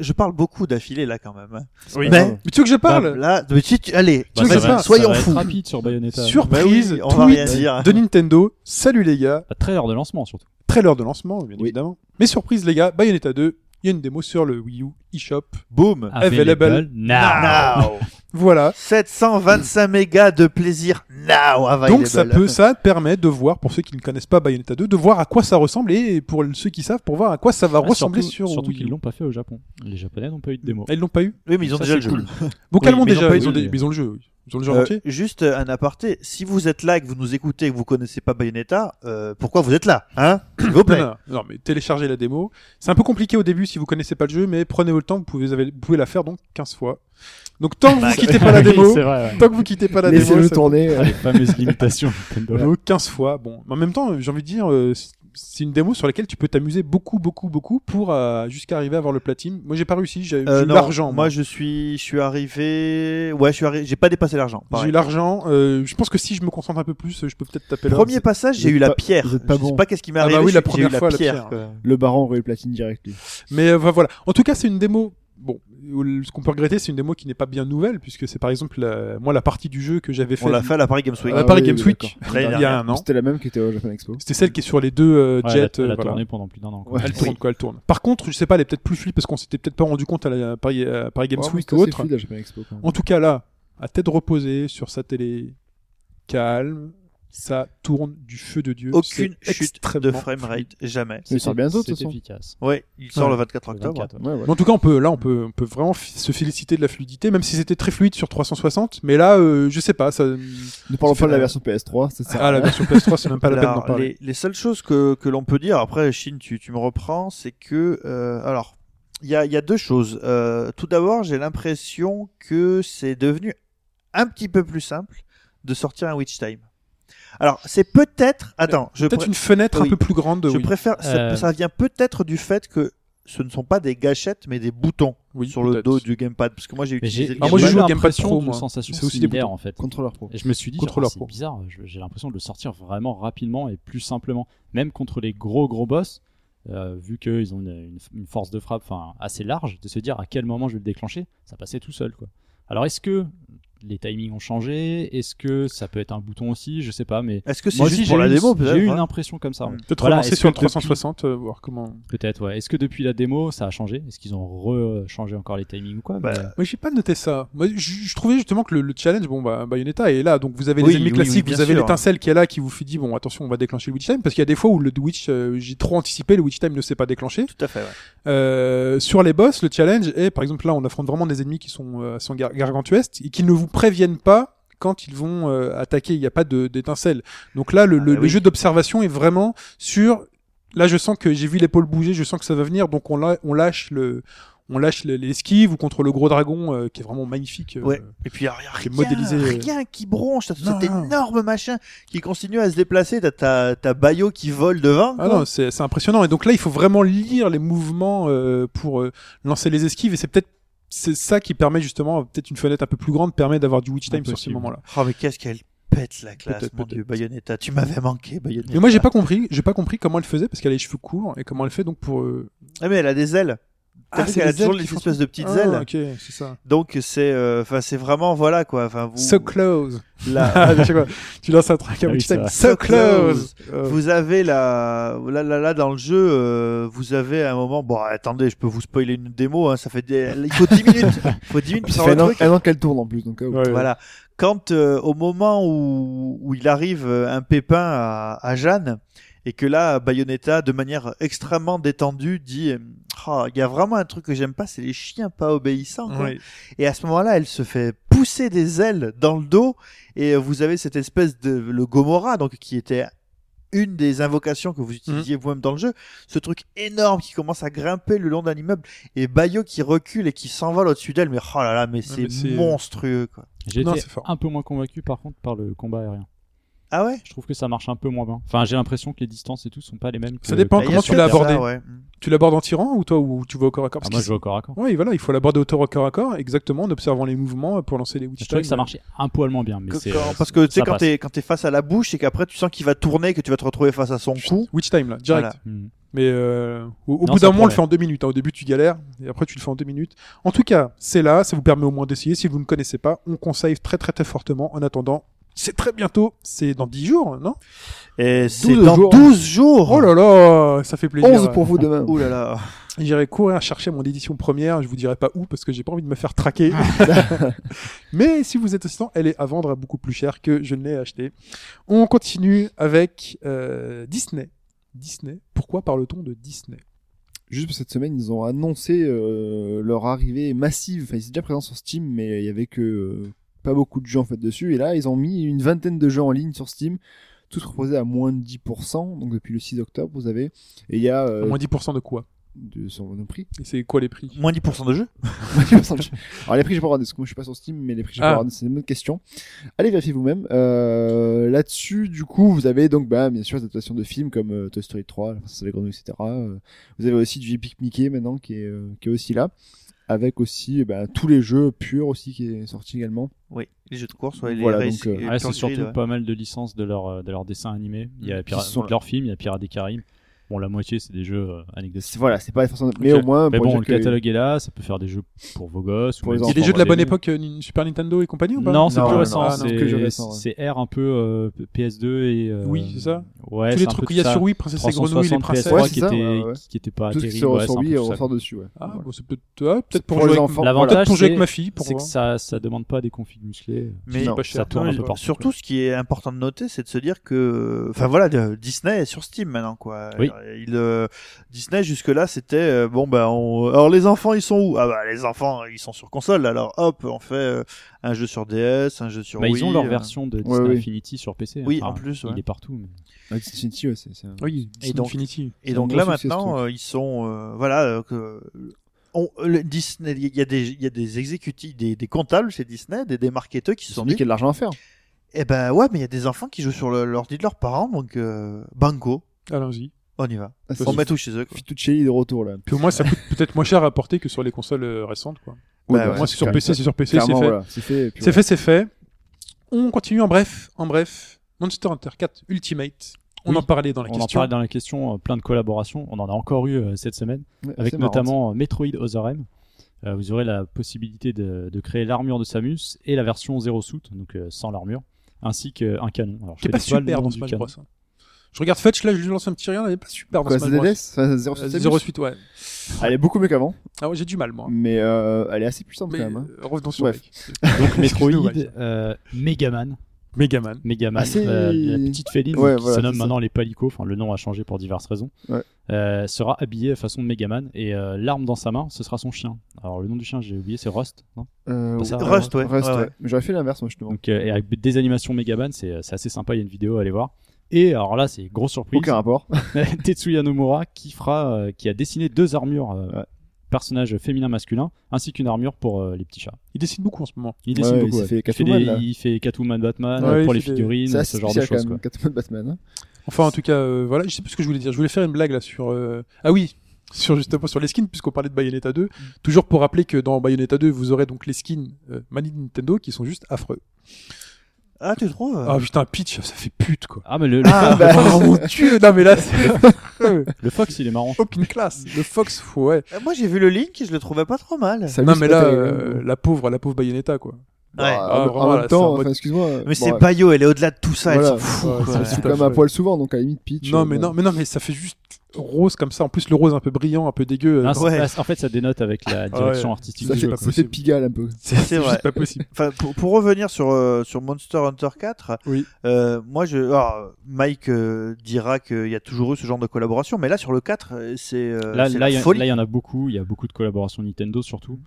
je parle beaucoup d'affilée là quand même. hein. Oui. Mais Mais tu veux que je Bah, parle là, mais si tu- allez, Bah, ça vas-y, va- ça va soyons être fous. rapide sur Bayonetta. hein. Surprise, Bah oui, on va tweet rien dire. de Nintendo. Salut les gars. Bah, Trailer de lancement surtout. Trailer de lancement, bien Oui. évidemment. Mais surprise les gars, Bayonetta 2. Il y a une démo sur le Wii U eShop. Eh, Boom. Available Ah, now. Now. Voilà. 725 mégas de plaisir now Ah, available. Donc ça peut, ça permet de voir, pour ceux qui ne connaissent pas Bayonetta 2, de voir à quoi ça ressemble et pour ceux qui savent, pour voir à quoi ça va Ah, ressembler surtout, sur surtout Wii U. qu'ils l'ont pas fait au Japon. Les Japonais n'ont pas eu de démo. Ah, Ils l'ont pas eu Oui, mais ils ont Ça, déjà le c'est jeu. cool. Bon, Oui, calmons mais ils déjà, l'ont pas ils, eu, ont des- mais- ils ont le jeu. oui. Ils ont le jeu Euh, entier. juste un aparté, si vous êtes là et que vous nous écoutez et que vous connaissez pas Bayonetta, euh, pourquoi vous êtes là Hein S'il vous Non, plaît. non, non, mais téléchargez la démo. C'est un peu compliqué au début si vous connaissez pas le jeu, mais prenez le temps, vous pouvez, vous pouvez la faire donc 15 fois. Donc tant que vous quittez pas la Oui, démo, C'est vrai. ouais. tant que vous quittez pas la démo, Laissez-le ça- tourner. euh, Les fameuses limitations Nintendo. Donc, 15 fois. Bon, Mais en même temps, j'ai envie de dire, euh, c- c'est une démo sur laquelle tu peux t'amuser beaucoup, beaucoup, beaucoup pour euh, jusqu'à arriver à avoir le platine. Moi, j'ai pas réussi, j'ai Euh, j'ai eu non, l'argent. Moi, je suis, je suis arrivé. Ouais, je suis arrivé. J'ai pas dépassé l'argent. J'ai eu pareil. l'argent. euh, je pense que si je me concentre un peu plus, je peux peut-être taper l'or. Premier passage, j'ai vous eu êtes la pas- pierre. vous êtes pas je sais bon. pas qu'est-ce qui m'est Ah bah arrivé. oui, j'ai- la j'ai première eu la fois, la pierre. pierre. quoi. Le baron aurait eu platine direct, lui. Mais euh, voilà. En tout cas, c'est une démo. Bon, où le- ce qu'on peut regretter, c'est une démo qui n'est pas bien nouvelle, puisque c'est par exemple la- moi la partie du jeu que j'avais On fait, l'a fait à la Paris Games Week. à la Ah Paris oui, Games oui, Week d'accord. L'année il y a dernière. un an. C'était la même qui était au Japan Expo. C'était celle qui est sur les deux euh, Ouais, jets. elle a, euh, elle a voilà. tourné pendant plus d'un an. quoi. Ouais. Elle tourne quoi, elle tourne. Par contre, je sais pas, elle est peut-être plus fluide parce qu'on s'était peut-être pas rendu compte à la Paris, euh, à Paris Games Ouais, mais Week c'était ou assez autre. fluide, la Japan Expo, quand même. En tout cas, là, à tête reposée sur sa télé, calme, ça tourne du feu de Dieu. Aucune C'est chute de extrêmement fluide. framerate. Jamais. Mais c'est bientôt, de toute C'est façon. efficace. Ouais, il sort Ouais. le 24 octobre. 24, ouais. Ouais, ouais. Mais En tout cas, on peut, là, on peut, on peut vraiment fi- se féliciter de la fluidité, même si c'était très fluide sur 360. Mais là, euh, je sais pas. Ça... Ne parlons ça fait pas de la la- version PS3, ça sert à Ah, la rien. version PS3, c'est même pas la peine d'en Alors, parler. Les, les seules choses que, que l'on peut dire, après, Chine, tu, tu me reprends, c'est que. euh, alors, il y a, il y a deux choses. Euh, tout d'abord, j'ai l'impression que c'est devenu un petit peu plus simple de sortir un Witch Time. Alors, c'est peut-être. Attends, je, Peut-être pré- une fenêtre oui. un peu plus grande. je Oui. préfère. Ça, Euh. ça vient peut-être du fait que ce ne sont pas des gâchettes, mais des boutons Oui, sur le peut-être. dos du gamepad. Parce que moi, j'ai Mais utilisé j'ai le Ah, moi, j'ai gamepad. joué au Gamepad l'impression Pro, d'une moi. sensation C'est aussi des similaire boutons. en fait. Contrôleur pro. Et je me suis dit, genre, Contrôleur ah, pro. c'est bizarre, je- j'ai l'impression de le sortir vraiment rapidement et plus simplement. Même contre les gros gros boss, euh, vu qu'ils ont une, une- une force de frappe enfin, assez large, de se dire à quel moment je vais le déclencher, ça passait tout seul. Quoi. Alors est-ce que les timings ont changé Est-ce que ça peut être un bouton aussi Je sais pas, mais Est-ce que c'est moi juste aussi j'ai Euh, pour la eu- démo j'ai eu une peut-être impression comme ça. Hmm. Peut-être Voilà, relancer est-ce sur le que depuis- 360, euh, voir comment. Peut-être, ouais. Est-ce que depuis la démo, ça a changé Est-ce qu'ils ont re-changé encore les timings ou quoi Bah, Mais, Moi, j'ai pas noté ça. Moi, je, je trouvais justement que le, le challenge, bon, bah, Bayonetta est là. Donc, vous avez les Oui, ennemis oui, oui, classiques, bien vous avez sûr. l'étincelle qui est là, qui vous fait dit, bon, attention, on va déclencher le Witch Time. Parce qu'il y a des fois où le Witch, euh, j'ai trop anticipé, le Witch Time ne s'est pas déclenché. Tout à fait, ouais. Euh, sur les boss, le challenge est, par exemple, là, on affronte vraiment des ennemis qui sont, euh, sont gar- gargantuesques et qui ne vous préviennent pas quand ils vont euh, attaquer. Il n'y a pas de- d'étincelle. Donc là, le, Ah le- bah le oui. jeu d'observation est vraiment sur. Là, je sens que j'ai vu l'épaule bouger, je sens que ça va venir, donc on, la- on lâche le. On lâche le- l'esquive ou contre le gros dragon euh, qui est vraiment magnifique. euh, Ouais. Et puis il n'y a qui est rien, modélisé. rien qui bronche, t'as tout cet Non. énorme machin qui continue à se déplacer, t'as ta, ta bayo qui vole devant. Ah quoi. non, c'est c'est impressionnant. Et donc là, il faut vraiment lire les mouvements euh, pour euh, lancer les esquives. Et c'est peut-être c'est ça qui permet justement euh, peut-être une fenêtre un peu plus grande permet d'avoir du witch time sur ces Impossible. moments-là. Oh mais qu'est-ce qu'elle pète la classe, Peut-être, mon peut-être. dieu, Bayonetta. Tu m'avais manqué, Bayonetta. Mais moi j'ai pas compris, j'ai pas compris comment elle faisait parce qu'elle a les cheveux courts et comment elle fait donc pour. euh, Ah, mais elle a des ailes. T'as Ah, vu c'est qu'elle a des toujours ailes des qui font espèces de petites ah, ailes. Ok, c'est ça. Donc c'est, euh, enfin, c'est vraiment voilà quoi. Enfin, vous, So close. la- Ah, je sais quoi. tu lances un truc à Ah oui, petit c'est time. vrai. So So close. Euh, vous avez la, là, là, là dans le jeu, euh, vous avez à un moment. Bon, attendez, je peux vous spoiler une démo. hein, ça fait des, il faut 10 minutes. Il faut 10 minutes pour Ça savoir fait le un an, truc. un an qu'elle tourne en plus, donc. euh, ouais. Voilà. Quand euh, au moment où, où il arrive euh, un pépin à, à Jeanne et que là Bayonetta de manière extrêmement détendue dit Ah, il y a vraiment un truc que j'aime pas c'est les chiens pas obéissants quoi. Ouais. et à ce moment-là elle se fait pousser des ailes dans le dos et euh, vous avez cette espèce de le Gomorrah donc qui était une des invocations que Mmh. vous utilisiez vous-même dans le jeu, ce truc énorme qui commence à grimper le long d'un immeuble et Bayo qui recule et qui s'envole au-dessus d'elle, mais oh là là, mais c'est mais c'est- monstrueux quoi. J'ai Non, été c'est fort. un peu moins convaincu par contre par le combat aérien. Ah ouais Je trouve que ça marche un peu moins bien. Enfin, j'ai l'impression que les distances et tout sont pas les mêmes. que- Ça dépend que- Bah, comment y a tu peut-être l'as ça, abordé. ouais. Mm. Tu l'abordes en tirant ou toi ou tu vas au corps à corps Ah, Parce moi, que je vais au corps à corps. Oui, voilà, il faut l'aborder au tour- au corps à corps, exactement, en observant les mouvements pour lancer les Je witch time. trouvais que ça marchait un poil moins bien, mais Que- c'est. euh, quand- parce que tu sais ça quand passe. t'es quand t'es face à la bouche et qu'après tu sens qu'il va tourner que tu vas te retrouver face à son cou. Witch time, là, direct. Voilà. Hmm. Mais euh, au, au Non, bout ça d'un moment, on le promet. fait en deux minutes. hein. Au début, tu galères, et après, tu le fais en deux minutes. En tout cas, c'est là, ça vous permet au moins d'essayer. Si vous ne connaissez pas, on conseille très très très fortement. En attendant, c'est très bientôt, c'est dans 10 jours, non Et c'est 12 dans jours. 12 jours. Oh là là, ça fait plaisir. 11 pour vous demain. Ouh là là. J'irai courir chercher mon édition première, je vous dirai pas où parce que j'ai pas envie de me faire traquer. Mais si vous êtes assistant, elle est à vendre à beaucoup plus cher que je ne l'ai acheté. On continue avec euh, Disney. Disney. Pourquoi parle-t-on de Disney Juste pour cette semaine, ils ont annoncé euh, leur arrivée massive. Enfin, ils étaient déjà présents sur Steam, mais il y avait que euh, pas beaucoup de gens en fait dessus. Et là, ils ont mis une vingtaine de jeux en ligne sur Steam, tous proposés à moins de 10%. Donc depuis le 6 octobre, vous avez. Et il y a À euh, Moins 10% de quoi de son de prix. Et c'est quoi les prix Moins 10% de jeu. Alors les prix, j'ai pas regardé parce que moi je suis pas sur Steam, mais les prix, j'ai Ah. pas regardé. C'est une bonne question. Allez vérifier vous-même. Euh, Là-dessus, du coup, vous avez donc bah, bien sûr des adaptations de films comme euh, Toy Story 3, La Princesse et les Grenouilles, etc. Euh, vous avez aussi du Epic Mickey maintenant qui est, euh, qui est aussi là, avec aussi eh ben, tous les jeux purs aussi qui est sorti également. Oui, les jeux de course, ouais, les Voilà, races donc, euh, et les Ah, c'est courses surtout grill, ouais. Mm. pas mal de licences de leurs euh, de leurs dessins animés. Il y a Pira- Qui sont- de leurs films, il y a Pirates des Caraïbes. Bon, la moitié c'est des jeux euh, anecdotiques. C'est- Voilà, c'est pas forcément. Mais Ok. au moins, Mais pour bon, dire le que- catalogue est là. Ça peut faire des jeux pour vos gosses. Pour ou les même C'est enfants, des jeux de la pour bonne les- époque, euh, Ni- Super Nintendo et compagnie ou pas Ah, Non, c'est Non, plus non, récent. non, c'est que je récent, ouais. C'est c'est R un peu euh, P- PS2 et. euh, Oui, c'est ça. Ouais, Tous c'est les un peu trucs qu'il tout y a ça. sur Wii, Princesse et Grenouille, les 360 princesses. PS3 Ouais, qui, c'est ça, était, ouais, ouais. qui, qui était pas Tout ce qui terrible. sort ouais, sur c'est un peu Wii, tout on ça, ressort dessus. Ouais. Ah, Voilà. bon, c'est peut-être ouais, peut-être pour, Pour jouer les avec- enfants. peut-être L'avantage, pour jouer c'est avec ma fille. Pour c'est que voir. ça, ça demande pas des configs musclés. Mais Non. pas Ça cher. Ah, bah, tourne un mais peu partout. surtout, ce qui est important de noter, c'est de se dire que, enfin voilà, de- Disney est sur Steam maintenant, quoi. Oui. Il, euh, Disney jusque là, c'était euh, bon, bah, on... alors les enfants, ils sont où Ah bah les enfants, ils sont sur console. Alors hop, on fait euh, un jeu sur DS, un jeu sur Bah, Wii. ils ont leur euh, version de ouais, Disney ouais. Infinity sur PC. Oui, Enfin, en plus, ouais. Il est partout. mais- Ouais, c'est- c'est- ouais, c'est- c'est un- Oui, Disney donc- Infinity. Et donc Un là gros succès, ce maintenant, truc. euh, ils sont euh, voilà euh, que on, le Disney, il y a des il y a des exécutifs, des, des comptables chez Disney, des, des marketeurs qui se Ils ont sont dit dit, qu'il y a de l'argent à faire. eh ben ouais, mais il y a des enfants qui jouent sur le- l'ordi de leurs parents, donc euh, banco, Allons-y. on y va, Ah, on c'est- met tout chez eux. Quoi. Fituccelli de retour là. Puis au moins, ça coûte peut-être moins cher à porter que sur les consoles euh, récentes. Quoi. Ouais, bah, Au moins, c'est sur PC, c'est sur PC, c'est fait. Clairement, voilà, c'est fait. et puis C'est fait, c'est fait. On continue en bref, en bref. Monster Hunter 4 Ultimate. On Oui. en parlait dans la On en question. parlait dans la question, euh, plein de collaborations. On en a encore eu euh, cette semaine, voilà. Ouais, avec c'est marrant, notamment euh, Metroid Other M. Euh, vous aurez la possibilité de, de créer l'armure de Samus et la version zéro suit, donc euh, sans l'armure, ainsi qu'un canon. Alors, je Qui est connais pas le super nom dans du Smash canon. Bros. hein. Je regarde Fetch, là, je lui lance un petit rien, elle est pas super dans Quoi, Smash ZDS Bros. Enfin, Zero Euh, Suit Zero Abuse suite, ouais. Elle est beaucoup mieux qu'avant, Ah ouais, j'ai du mal, moi. mais euh, elle est assez puissante Mais quand même. hein. euh, revenons sur Bref. mec. Donc Excuse-nous, Metroid, ouais. euh, Megaman, Megaman. Megaman, Ah, c'est- euh, la petite féline Ouais, qui voilà, se nomme c'est ça. maintenant les Palicots, enfin le nom a changé pour diverses raisons, Ouais. euh, sera habillé façon de Megaman et euh, l'arme dans sa main, ce sera son chien. Alors le nom du chien, j'ai oublié, c'est Rust. non Euh, ça, ouais, Rust, ouais. Rust, Ouais, ouais. ouais. Mais J'aurais fait l'inverse, moi, justement. Donc euh, et avec des animations Megaman, c'est euh, c'est assez sympa, il y a une vidéo à aller voir. Et alors là, c'est grosse surprise, Aucun rapport. Tetsuya Nomura qui fera, euh, qui a dessiné deux armures, euh, Ouais. personnages féminins masculins, ainsi qu'une armure pour euh, les petits chats. Il dessine beaucoup en ce moment. Il Ouais, dessine ouais, beaucoup. il ouais. fait Il fait, Catwoman, des- là. il fait Catwoman Batman Ouais, euh, il pour les fait des- figurines, C'est ce assez genre de spécial quand choses. quoi. même, Catwoman Batman. hein. Enfin, en tout cas, euh, voilà, je sais plus ce que je voulais dire. Je voulais faire une blague là sur. euh, Ah oui, sur justement sur les skins, puisqu'on parlait de Bayonetta 2. Mm. Toujours pour rappeler que dans Bayonetta 2, vous aurez donc les skins euh, Mani Nintendo qui sont juste affreux. Ah, tu trouves Ah putain, Peach, ça fait pute quoi. Ah, mais le, le Ah, Fox, bah, Oh mon dieu, non mais là, c'est le Fox, il est marrant. aucune classe. Le Fox, ouais. Moi, j'ai vu le Link et je le trouvais Ah pas trop mal. Ça, non lui, mais Ah. c'est pas là, terrible. hein. euh, la pauvre, la pauvre Bayonetta quoi. Bah, Ouais. en- Ah, vraiment, en là, même c'est un temps, mode- enfin, excuse-moi. Mais c'est bon, Bayo, elle est au-delà de tout ça, Voilà. elle s'en fout. Ouais, quoi. c'est- C'est c'est quand même affreux. un poil souvent, donc à la limite, Peach. Non euh, mais bon. non, mais non mais ça fait juste rose comme ça. En plus le rose un peu brillant, un peu dégueu. euh, Non, c'est- Ah, c'est- Ouais. Ah En fait, ça dénote avec la direction ouais. artistique Ça du fait, jeu. pas ça possible. fait Pigalle un peu. C'est C'est c'est vrai. juste pas possible. Enfin, pour, pour revenir sur, euh, sur Monster Hunter 4, Oui. euh, moi, je, alors, Mike euh, dira qu'il y a toujours eu ce genre de collaboration, mais là, sur le 4, euh, c'est euh, Là, c'est là, la il y a- folie. là, il y en a beaucoup. Il y a beaucoup de collaborations Nintendo surtout.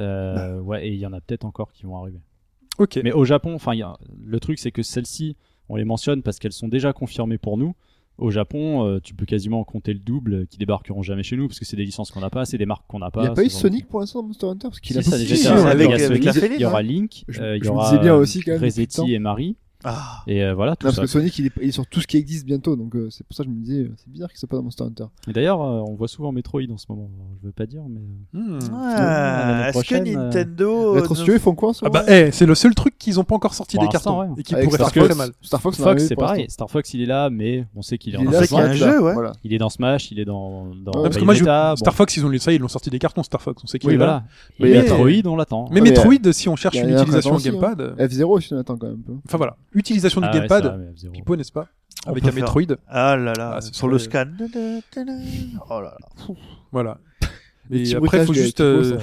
Euh, Bah. Ouais, et il y en a peut-être encore qui vont arriver. Ok. Mais au Japon, enfin, il y a- le truc c'est que celles-ci, on les mentionne parce qu'elles sont déjà confirmées pour nous. Au Japon, euh, tu peux quasiment compter le double euh, qui débarqueront jamais chez nous parce que c'est des licences qu'on n'a pas, c'est des marques qu'on n'a pas. Il n'y a pas eu ce genre de- Sonic pour l'instant dans Monster Hunter parce qu'il Si, a ça pas a de déjà si, été si, annoncé, avec- il y a avec Sonic, la Féline, il y aura hein. Link, Je- euh, il y je me aura disais bien aussi, quand même, depuis le temps. Resetti et Marie, Ah. et euh, voilà tout Non, ça. parce que Sonic il est, il est sur tout ce qui existe bientôt, donc euh, c'est pour ça que je me disais, euh, c'est bizarre qu'il soit pas dans Monster Hunter. Et d'ailleurs, euh, on voit souvent Metroid en ce moment. Je veux pas dire, mais Hmm. euh, Ah, l'année Est-ce que prochaine, euh, Nintendo. euh, Rétro Studio, ils font quoi en ce Ah moment bah eh, c'est le seul truc qu'ils ont pas encore sorti Pour des cartons l'instant, ouais. et qui Avec pourrait Star faire très Fox. mal. Star Fox, on a Fox, eu c'est pour pareil. l'instant. Star Fox, il est là, mais on sait qu'il est, Il est en là, Smash, c'est un ouais. jeu, ouais. Voilà. Il est dans Smash, Bah, il est dans, dans Ouais, parce que moi, je- Bayonetta, bon. Star Fox, ils ont ça, ils l'ont sorti des cartons Star Fox, on sait qu'il oui, est là. voilà. Mais Et il y a- Metroid, on l'attend. Mais Ouais, mais, Metroid, euh, si on cherche il y a une un utilisation au raison aussi, hein. gamepad, euh, F0 si on attend quand même un peu. enfin voilà, utilisation du Ah ouais, gamepad, ça, mais F-Zero. Pipo, n'est-ce pas On Avec peut un faire- Metroid, Ah là là, Ah, ce sur le serait- scan. Oh là là. voilà. Le Et petit après, bruitage faut de- juste, qui euh, pose,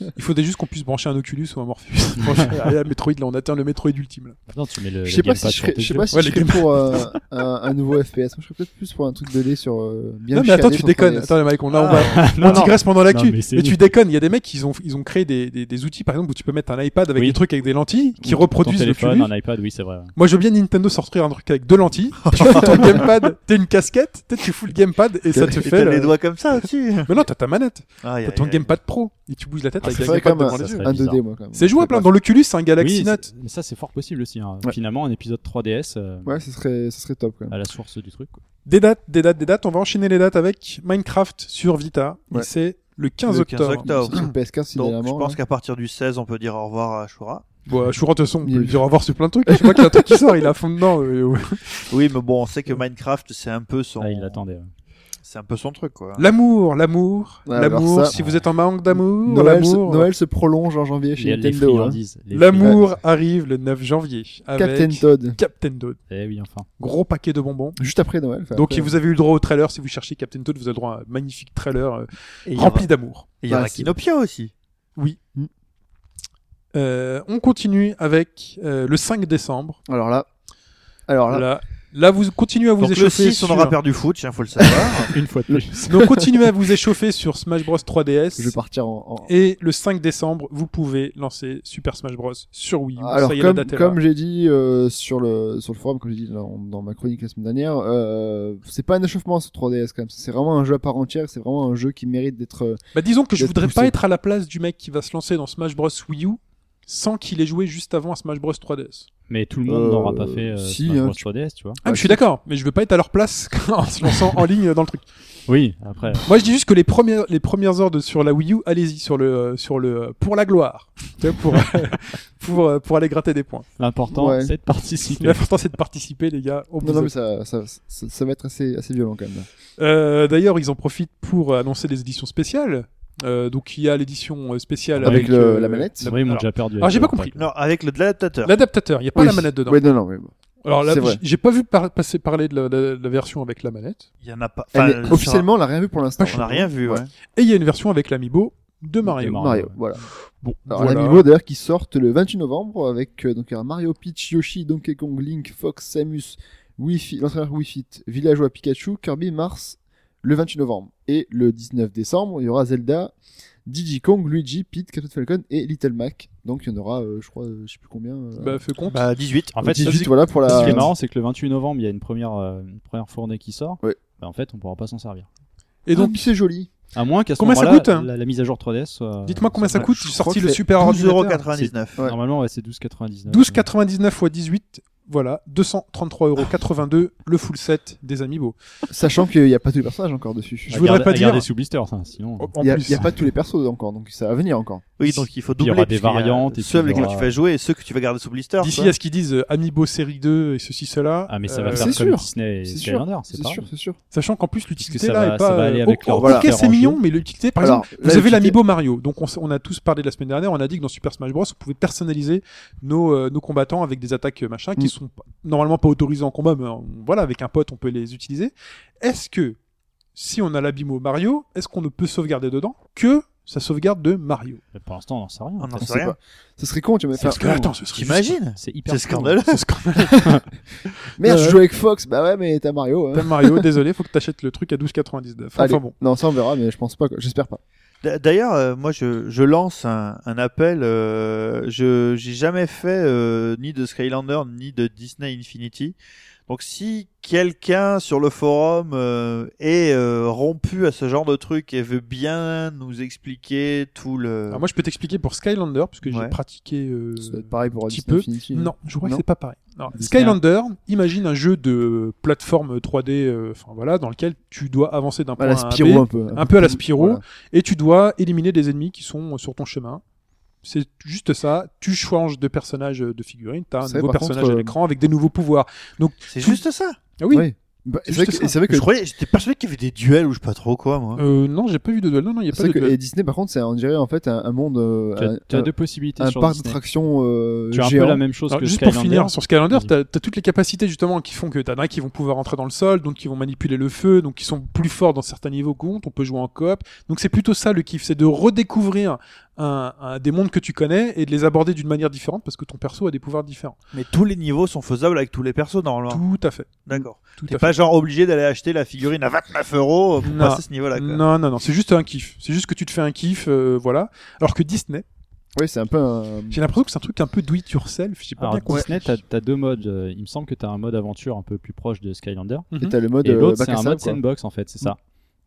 il faudrait juste qu'on puisse brancher un Oculus ou un Morpheus. Franchement, ah, là, Metroid, là, on atteint le Metroid ultime. là. Non, tu mets le, le Je sais pas si gamepad je sur serais, tes je sais yeux. pas si Ouais, je les serais pour euh, un, un nouveau FPS. Moi, je serais peut-être plus pour un truc 2D sur euh, bien. non, mais attends, chiadé tu sur déconnes. 3DS. Attends, les mecs, on, là, Bah, on Ah. va- Non, on non. digresse pendant Non, l'actu. mais Mais, c'est tu nul. déconnes, il y a des mecs, ils ont, ils ont créé des, des, des outils, par exemple, où tu peux mettre un iPad avec Oui. des trucs avec des lentilles qui Ton reproduisent le téléphone, Oculus. un iPad, oui, c'est vrai. Moi, je veux bien Nintendo sortir un truc avec deux lentilles. tu fous ton gamepad, t'es une casquette, peut-être tu fous le gamepad et ça te Et fait. t'as le- les doigts comme ça aussi. Mais non, t'as ta manette, Aïe, t'as aïe, euh, ton aïe. gamepad pro et tu bouges la tête Ah, avec c'est le vrai gamepad devant quand même un, les yeux. serait un bizarre. 2D moi quand même. C'est jouable, hein. dans l'Oculus, c'est un Galaxy Oui, Note. c'est- mais ça, c'est fort possible aussi. hein. Ouais. Finalement, un épisode 3DS euh, Ouais, ça serait, ça serait top quand même. à la source du truc. quoi. Des dates, des dates, des dates. On va enchaîner les dates avec Minecraft sur Vita. Ouais. Et c'est le 15 Le 15 octobre. octobre. Sur le PS15 si Donc, je évidemment. hein. pense qu'à partir du 16, on peut dire au revoir à Ashura. Bon, je suis rentré son. Il est- Il va voir sur plein de trucs. Je crois qu'il y a un truc qui sort. Il est à fond dedans. euh, ouais. Oui, mais bon, on sait que Minecraft, c'est un peu son. Ah, il l'attendait. ouais. C'est un peu son truc, quoi. L'amour, l'amour, Ah. Ouais, l'amour. alors ça- Si vous êtes en manque d'amour, Noël, se, l'amour. Noël se prolonge en janvier Les, chez les Nintendo. hein. friandises. les L'amour arrive le 9 janvier avec Captain Todd. Captain Toad. friandises. Eh oui, enfin. Gros paquet de bonbons. Juste après Noël. enfin, Donc après- vous avez eu le droit au trailer. Si vous cherchez Captain Toad, vous avez le droit à un magnifique trailer euh, Et il y aura, rempli d'amour. et il y aura Ouais, c'est- Kinopia aussi. Euh, on continue avec euh, le 5 décembre. Alors là. Alors là. Là, là, vous continuez à vous Donc, le échauffer. 6, on aura sur- perdu foot, il faut le savoir. Une fois de plus. Donc continuez à vous échauffer sur Smash Bros 3DS. Je vais partir en. en- Et le 5 décembre, vous pouvez lancer Super Smash Bros sur Wii U. Alors Ça y est, la comme, date est là. comme j'ai dit euh, sur le sur le forum, comme j'ai dit dans, dans ma chronique la semaine dernière, euh, c'est pas un échauffement sur 3DS quand même. C'est vraiment un jeu à part entière. C'est vraiment un jeu qui mérite d'être euh, Bah, disons que je d'être voudrais poussé. pas être à la place du mec qui va se lancer dans Smash Bros Wii U sans qu'il ait joué juste avant à Smash Bros 3DS. Mais tout le monde Euh, n'aura pas fait euh, si, Smash hein, Bros tu- 3DS, tu vois. Ah, mais je suis d'accord, mais je veux pas être à leur place en se lançant en ligne dans le truc. Oui, après. Moi, je dis juste que les premières les premières heures de sur la Wii U, allez-y sur le euh, sur le euh, pour la gloire, Tu vois, pour euh, pour euh, pour aller gratter des points. L'important, Ouais. c'est de participer. L'important c'est de participer, les gars. au Non, bousin. non, mais ça, ça, ça, ça va être assez, assez violent quand même. là. Euh, D'ailleurs, ils en profitent pour euh, annoncer des éditions spéciales. Euh, donc il y a l'édition euh, spéciale Avec avec, le- euh, la manette. Oui, euh, ils m'ont alors- déjà perdu. alors, j'ai pas avec compris. non, avec le de l'adaptateur. L'adaptateur, il n'y a pas Oui. la manette dedans. Ouais, non, non, mais bon. Alors là, C'est vrai. j- j'ai pas vu par- passer parler de la, la- la version avec la manette. Il y en a pas. Elle enfin, est- sur- officiellement, on l'a rien vu pour l'instant. on n'a rien vu, ouais. Ouais. Et il y a une version avec l'amiibo de Mario. De Mario. Mario, voilà. Bon, Alors, voilà. l'amiibo d'ailleurs qui sortent le 28 novembre avec euh, donc un Mario, Peach, Yoshi, Donkey Kong, Link, Fox, Samus, Wi-Fi, l'entraîneur Wii Fit, Villageois Pikachu, Kirby, Mars le 28 novembre. Et le 19 décembre, il y aura Zelda, Diddy Kong, Luigi, Pete, Captain Falcon et Little Mac. Donc il y en aura, euh, je crois, euh, je sais plus combien. euh, Bah, fais compte. Bah, 18. En fait, 18, ce voilà pour la. qui est marrant, c'est que le 28 novembre, il y a une première, euh, une première fournée qui sort. Ouais. Bah, en fait, on pourra pas s'en servir. Et donc, Ah, c'est joli. À moins qu'à ce Combien ça moment-là, coûte, hein la, la mise à jour 3DS soit. dites-moi combien ça soit- coûte. je J'ai crois sorti que le c'est super ordinateur. 12,99€. Ouais. Normalement, ouais, c'est 12,99. 12,99 x 18 Voilà, 233,82€ le full set des Amiibo. Sachant qu'il n'y a pas tous les personnages encore dessus. Je voudrais Regarde- pas dire- Oh, regardez sous blister, ça, sinon. En Il n'y a, plus. il Oh, y a pas tous les persos encore, donc ça va venir encore. Oui, donc il faut Puis il y doubler. aura des puisqu'il y a variantes et puis Ceux il avec y lesquels aura- tu vas jouer et ceux que tu vas garder sous blister. D'ici quoi. à ce qu'ils disent euh, Amiibo série 2 et ceci, cela. Ah, mais ça euh, va faire c'est comme sûr. Disney et C'est Skylander, c'est C'est pas sûr, c'est sûr. Sachant qu'en plus, l'utilité ça là va- est ça pas. va aller euh, avec au- leur au- caractère ok, c'est en jeu. mignon, mais l'utilité, par exemple, Alors, vous avez l'utilité- l'amiibo Mario. Donc, on, s- on a tous parlé la semaine dernière. On a dit que dans Super Smash Bros, on pouvait personnaliser nos, euh, nos combattants avec des attaques euh, machin qui Mm. sont p- normalement pas autorisées en combat, mais euh, voilà, avec un pote, on peut les utiliser. Est-ce que si on a l'amiibo Mario, est-ce qu'on ne peut sauvegarder dedans que sa sauvegarde de Mario Mais Pour l'instant, on n'en sait rien. On n'en On sait sait rien. pas. Ce serait con, tu vois. mais Parce enfin, que attends, ce serait juste- T'imagines C'est hyper C'est scandaleux. C'est scandaleux. Merde, Ouais. je joue avec Fox. Bah ouais, mais t'as Mario. hein. T'as Mario, désolé, faut que t'achètes le truc à 12,99. Enfin Allez. bon. Non, ça on verra, mais je pense pas. quoi. J'espère pas. D- D'ailleurs, euh, moi, je, je lance un, un appel. euh, je j'ai jamais fait euh, ni de Skylander ni de Disney Infinity. Donc, si quelqu'un sur le forum euh, est euh, rompu à ce genre de truc et veut bien nous expliquer tout le. Alors Ah, moi, je peux t'expliquer pour Skylander, parce que j'ai Ouais. pratiqué. euh, Ça doit être pareil pour petit Disney peu. Infinity. Non, je crois Non. que c'est pas pareil. Alors, Disney. Skylander, imagine un jeu de plateforme 3D, euh, enfin voilà, dans lequel tu dois avancer d'un À point la à un Spyro B, un peu. un peu à la Spyro, Voilà. et tu dois éliminer des ennemis qui sont euh, sur ton chemin. C'est juste ça. Tu changes de personnage, euh, de figurine, t'as un C'est vrai, nouveau par personnage contre, à euh, l'écran avec des nouveaux pouvoirs. C'est juste ça. Ah oui. Ouais. Bah, C'est c'est vrai juste que- ça. c'est vrai que Je croyais, j'étais persuadé qu'il y avait des duels ou je sais pas trop quoi, moi. Euh, non, j'ai pas vu de duel. Non, non, il y a C'est pas de vrai que- duel. et Disney par contre c'est on dirait en fait un, un monde euh, Tu as, un, tu as un- deux possibilités un sur parc Disney. d'attractions euh, Tu as un peu géant. la même chose Alors, que juste Skylander. pour finir sur Skylander, Vas-y. t'as as toutes les capacités justement qui font que t'en as qui vont pouvoir entrer dans le sol, donc qui vont manipuler le feu, donc qui sont plus forts dans certains niveaux compte. On peut jouer en coop, donc c'est plutôt ça le kiff, c'est de redécouvrir un, un- des mondes que tu connais et de les aborder d'une manière différente parce que ton perso a des pouvoirs différents. Mais tous les niveaux sont faisables avec tous les persos normalement. Tout à fait. D'accord. Tout Ah. T'es à fait. pas genre obligé d'aller acheter la figurine à 29 euros pour Non. passer ce niveau-là. quoi. Non, non, non, c'est juste un kiff. C'est juste que tu te fais un kiff, euh, voilà. Alors que Disney, Ouais, c'est un peu un j'ai l'impression que c'est un truc un peu do it yourself. J'ai pas Alors, bien compris. Disney, t'as t'as deux modes. euh, Il me semble que t'as un mode aventure un peu plus proche de Skylander. et t'as le mode Et euh, l'autre, bac c'est à un sable, mode quoi. sandbox, en fait, c'est ça.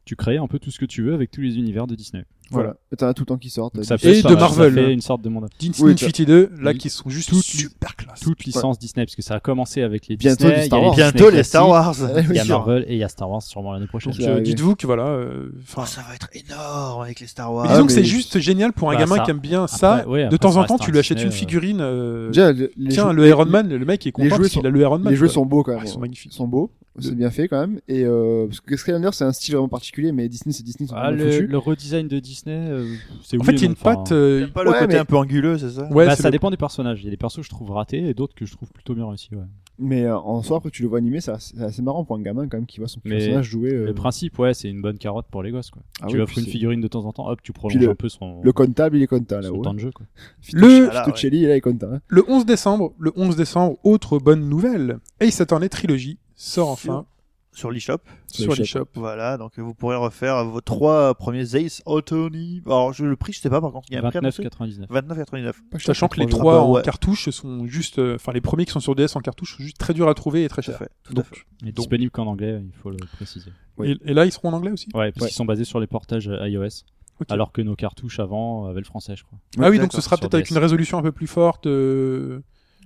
Tu crées un peu tout ce que tu veux avec tous les univers de Disney. Voilà. Et T'en as tout le temps qui sortent. Donc, ça T'as du- fait, Et ça- de ça Marvel. fait une sorte de monde. Disney Oui, t'as- Infinity 2, là, Oui. qui sont juste Toutes- super classe. Toute licence Disney, parce que ça a commencé avec les Bientôt Disney. du Star il y a Wars. Disney Bientôt les Star classiques, Wars. Ouais, Il y a Eh oui, sûr. Marvel et il y a Star Wars sûrement l'année prochaine. Donc, C'est euh, arrivé. dites-vous que voilà, euh, Oh, enfin, ça va être énorme avec les Star Wars. Mais Ah, disons que mais- c'est juste génial pour un Bah, gamin ça- qui aime bien ça. ouais, de après, temps ça en temps, reste tu un lui achètes Disney, une figurine. euh, Déjà, le- les Tiens, jeux- le Iron Man, le mec est content jeux parce qu'il sont- a le Iron Man. les jeux quoi. sont beaux quand Ah, même. ils sont Ils magnifiques. sont beaux, c'est bien fait quand même. Et euh, parce que Skylander c'est un style vraiment particulier, mais Disney c'est Disney. ils sont Ah, vraiment le, foutus. le redesign de Disney, euh, c'est En oui fait, et il y a non, une enfin, patte. hein. euh, T'aimes pas le Ouais, côté mais- un peu anguleux, c'est ça Ouais, Bah, c'est ça le- dépend des personnages. Il y a des persos que je trouve ratés et d'autres que je trouve plutôt bien réussis. Ouais. Mais euh, en soi, quand tu le vois animé, c'est assez c'est assez marrant pour un gamin quand même qui voit son Mais- personnage jouer. euh, Le principe, ouais, c'est une bonne carotte pour les gosses. Quoi. ah tu oui, offres puis une c'est- figurine de temps en temps, hop, tu prolonges le- un peu son, Le bah, comptable, il est content son là-haut. temps de jeu. Quoi. Le, Voilà, ouais. Fitocelli, là, il est content. hein. le 11 décembre, le 11 décembre, autre bonne nouvelle. Ace Attorney Trilogy sort enfin Sur l'eShop. sur les l'eShop. Voilà, donc vous pourrez refaire vos trois premiers Ace Autony. Alors, je, le prix, je sais pas par contre. Il y a un prix à 29,99. 29,99. Sachant que les comprends, trois bah, ouais. en cartouche sont juste, euh, enfin les premiers qui sont sur DS en cartouche sont juste très durs à trouver et très Tout à chers. fait. Tout à Donc, fait. Et Donc- disponible qu'en anglais, il faut le préciser. Ouais. et, et là ils seront en anglais aussi. Ouais, parce Ouais. qu'ils sont basés sur les portages euh, iOS. Ok. Alors que nos cartouches avant euh, avaient le français, je crois. ah oui, donc ce D'accord, sera sur peut-être avec DS. une résolution un peu plus forte. euh,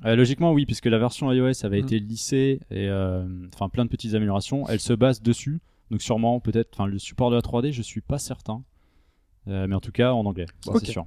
Euh, logiquement, oui, puisque la version iOS avait Mm. été lissée et euh, enfin plein de petites améliorations. Elle se base dessus, donc sûrement peut-être, enfin le support de la 3D, je suis pas certain, Euh, mais en tout cas en anglais, ça, Ok. c'est sûr.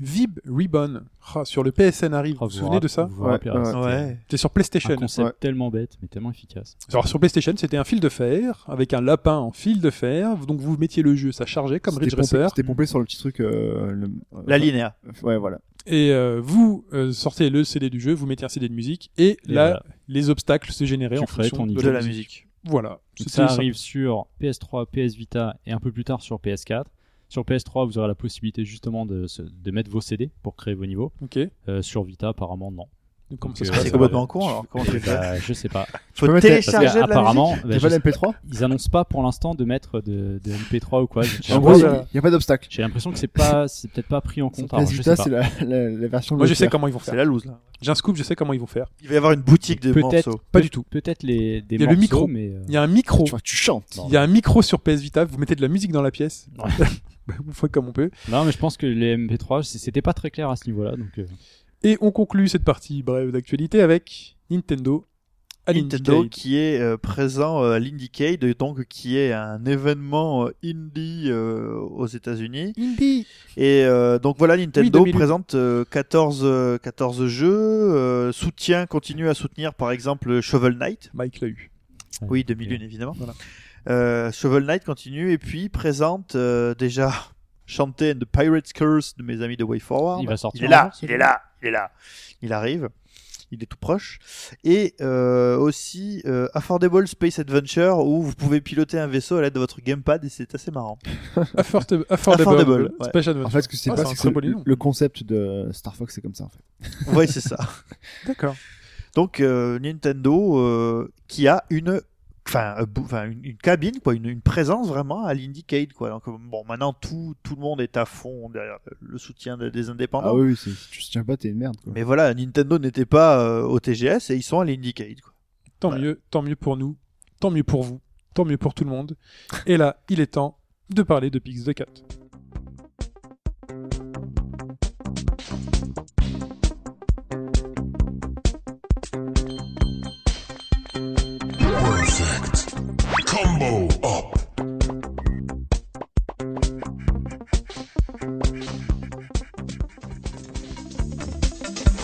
Vib Ribbon Ah, sur le PSN arrive. Oh, vous vous souvenez de ça Vous vous Ouais, rappelez, ouais. c'était Ouais. C'était sur Un PlayStation. concept Ouais. tellement bête, mais tellement efficace. Alors sur PlayStation, c'était un fil de fer avec un lapin en fil de fer. Donc vous mettiez le jeu, ça chargeait comme Ridge Racer. C'était pompé sur le petit truc. euh, le- La linéa. Ouais, voilà. Bah, Et euh, vous euh, sortez le CD du jeu, vous mettez un CD de musique et, Et là voilà. les obstacles se généraient Tu en ferais fonction ton de, niveau. De la musique. Voilà. Donc, C'était ça simple. arrive sur PS3, PS Vita et un peu plus tard sur PS4. Sur PS3, vous aurez la possibilité justement de, se- de mettre vos CD pour créer vos niveaux. Ok. Donc, Euh, sur Vita, apparemment, non. comment euh, ça se Ouais, C'est passe ça complètement con alors. Comment tu Et fais bah, je sais pas. Faut peux mettre- Parce que, télécharger de la musique. apparemment, bah, T'as je pas l'MP3 ils annoncent pas pour l'instant de mettre de, de MP3 ou quoi. J'ai En En gros, gros, il l'impression- ça- n'y a pas d'obstacle. j'ai l'impression que c'est pas, c'est peut-être pas pris en compte. Sur alors, PS je Vita, sais pas. c'est la, la, la version. Moi je sais locale. comment ils vont C'est faire. la loose là. J'ai un scoop, je sais comment ils vont faire. Il va y avoir une boutique de Peut-être. morceaux. Pas du tout. Peut-être les des Il y a le morceaux, micro. mais euh, Il y a un micro. Tu vois, tu chantes. non, Il y a un micro sur PS Vita. Vous mettez de la musique dans la pièce. Ben, Ouais. Vous faites comme on peut. non, mais je pense que les MP3, c'est- c'était pas très clair à ce niveau-là. Donc, euh, Et on conclut cette partie brève d'actualité avec Nintendo à Nintendo l'Indicade. qui est euh, présent euh, à l'Indiecade, et donc qui est un événement euh, indie euh, aux États-Unis. Indie. Et euh, donc voilà, Nintendo 2008. présente euh, 14, euh, 14 jeux, euh, soutient, continue à soutenir par exemple Shovel Knight. Mike l'a eu. Oui, 2001 évidemment. Voilà. Euh, Shovel Knight continue et puis présente euh, déjà Shantae and the Pirate's Curse de mes amis de Way Forward. Il va sortir Il est un là, jour, il est là, il est là. Il arrive, il est tout proche. Et euh, aussi euh, Affordable Space Adventure où vous pouvez piloter un vaisseau à l'aide de votre gamepad et c'est assez marrant. Affordable. Affordable, ouais. Space Adventure. En fait, ce que c'est Ah, pas, c'est un c'est très que bon le, nom. le concept de Star Fox, c'est comme ça en fait. ouais, c'est ça. Ah, D'accord. Donc euh, Nintendo euh, qui a une enfin euh, bou- enfin, une, une cabine quoi, une, une présence vraiment à l'Indiecade quoi. Donc euh, bon, maintenant tout tout le monde est à fond derrière le soutien de- des indépendants. Ah oui, oui, c'est- si tu soutiens pas, t'es une merde quoi. Mais voilà, Nintendo n'était pas euh, au TGS et ils sont à l'Indiecade quoi. Tant Voilà. mieux, tant mieux pour nous, tant mieux pour vous, tant mieux pour tout le monde. Et là, il est temps de parler de Pix 4. Combo up.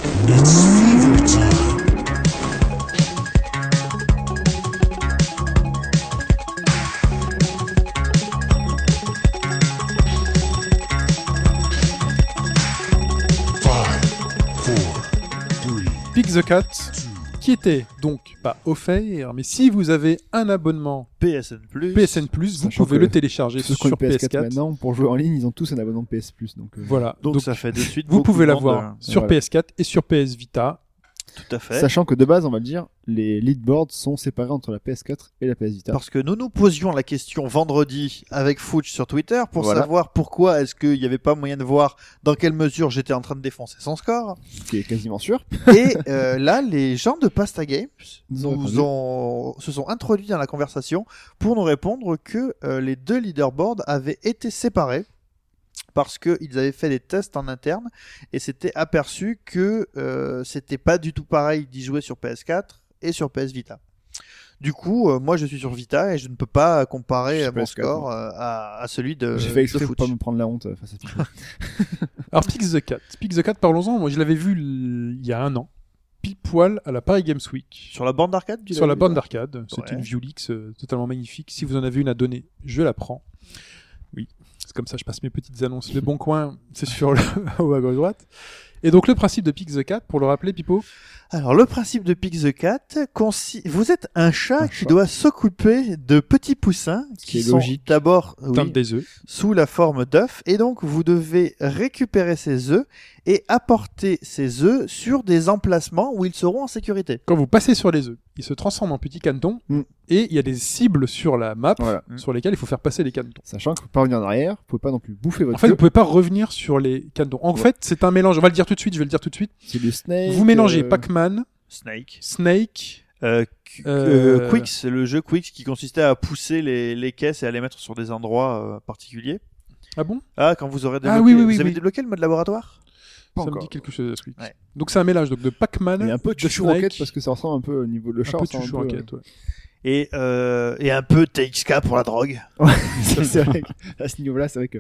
It's fever time. Five, four, three, Pix the Cat, two, qui était donc pas offert, mais si vous avez un abonnement PSN Plus. PSN Plus, vous Sachant pouvez que le télécharger Ceux sur qui ont une PS4, PS4. maintenant, pour jouer en ligne, ils ont tous un abonnement PS Plus. Donc, euh, Voilà. Donc, Donc, ça fait de suite vous beaucoup pouvez de monde, l'avoir hein. sur Voilà. PS4 et sur PS Vita. tout à fait. Sachant que de base, on va le dire, les leadboards sont séparés entre la PS4 et la PS Vita. Parce que nous nous posions la question vendredi avec Fouch sur Twitter pour Voilà. savoir pourquoi est-ce qu'il n'y avait pas moyen de voir dans quelle mesure j'étais en train de défoncer son score. Ce qui est quasiment sûr. Et euh, là, les gens de Pasta Games Nous ont nous répondu. ont, se sont introduits dans la conversation pour nous répondre que euh, les deux leaderboards avaient été séparés parce qu'ils avaient fait des tests en interne et s'étaient aperçus que euh, c'était pas du tout pareil d'y jouer sur PS4 et sur PS Vita. Du coup, euh, moi je suis sur Vita et je ne peux pas comparer Je suis euh, mon PS4, score euh, à, à celui de, J'ai fait de exprès Fouch. pour pas me prendre la honte euh, face à Picsou. Alors Pix the Cat, Pix the Cat, parlons-en. Moi, je l'avais vu l- il y a un an, pile poil à la Paris Games Week. Sur la bande d'arcade tu sur l'as la vu, bande toi d'arcade. C'est Ouais. une Viewlix euh, totalement magnifique. Si vous en avez une à donner, je la prends. Oui, c'est comme ça je passe mes petites annonces. Le Bon Coin, c'est sur le haut à gauche droite. Et donc le principe de Pick the Cat, pour le rappeler, Pipo, Alors, le principe de Pick the Cat, consi- vous êtes un chat Un qui chat. doit s'occuper de petits poussins qui qui est sont logique. d'abord oui, teinte des œufs. sous la forme d'œufs, et donc vous devez récupérer ces œufs et apporter ces œufs sur des emplacements où ils seront en sécurité. Quand vous passez sur les œufs, ils se transforment en petits canetons Mm. et il y a des cibles sur la map Voilà. Mm. sur lesquelles il faut faire passer les canetons. Sachant que vous pouvez pas revenir en arrière, vous pouvez pas non plus bouffer En votre fait, vous queue. pouvez pas revenir sur les canetons. En Ouais. fait, c'est un mélange. On va le dire tout de suite. Je vais le dire tout de suite. C'est du Snake. vous mélangez euh, Pac-Man, Snake. Snake, Euh, Q- Euh, euh, Quicks, le jeu Quicks qui consistait à pousser les, les caisses et à les mettre sur des endroits euh, particuliers. ah bon Ah, quand vous aurez débloqué, oui, oui, vous oui, avez oui. débloqué le mode laboratoire pas Ça me encore. dit quelque chose. Squeak. Ouais. Donc c'est un mélange donc de Pac-Man, Mais un peu de chouchou roquette Snake, parce que ça ressemble un peu au niveau de le un chat. peu ça ressemble Chuchu un peu, Rocket, ouais. et, euh, et un peu TXK pour la drogue. euh, ça, c'est vrai que- à ce niveau-là, c'est vrai que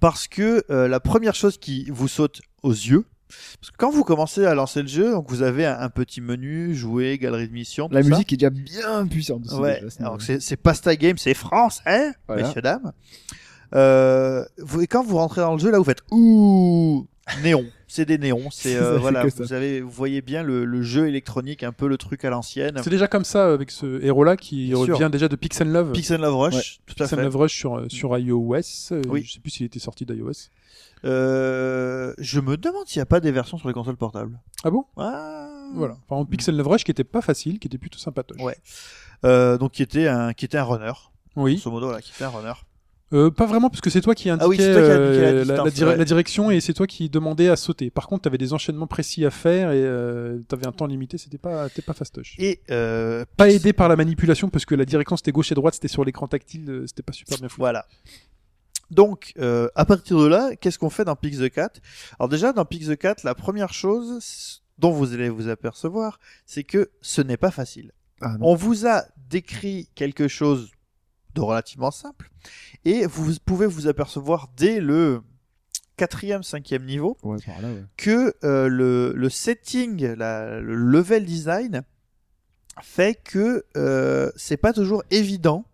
parce que euh, la première chose qui vous saute aux yeux, parce que quand vous commencez à lancer le jeu, donc vous avez un, un petit menu, jouer, galerie de mission, la tout musique est déjà bien puissante. ça. dessus, Ouais. déjà, à ce Alors que niveau-là. c'est c'est Pasta Game, c'est France, hein, Voilà. messieurs dames. Euh, vous, et quand vous rentrez dans le jeu, là, vous faites ouh néon. C'est des néons. C'est euh, Ça fait voilà. que ça. Vous avez, vous voyez bien le, le jeu électronique, un peu le truc à l'ancienne. C'est déjà comme ça euh, avec ce héros-là qui Bien sûr. revient déjà de Pixel Love. Pix and Love Rush, tout à Pixel fait. Love Rush sur, euh, sur iOS. euh, Oui. Je sais plus s'il était sorti d'iOS. Euh, je me demande s'il n'y a pas des versions sur les consoles portables. Ah bon Ah. Voilà. Enfin, Pixel Love Rush qui était pas facile, qui était plutôt sympatoche. Ouais. Euh, donc qui était un qui était un runner. Oui. Grosso modo, là, qui était un runner. Euh, pas vraiment parce que c'est toi qui indiquais Ah oui, c'est toi qui as indiqué la hein, euh, distance, la, dire- ouais. la direction et c'est toi qui demandais à sauter. Par contre, t'avais des enchaînements précis à faire et euh, t'avais un temps limité. C'était pas, t'es pas fastoche. Et euh, Pas aidé par la manipulation parce que la direction c'était gauche et droite, c'était sur l'écran tactile, euh, c'était pas super bien foutu. voilà. Donc, euh, à partir de là, qu'est-ce qu'on fait dans Pix the Cat Alors déjà, dans Pix the Cat, la première chose, dont vous allez vous apercevoir, c'est que ce n'est pas facile. Ah, non. On vous a décrit quelque chose de relativement simple, et vous pouvez vous apercevoir dès le quatrième, cinquième niveau Ouais, par là, ouais. que euh, le, le setting, la- le level design fait que euh, c'est pas toujours évident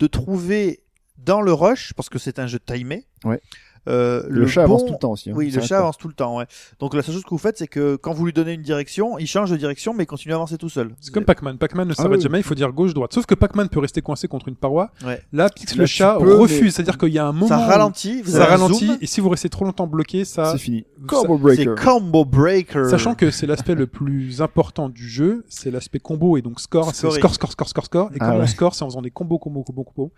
de trouver dans le rush, parce que c'est un jeu timé, Ouais. euh, Le, chat bon- avance tout le temps aussi. hein. Oui, Ça le reste chat pas. avance tout le temps. Ouais. Donc la seule chose que vous faites, c'est que quand vous lui donnez une direction, il change de direction, mais il continue à avancer tout seul. C'est comme Pac-Man. Pac-Man ne Ah s'arrête oui. jamais, il faut dire gauche-droite. Sauf que Pac-Man peut rester coincé contre une paroi. Ouais. Là, Pix, Là, le tu chat peux, refuse. mais- C'est-à-dire qu'il y a un moment. Ça où ralentit, vous Ça avez un ralentit. zoom, Et si vous restez trop longtemps bloqué, ça. C'est fini. ça- Combo c'est breaker. combo breaker. euh, Sachant que c'est l'aspect le plus important du jeu, c'est l'aspect combo et donc score, c'est Scoring. score, score, score, score, score. Et Ah quand on ouais. score, c'est en faisant des combos, combos, combos, combos.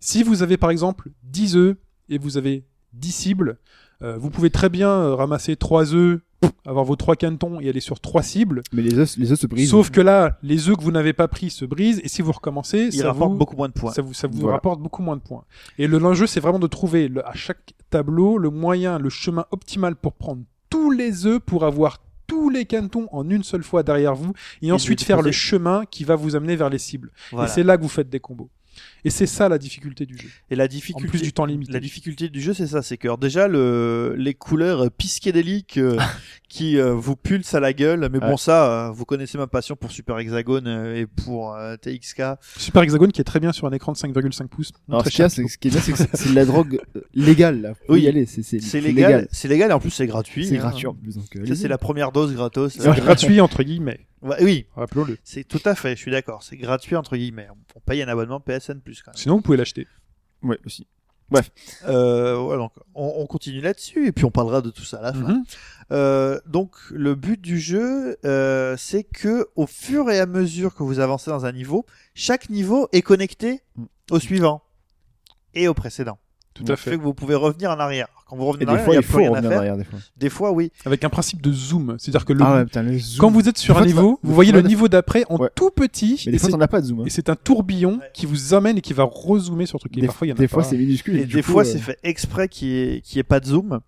Si vous avez par exemple 10 œufs et vous avez 10 cibles, euh, vous pouvez très bien euh, ramasser 3 œufs, avoir vos 3 canetons et aller sur 3 cibles. Mais les os, les os se brisent. Sauf que là, les œufs que vous n'avez pas pris se brisent et si vous recommencez, il ça rapporte vous... beaucoup moins de points. Ça vous, ça vous Voilà. rapporte beaucoup moins de points. Et le l'enjeu, c'est vraiment de trouver le- à chaque tableau le moyen, le chemin optimal pour prendre tous les œufs, pour avoir tous les cantons en une seule fois derrière vous, et, de ensuite les faire poser. le chemin qui va vous amener vers les cibles. Voilà. Et c'est là que vous faites des combos. Et c'est ça la difficulté du jeu. Et la difficulté, En plus du temps limité. la difficulté du jeu, c'est ça, c'est que alors, déjà le, les couleurs euh, piscadéliques euh, qui euh, vous pulsent à la gueule. Mais bon, Ouais. ça, euh, vous connaissez ma passion pour Super Hexagone euh, et pour euh, TXK. Super Hexagone qui est très bien sur un écran de 5,5 pouces. Alors, Très ce qu'il y a, cher. c'est- ce qui est bien, c'est que c'est- c'est de la drogue euh, légale, là. Faut Oui. y aller, c'est c'est- C'est légal, c'est légal et en plus c'est gratuit. C'est hein. gratuit en plus. donc, Ça, euh, allez-y. c'est la première dose gratos. C'est gratuit entre guillemets, Ouais, oui, rappelons-le. c'est tout à fait, je suis d'accord. C'est gratuit entre guillemets. On paye un abonnement PSN plus quand même. Sinon, vous pouvez l'acheter. Ouais, aussi. Euh, ouais, donc, on, on continue là-dessus et puis on parlera de tout ça Ah, à la fin. Mhm. Euh, donc le but du jeu, euh, c'est que au fur et à mesure que vous avancez dans un niveau, chaque niveau est connecté au suivant et au précédent. Tout Ça à fait. que vous pouvez revenir en arrière. Quand vous revenez Et en des arrière, fois, y a il plus faut rien à revenir faire. derrière des fois. Des fois, oui. Avec un principe de zoom, c'est-à-dire que le Ah ouais, putain, le zoom. quand vous êtes sur Des un fois, t'as- niveau, des vous voyez fois, le t'as- niveau d'après en Ouais. tout petit. Mais des et fois, c'est- t'en as pas de zoom. hein. Et c'est un tourbillon Ouais. qui vous amène et qui va rezoomer sur le truc. Et Des, parfois, il y en a des pas. fois, c'est minuscule. Et du des coup, fois, euh, c'est fait exprès qu'il n'y ait, qu'il y ait pas de zoom.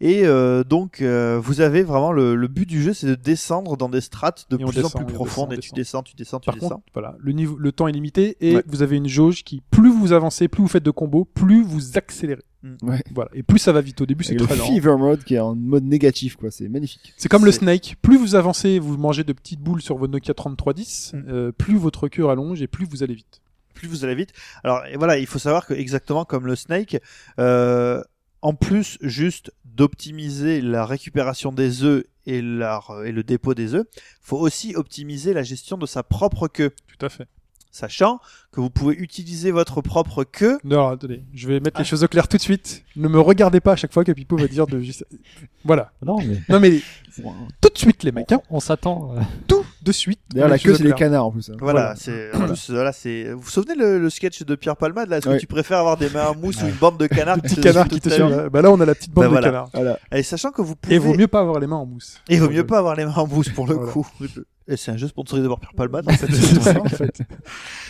Et euh, donc, euh, vous avez vraiment le, le but du jeu, c'est de descendre dans des strates de Et on plus en descend, plus on profondes. descend, et on tu descends, tu descends, tu Par descends. contre, voilà, le, niveau, le temps est limité et Ouais. vous avez une jauge qui, plus vous avancez, plus vous faites de combos, plus vous accélérez. Ouais. Voilà. Et plus ça va vite. Au début, c'est avec le très lent. fever mode qui est en mode négatif, quoi. C'est magnifique. C'est comme le C'est- Snake. Plus vous avancez, vous mangez de petites boules sur vos Nokia 3310, euh, plus votre queue allonge et plus vous allez vite. plus vous allez vite. Alors et voilà, il faut savoir que exactement comme le Snake, euh, en plus juste d'optimiser la récupération des œufs et, la, et le dépôt des œufs, faut aussi optimiser la gestion de sa propre queue, Tout à fait. sachant que vous pouvez utiliser votre propre queue. Non, alors, attendez, je vais mettre les choses au clair tout de suite. Ne me regardez pas à chaque fois que Pipo va dire de juste- Voilà. Non, mais Non, mais tout de suite, les mecs, hein. on s'attend. euh, tout de suite. D'ailleurs, la Même chose queue, au c'est les clair. canards en plus. hein. Voilà, Voilà. c'est en plus voilà, c'est vous vous souvenez le, le sketch de Pierre Palmade là, est-ce que Ouais. tu préfères avoir des mains en mousse ou une bande de canards Le qui petit te canard suit qui toute te ta suit. vie Là, Bah là, on a la petite bande Bah de voilà. canards. Voilà. Et sachant que vous pouvez Et vaut mieux pas avoir les mains en mousse. Et vaut mieux pas avoir les mains en mousse pour le Voilà. coup. Et c'est un jeu sponsorisé par Pierre Palmade. C'est ça, en fait.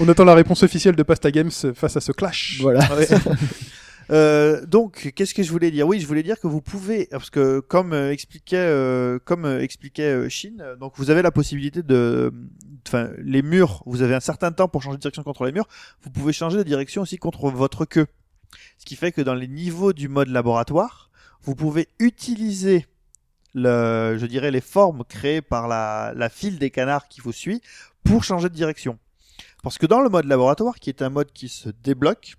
On attend la réponse officielle de Pasta Games face à ce clash. Voilà. Ouais. Euh, donc, qu'est-ce que je voulais dire Oui, je voulais dire que vous pouvez, parce que comme euh, expliquait, euh, comme euh, expliquait euh, Shin, euh, donc vous avez la possibilité de, enfin, les murs, vous avez un certain temps pour changer de direction contre les murs. Vous pouvez changer de direction aussi contre votre queue, ce qui fait que dans les niveaux du mode laboratoire, vous pouvez utiliser le, je dirais, les formes créées par la, la file des canards qui vous suit pour changer de direction. Parce que dans le mode laboratoire, qui est un mode qui se débloque,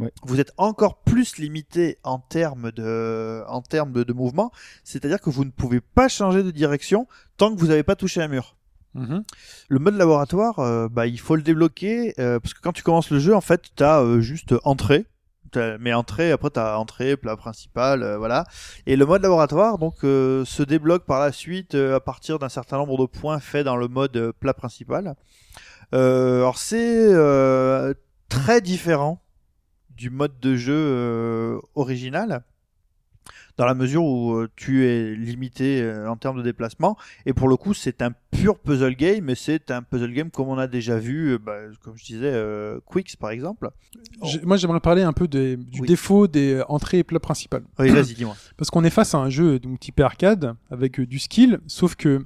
Ouais. vous êtes encore plus limité en termes de, en termes de, de mouvement. C'est-à-dire que vous ne pouvez pas changer de direction tant que vous n'avez pas touché un mur. Mhm. Le mode laboratoire, euh, bah, il faut le débloquer euh, parce que quand tu commences le jeu, en fait, t'as euh, juste entrée. T'as- Mais entrée, après t'as entrée, plat principal, euh, voilà. Et le mode laboratoire, donc, euh, se débloque par la suite euh, à partir d'un certain nombre de points faits dans le mode euh, plat principal. Euh, alors c'est euh, très différent du mode de jeu euh, original. dans la mesure où euh, tu es limité euh, en termes de déplacement. Et pour le coup, c'est un pur puzzle game, et c'est un puzzle game comme on a déjà vu, euh, bah, comme je disais, euh, Quicks par exemple. J'ai- Moi, j'aimerais parler un peu des- du Oui. défaut des euh, entrées et plats principaux. Oui, vas-y, dis-moi. Parce qu'on est face à un jeu donc type arcade avec euh, du skill, sauf que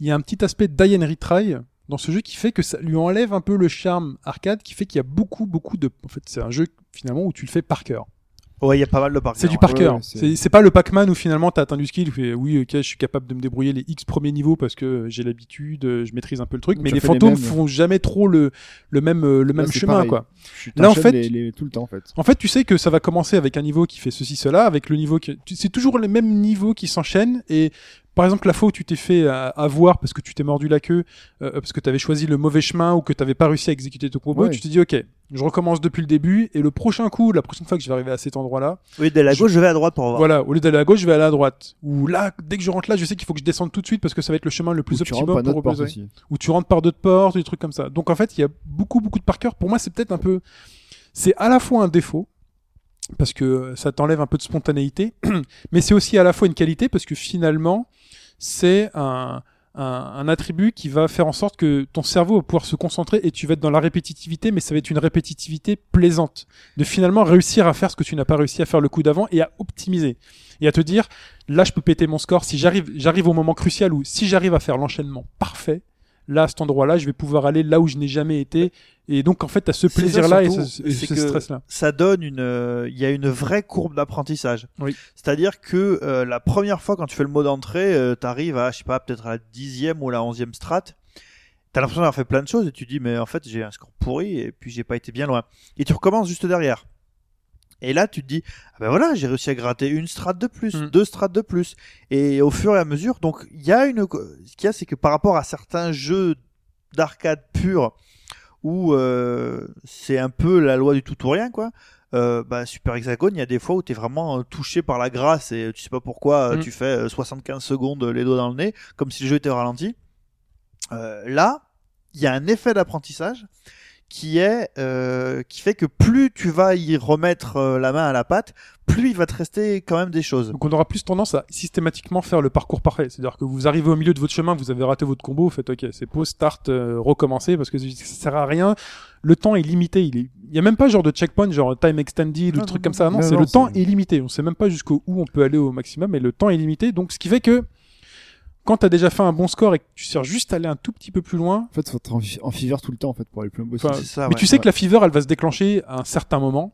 il y a un petit aspect die and retry dans ce jeu qui fait que ça lui enlève un peu le charme arcade, qui fait qu'il y a beaucoup beaucoup de. En fait, c'est un jeu finalement où tu le fais par cœur. Ouais, il y a pas mal de hein, parcours. C'est du ouais. par cœur. ouais, c'est- c'est c'est pas le Pac-Man où finalement t'as atteint du skill. où tu fais, oui, ok, je suis capable de me débrouiller les X premiers niveaux parce que euh, j'ai l'habitude, euh, je maîtrise un peu le truc. Donc, mais ça les fait les fantômes mêmes. font jamais trop le le même euh, le Là, même c'est chemin pareil. quoi. Tu Là, en t'enchaînes fait- les, les- tout le temps en fait. En fait, tu sais que ça va commencer avec un niveau qui fait ceci, cela, avec le niveau qui... tu- C'est toujours les mêmes niveaux qui s'enchaînent et... Par exemple, la fois où tu t'es fait euh, avoir parce que tu t'es mordu la queue, euh, parce que tu avais choisi le mauvais chemin ou que tu pas réussi à exécuter ton combo, Ouais. tu te dis ok, je recommence depuis le début et le prochain coup, la prochaine fois que je vais arriver à cet endroit-là, Oui, de la Je- gauche, je vais à droite pour voir. voilà, au lieu d'aller à gauche, je vais aller à droite. Ou là, dès que je rentre là, je sais qu'il faut que je descende tout de suite parce que ça va être le chemin le plus Ou tu rentres optimum par pour notre porte opposer aussi. où tu rentres par d'autres portes, des trucs comme ça. Donc en fait, il y a beaucoup, beaucoup de par cœur. Pour moi, c'est peut-être un peu. C'est à la fois un défaut, parce que ça t'enlève un peu de spontanéité, mais c'est aussi à la fois une qualité, parce que finalement, c'est un, un, un attribut qui va faire en sorte que ton cerveau va pouvoir se concentrer et tu vas être dans la répétitivité, mais ça va être une répétitivité plaisante. De finalement réussir à faire ce que tu n'as pas réussi à faire le coup d'avant et à optimiser. Et à te dire, là, je peux péter mon score si j'arrive, j'arrive au moment crucial où si j'arrive à faire l'enchaînement parfait, là, à cet endroit-là, je vais pouvoir aller là où je n'ai jamais été. Et donc, en fait, t'as ce C'est ça, plaisir-là et surtout, ce, et c'est ce que- stress-là. ça donne une, euh, il y a une vraie courbe d'apprentissage. Oui. C'est-à-dire que euh, la première fois quand tu fais le mot d'entrée, euh, t'arrives à, je sais pas, peut-être à la dixième ou la onzième strate. T'as l'impression d'avoir fait plein de choses et tu dis mais en fait j'ai un score pourri et puis j'ai pas été bien loin. Et tu recommences juste derrière. Et là tu te dis ah ben voilà j'ai réussi à gratter une strate de plus, Mm. deux strates de plus. Et au fur et à mesure donc il y a une, co- ce qu'il y a c'est que par rapport à certains jeux d'arcade pur où euh, c'est un peu la loi du tout ou rien quoi. Euh, bah, Super Hexagone, il y a des fois où tu es vraiment euh, touché par la grâce et euh, tu sais pas pourquoi euh, Mm. tu fais euh, 75 secondes euh, les doigts dans le nez, comme si le jeu était au ralenti. Euh, là, il y a un effet d'apprentissage qui est euh, qui fait que plus tu vas y remettre euh, la main à la pâte, plus il va te rester quand même des choses. Donc, on aura plus tendance à systématiquement faire le parcours parfait. C'est-à-dire que vous arrivez au milieu de votre chemin, vous avez raté votre combo, vous faites OK, c'est pause, start, euh, recommencer, parce que ça sert à rien. Le temps est limité. Il est... il y a même pas genre de checkpoint, genre time extended ou Non, truc non, comme ça. Non, non, c'est non, le c'est- temps est limité. On sait même pas jusqu'où on peut aller au maximum, et le temps est limité. Donc, ce qui fait que quand t'as déjà fait un bon score et que tu sers juste à aller un tout petit peu plus loin, En fait, faut être en, fi- en fever tout le temps en fait pour aller le plus loin possible. Enfin, C'est ça, Euh, mais Ah ouais. tu sais que la fever, elle va se déclencher à un certain moment.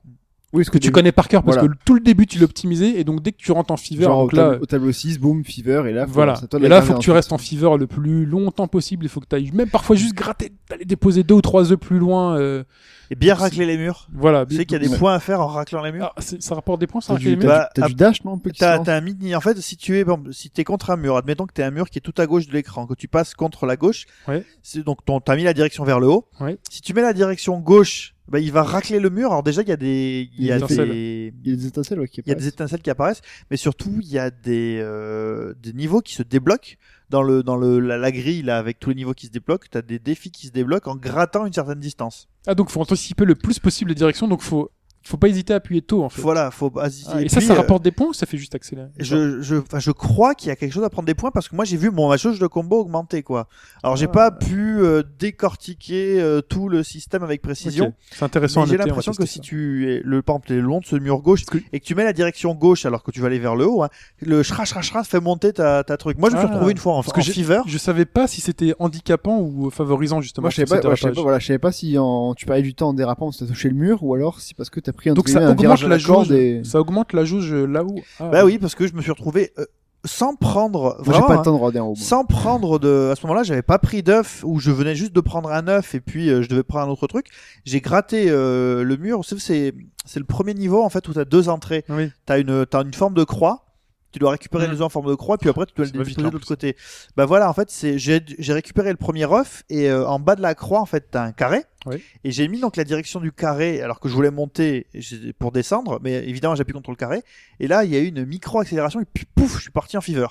oui, ce que tu connais par cœur parce Voilà. que tout le début tu l'as optimisé et donc dès que tu rentres en fever Genre donc au, là tableau, au tableau 6, boom, fever et là faut- voilà c'est à toi de et la là faut garder, que tu fait. restes en fever le plus longtemps possible il faut que tu ailles même parfois juste gratter d'aller déposer deux ou trois œufs plus loin euh, Et bien racler les murs. voilà Tu sais qu'il y a des Ouais. points à faire en raclant les murs. Ah, c'est- ça rapporte des points ça T'as du, Raquel, les bah, mecs t'as du- t'as à- du dash non un Ah, peu qui se T'as, lance t'as un mini. En fait, si tu es, par exemple, si t'es contre un mur, admettons que t'es un mur qui est tout à gauche de l'écran, que tu passes contre la gauche, Ouais. c'est donc ton, t'as mis la direction vers le haut. Ouais. Si tu mets la direction gauche, bah, il va racler le mur. Alors déjà, il y a des, il y a Des étincelles. des, Il y a des étincelles ouais, qui il y a des apparaissent. étincelles qui apparaissent, mais surtout il y a des, euh, des niveaux qui se débloquent dans le dans le la, la grille là avec tous les niveaux qui se débloquent. T'as des défis qui se débloquent en grattant une certaine distance. ah donc faut anticiper le plus possible les directions donc faut faut pas hésiter à appuyer tôt en fait Voilà, faut. pas- Ah, et, ça puis, ça euh, rapporte des points ou ça fait juste accélérer je, je, enfin, je crois qu'il y a quelque chose à prendre des points parce que moi j'ai vu mon ma jauge de combo augmenter quoi. Alors j'ai Ah. pas pu euh, décortiquer euh, tout le système avec précision. Ok, c'est intéressant mais à J'ai noter, on va l'impression que tester si ça. tu es le par exemple, t'es le long de ce mur gauche Parce et que tu mets la direction gauche alors que tu vas aller vers le haut, hein, le chra chra chra fait monter ta, ta truc. Moi je me suis Ah. retrouvé une fois en, Parce que en j'ai- fever. je savais pas si c'était handicapant ou favorisant justement Moi je cet savais pas, ouais, je savais dérapage. pas, voilà, je savais pas si en, tu parlais du temps en dérapant parce que t'as touché le mur ou alors si parce que t'as pris un, donc un ça augmente virage à la corde jauge et... ça augmente la jauge euh, là-haut Ah, Bah oui parce que je me suis retrouvé euh, sans prendre Moi j'ai vraiment, pas hein, le temps de roder en haut. moi. sans prendre de à ce moment-là j'avais pas pris d'œuf ou je venais juste de prendre un œuf et puis euh, je devais prendre un autre truc j'ai gratté euh, le mur Sauf que c'est c'est le premier niveau en fait où t'as deux entrées oui t'as une t'as une forme de croix tu dois récupérer Mhm. les œufs en forme de croix puis après tu dois le Ça va vite, là, déposer de en l'autre plus. côté bah voilà en fait c'est j'ai j'ai récupéré le premier œuf et euh, en bas de la croix en fait t'as un carré Oui. et j'ai mis donc la direction du carré alors que je voulais monter j'ai- pour descendre mais évidemment j'appuie contre le carré et là il y a eu une micro accélération et puis pouf je suis parti en fever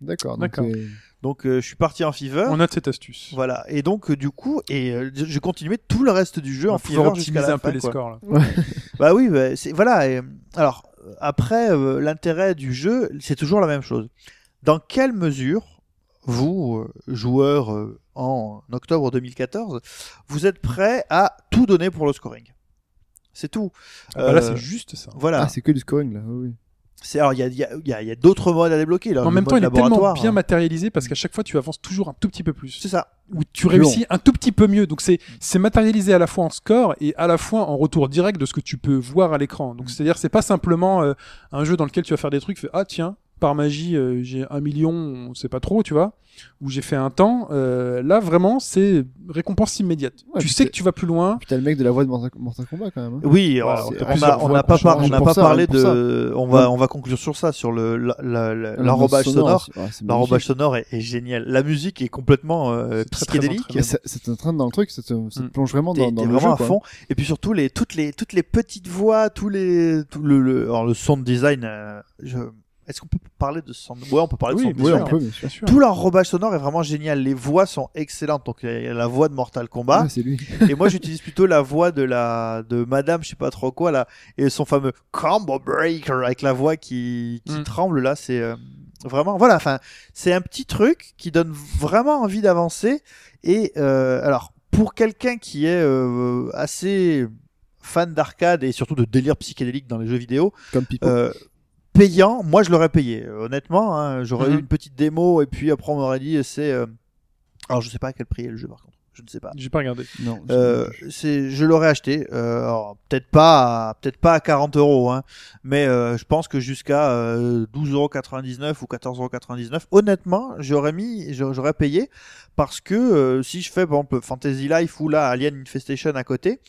D'accord. D'accord. D'accord. donc euh, je suis parti en fever on a de cette astuce voilà, et donc euh, du coup, et euh, je je continuais tout le reste du jeu on en va pouvoir fever jusqu'à optimiser la un peu fin, les quoi. scores là Bah oui, bah, c'est voilà. et, euh, alors, après, euh, l'intérêt du jeu, c'est toujours la même chose. Dans quelle mesure, vous, euh, joueurs euh, en octobre 2014, vous êtes prêts à tout donner pour le scoring C'est tout. Ah bah là, Euh, c'est juste ça. Voilà. Ah, c'est que du scoring là. oui. c'est alors il y a, il y a- il y a- il y a d'autres modes à débloquer. Euh, Là, En le même mode temps, il est tellement laboratoire, bien hein. matérialisé parce qu'à chaque fois, tu avances toujours un tout petit peu plus. C'est ça. Ou tu Plus réussis un tout petit peu mieux. Donc, c'est c'est matérialisé à la fois en score et à la fois en retour direct de ce que tu peux voir à l'écran. Mm. Donc, c'est-à-dire, c'est pas simplement euh, un jeu dans lequel tu vas faire des trucs, fais, ah tiens, par magie, euh, j'ai un million, on sait pas trop, tu vois, ou j'ai fait un temps. Euh, là, vraiment, c'est récompense immédiate. Ouais, tu puis sais t'es- que tu vas plus loin. Putain, le mec de la voix de Mortal Mortal Kombat quand même. hein. Oui, Voilà, on- c'est- on plusieurs n'a on fois n'a pas, qu'on par- change on n'a pour pas ça, parlé pour de. On va, on va conclure sur ça, sur le la- la- la- l'enrobage sonore. aussi. Ouais, c'est L'enrobage sonore est, est génial. La musique est complètement euh, C'est très, très psychédélique. bon, Mais ça- ça t'entraîne dans le truc, ça te, ça te Mm. plonge vraiment T'es dans, dans t'es le jeu. vraiment à quoi. fond. Et puis surtout les toutes les toutes les petites voix, tous les tout le le, alors le sound design. euh, je- Est-ce qu'on peut parler de sound Ouais, on peut parler Oui, de sound bien Ah Oui, design. on peut, bien sûr. Bien sûr. Tout l'enrobage sonore est vraiment génial. Les voix sont excellentes. Donc il y a la voix de Mortal Kombat. Ouais, c'est lui. Et moi, j'utilise plutôt la voix de la de Madame, je sais pas trop quoi là, et son fameux combo breaker avec la voix qui, qui Mm. tremble là. C'est euh, vraiment voilà. Enfin, c'est un petit truc qui donne vraiment envie d'avancer. Et euh, alors pour quelqu'un qui est euh, assez fan d'arcade et surtout de délire psychédélique dans les jeux vidéo, Comme Pipo. euh, payant, moi je l'aurais payé. Euh, Honnêtement, hein, j'aurais Mhm. eu une petite démo et puis après on m'aurait dit c'est. euh, Alors je sais pas à quel prix est le jeu par contre. Je ne sais pas. J'ai pas regardé. non. Euh, c'est, je l'aurais acheté. Euh, alors, peut-être pas, à- peut-être pas à 40 euros, hein, mais euh, je pense que jusqu'à euh, 12,99 ou 14,99. Honnêtement, j'aurais mis, j'a- j'aurais payé parce que euh, si je fais par exemple Fantasy Life ou là Alien Infestation à côté,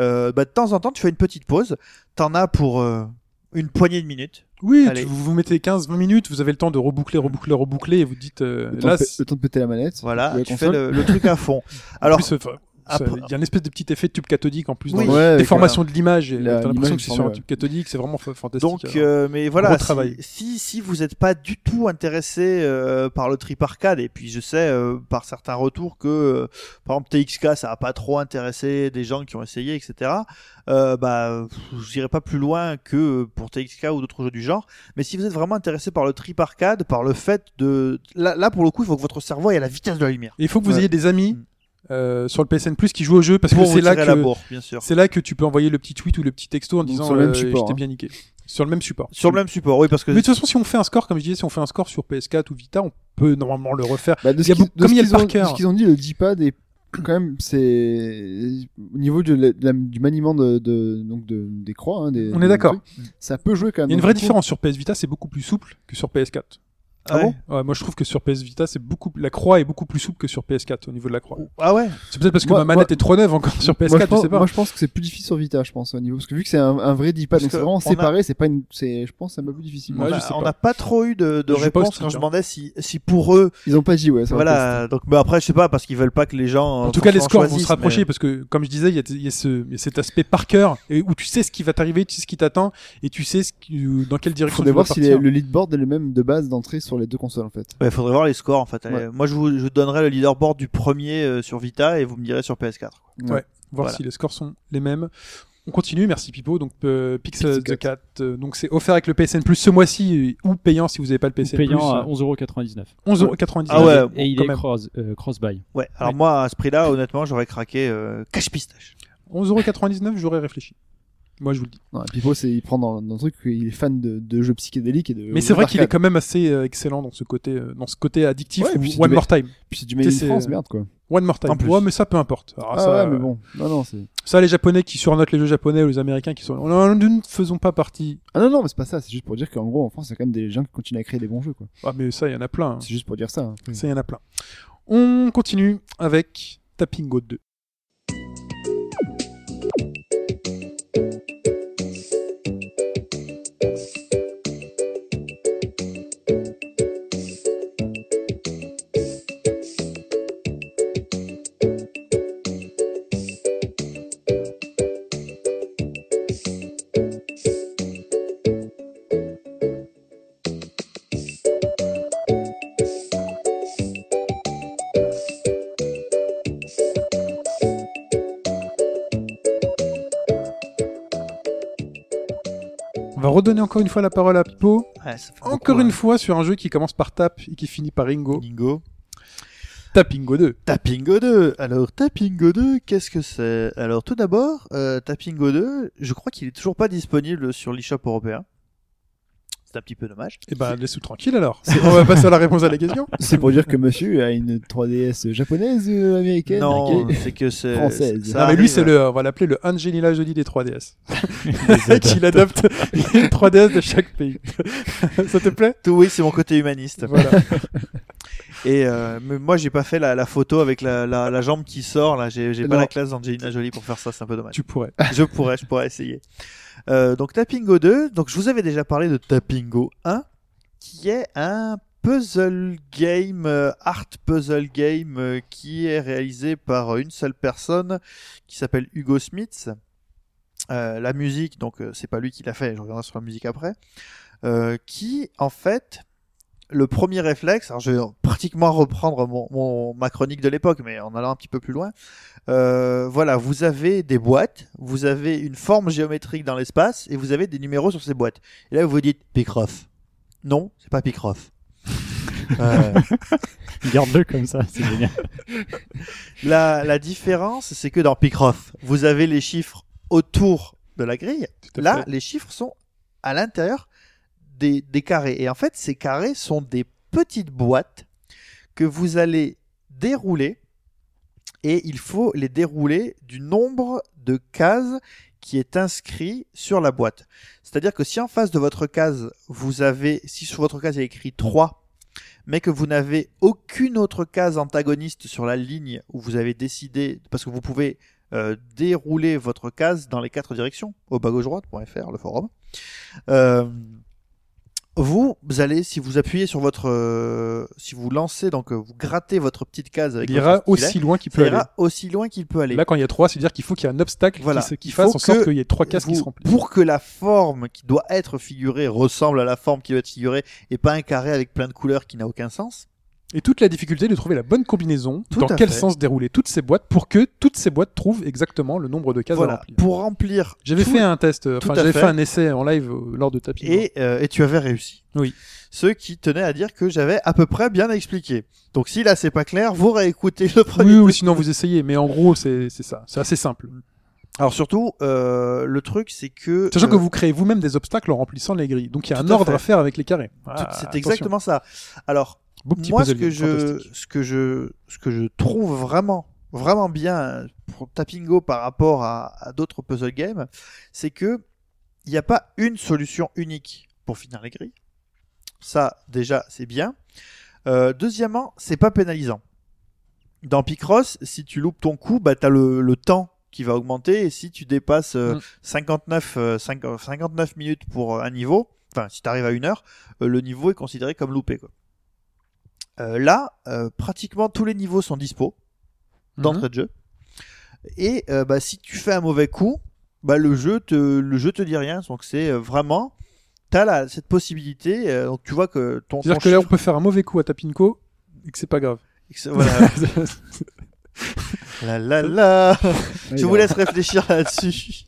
euh, bah, de temps en temps tu fais une petite pause. T'en as pour euh, une poignée de minutes. Oui, Allez. tu- vous vous mettez 15-20 minutes, vous avez le temps de reboucler, reboucler, reboucler, et vous dites, euh, le, temps là, de, pe- c'est- le temps de péter la manette. Voilà, ou la tu fais console. le, le truc à fond. en Alors plus, euh, enfin, ça- après- il y a une espèce de petit effet de tube cathodique en plus. Oui. dans le- Ouais, avec, déformation de l'image, et la- t'as l'impression l'image que c'est du sur un format, tube cathodique, c'est vraiment fa- fantastique. Donc, Alors, euh, mais voilà, gros si- travail. si, si vous n'êtes pas du tout intéressé euh, par le trip arcade, et puis je sais euh, par certains retours que, euh, par exemple, TXK, ça n'a pas trop intéressé des gens qui ont essayé, etc. Euh, bah, pff, je n'irai pas plus loin que pour TXK ou d'autres jeux du genre. Mais si vous êtes vraiment intéressé par le trip arcade, par le fait de, là, là pour le coup, il faut que votre cerveau ait à la vitesse de la lumière. Et il faut que vous ouais. ayez des amis Mm. euh, sur le PSN Plus qui jouent au jeu parce pour que c'est là retirer la que bourre, bien sûr. c'est là que tu peux envoyer le petit tweet ou le petit texto en Donc, disant sur le même euh, support, je t'ai hein. bien niqué sur le même support. Sur le même support, oui, parce que Mais de toute façon, si on fait un score, comme je disais, si on fait un score sur PS4 ou Vita, on peut normalement le refaire. Bah, de Il y a qu'ils- beaucoup- comme il y a qu'ils le ont- Parker. de ce qu'ils ont dit, le D-pad est quand même, c'est au niveau de la- de la- du maniement de, de- donc de, des croix. hein, des- On des est d'accord. trucs, Ça peut jouer quand même. Il y a une Ah, Donc, vraie du coup, différence sur PS Vita, c'est beaucoup plus souple que sur PS4. Ah bon Ouais, moi je trouve que sur PS Vita, c'est beaucoup la croix est beaucoup plus souple que sur PS4 au niveau de la croix. ah ouais, C'est peut-être parce que Moi- ma manette est trop neuve encore sur PS4, moi, je je pense, sais pas. moi, je pense que c'est plus difficile sur Vita, je pense, au niveau. Parce que vu que c'est un, un vrai D-pad, Parce donc c'est que vraiment on a- séparé, c'est pas une, c'est, je pense, c'est un peu plus difficile. Ouais, on je a- sais Bah, on pas. n'a pas trop eu Je de, de joue pas au réponse stick, quand je hein. demandais si, si pour eux, Ils ont pas dit, ouais, ça va voilà, donc mais après je sais pas parce qu'ils veulent pas que les gens En tout cas, les forcément scores vont se choisissent, rapprocher parce que, comme je disais, il y, a- il y a ce- il y a cet aspect par cœur et où tu sais ce qui va t'arriver, tu sais ce qui t'attend et tu sais ce qui- euh, dans quelle Il direction tu faudrait vas voir si les- partir. le leadboard est le même de base d'entrée sur les deux consoles en fait. mais- Ouais, faudrait voir les scores en fait. Allez, Ouais. Moi je vous, je vous donnerai le leaderboard du premier euh, sur Vita et vous me direz sur PS4. Voir voilà. si les scores sont les mêmes. On continue, merci Pipo. Donc euh, Pixel Pixel the Cat, euh, donc c'est offert avec le PSN Plus ce mois-ci euh, ou payant si vous n'avez pas le PSN payant euh, à Plus. 11,99€. 11,99€. Ah ouais, Et il quand est même. cross, euh, cross-buy. Ouais, alors Oui. moi à ce prix-là, honnêtement, j'aurais craqué euh, cache pistache. 11,99€, j'aurais réfléchi. Moi, je vous le dis. Non, et Pipo, c'est il prend dans, dans le truc qu'il est fan de, de jeux psychédéliques et de. Mais c'est vrai qu'il est d'arcade. quand même assez euh, excellent dans ce côté, euh, dans ce côté addictif. Ouais, et puis ou c'est One du- more time. Puis c'est du made in c'est- France, merde quoi. One more time. En plus. Ouais, mais ça, peu importe. Alors, Ah, ça, ouais, mais euh, bon. Non, non, c'est. Ça, les Japonais qui surnotent les jeux japonais ou les Américains qui sont. Non, non, nous ne faisons pas partie. Ah non, non, mais c'est pas ça. C'est juste pour dire qu'en gros, en France, il y a quand même des gens qui continuent à créer des bons jeux quoi. Ah, mais ça, il y en a plein. hein. C'est juste pour dire ça. hein. Hmm. Ça, il y en a plein. On continue avec Tappingo 2. On va redonner encore une fois la parole à Pipo. Encore une fois sur un jeu qui commence par Tap et qui finit par Ringo. hein. Bingo. Tapingo 2. Tapingo 2. Alors, Tapingo 2, qu'est-ce que c'est Alors, tout d'abord, euh, Tapingo 2, je crois qu'il est toujours pas disponible sur l'eShop européen. C'est un petit peu dommage. Et ben, laisse-nous tranquille alors. On va passer à la réponse à la question. C'est pour dire que monsieur a une 3DS japonaise, euh, américaine. non, ok. c'est que c'est. Française. ça Non, mais lui, arrive. c'est le, euh, on va l'appeler le Angelina Jolie des 3DS. Qu'il adapte les 3DS de chaque pays. Ça te plaît? Tout, Oui, c'est mon côté humaniste. Voilà. Et euh, mais moi, j'ai pas fait la, la photo avec la, la, la jambe qui sort. Là, j'ai j'ai pas Non. la classe d'Angelina Jolie pour faire ça. C'est un peu dommage. Tu pourrais. je pourrais, je pourrais essayer. Euh, donc Tapingo 2, donc je vous avais déjà parlé de Tapingo 1, qui est un puzzle game, euh, art puzzle game, euh, qui est réalisé par une seule personne, qui s'appelle Hugo Smith. Euh, la musique, donc euh, c'est pas lui qui l'a fait, je reviendrai sur la musique après, euh, qui en fait, le premier réflexe, alors je vais pratiquement reprendre mon, mon- ma chronique de l'époque, mais en allant un petit peu plus loin, euh, voilà, vous avez des boîtes, vous avez une forme géométrique dans l'espace et vous avez des numéros sur ces boîtes. Et là, vous vous dites Picroff. Non, c'est pas Picroff. Euh, Garde-le comme ça, c'est génial. la, la différence, c'est que dans Picroff, vous avez les chiffres autour de la grille. Tout à Là, fait. les chiffres sont à l'intérieur des, des carrés. Et en fait, ces carrés sont des petites boîtes que vous allez dérouler. Et il faut les dérouler du nombre de cases qui est inscrit sur la boîte. C'est-à-dire que si en face de votre case, vous avez, si sur votre case il y a écrit 3, mais que vous n'avez aucune autre case antagoniste sur la ligne où vous avez décidé, parce que vous pouvez euh, dérouler votre case dans les quatre directions, au bas gauche droite.fr, le forum. Euh, vous, vous allez, si vous appuyez sur votre, euh, si vous lancez, donc euh, vous grattez votre petite case avec Il votre ira stylet, aussi loin qu'il ça peut ira aller. aussi loin qu'il peut aller. Là, quand il y a 3, c'est-à-dire qu'il faut qu'il y ait un obstacle Voilà. qui, se- qui Il fasse faut en sorte que qu'il y ait trois cases qui vous- se remplissent. Pour que la forme qui doit être figurée ressemble à la forme qui doit être figurée et pas un carré avec plein de couleurs qui n'a aucun sens. Et toute la difficulté de trouver la bonne combinaison, Tout dans à quel fait. sens dérouler toutes ces boîtes pour que toutes ces boîtes trouvent exactement le nombre de cases à voilà. remplir. Pour remplir. J'avais tout- fait un test, euh, tout enfin à j'avais fait. fait. un essai en live euh, lors de tapis. Et, euh, et tu avais réussi. Oui. Ce qui tenait à dire que j'avais à peu près bien expliqué. Donc si là c'est pas clair, vous réécoutez le premier. oui, ou sinon vous essayez, mais en gros c'est c'est ça, c'est assez simple. Alors surtout, euh, le truc c'est que. Sachant euh, que vous créez vous-même des obstacles en remplissant les grilles, donc il y a Tout un à ordre fait. à faire avec les carrés. tout- Ah, c'est attention. exactement ça. Alors Beau petit moi ce puzzle que game, je fantastique. ce que je ce que je trouve vraiment vraiment bien euh, pour Tapingo par rapport à, à d'autres puzzle games c'est que il n'y a pas une solution unique pour finir les grilles ça déjà c'est bien Euh, deuxièmement c'est pas pénalisant dans Picross si tu loupes ton coup bah t'as le, le temps qui va augmenter et si tu dépasses euh, Mm. 59 euh, 50 59 minutes pour euh, un niveau enfin si t'arrives à une heure euh, le niveau est considéré comme loupé quoi. Euh, là, euh, pratiquement tous les niveaux sont dispo Mhm. d'entrée de jeu. Et euh, bah, si tu fais un mauvais coup, bah, le jeu te le jeu te dit rien. Donc c'est euh, vraiment t'as là cette possibilité. euh, donc tu vois que ton, ton C'est-à-dire que là on chiffre- peut faire un mauvais coup à Tapinko et que c'est pas grave. et que- voilà. la la la. Ouais, Je il vous a- laisse réfléchir là-dessus.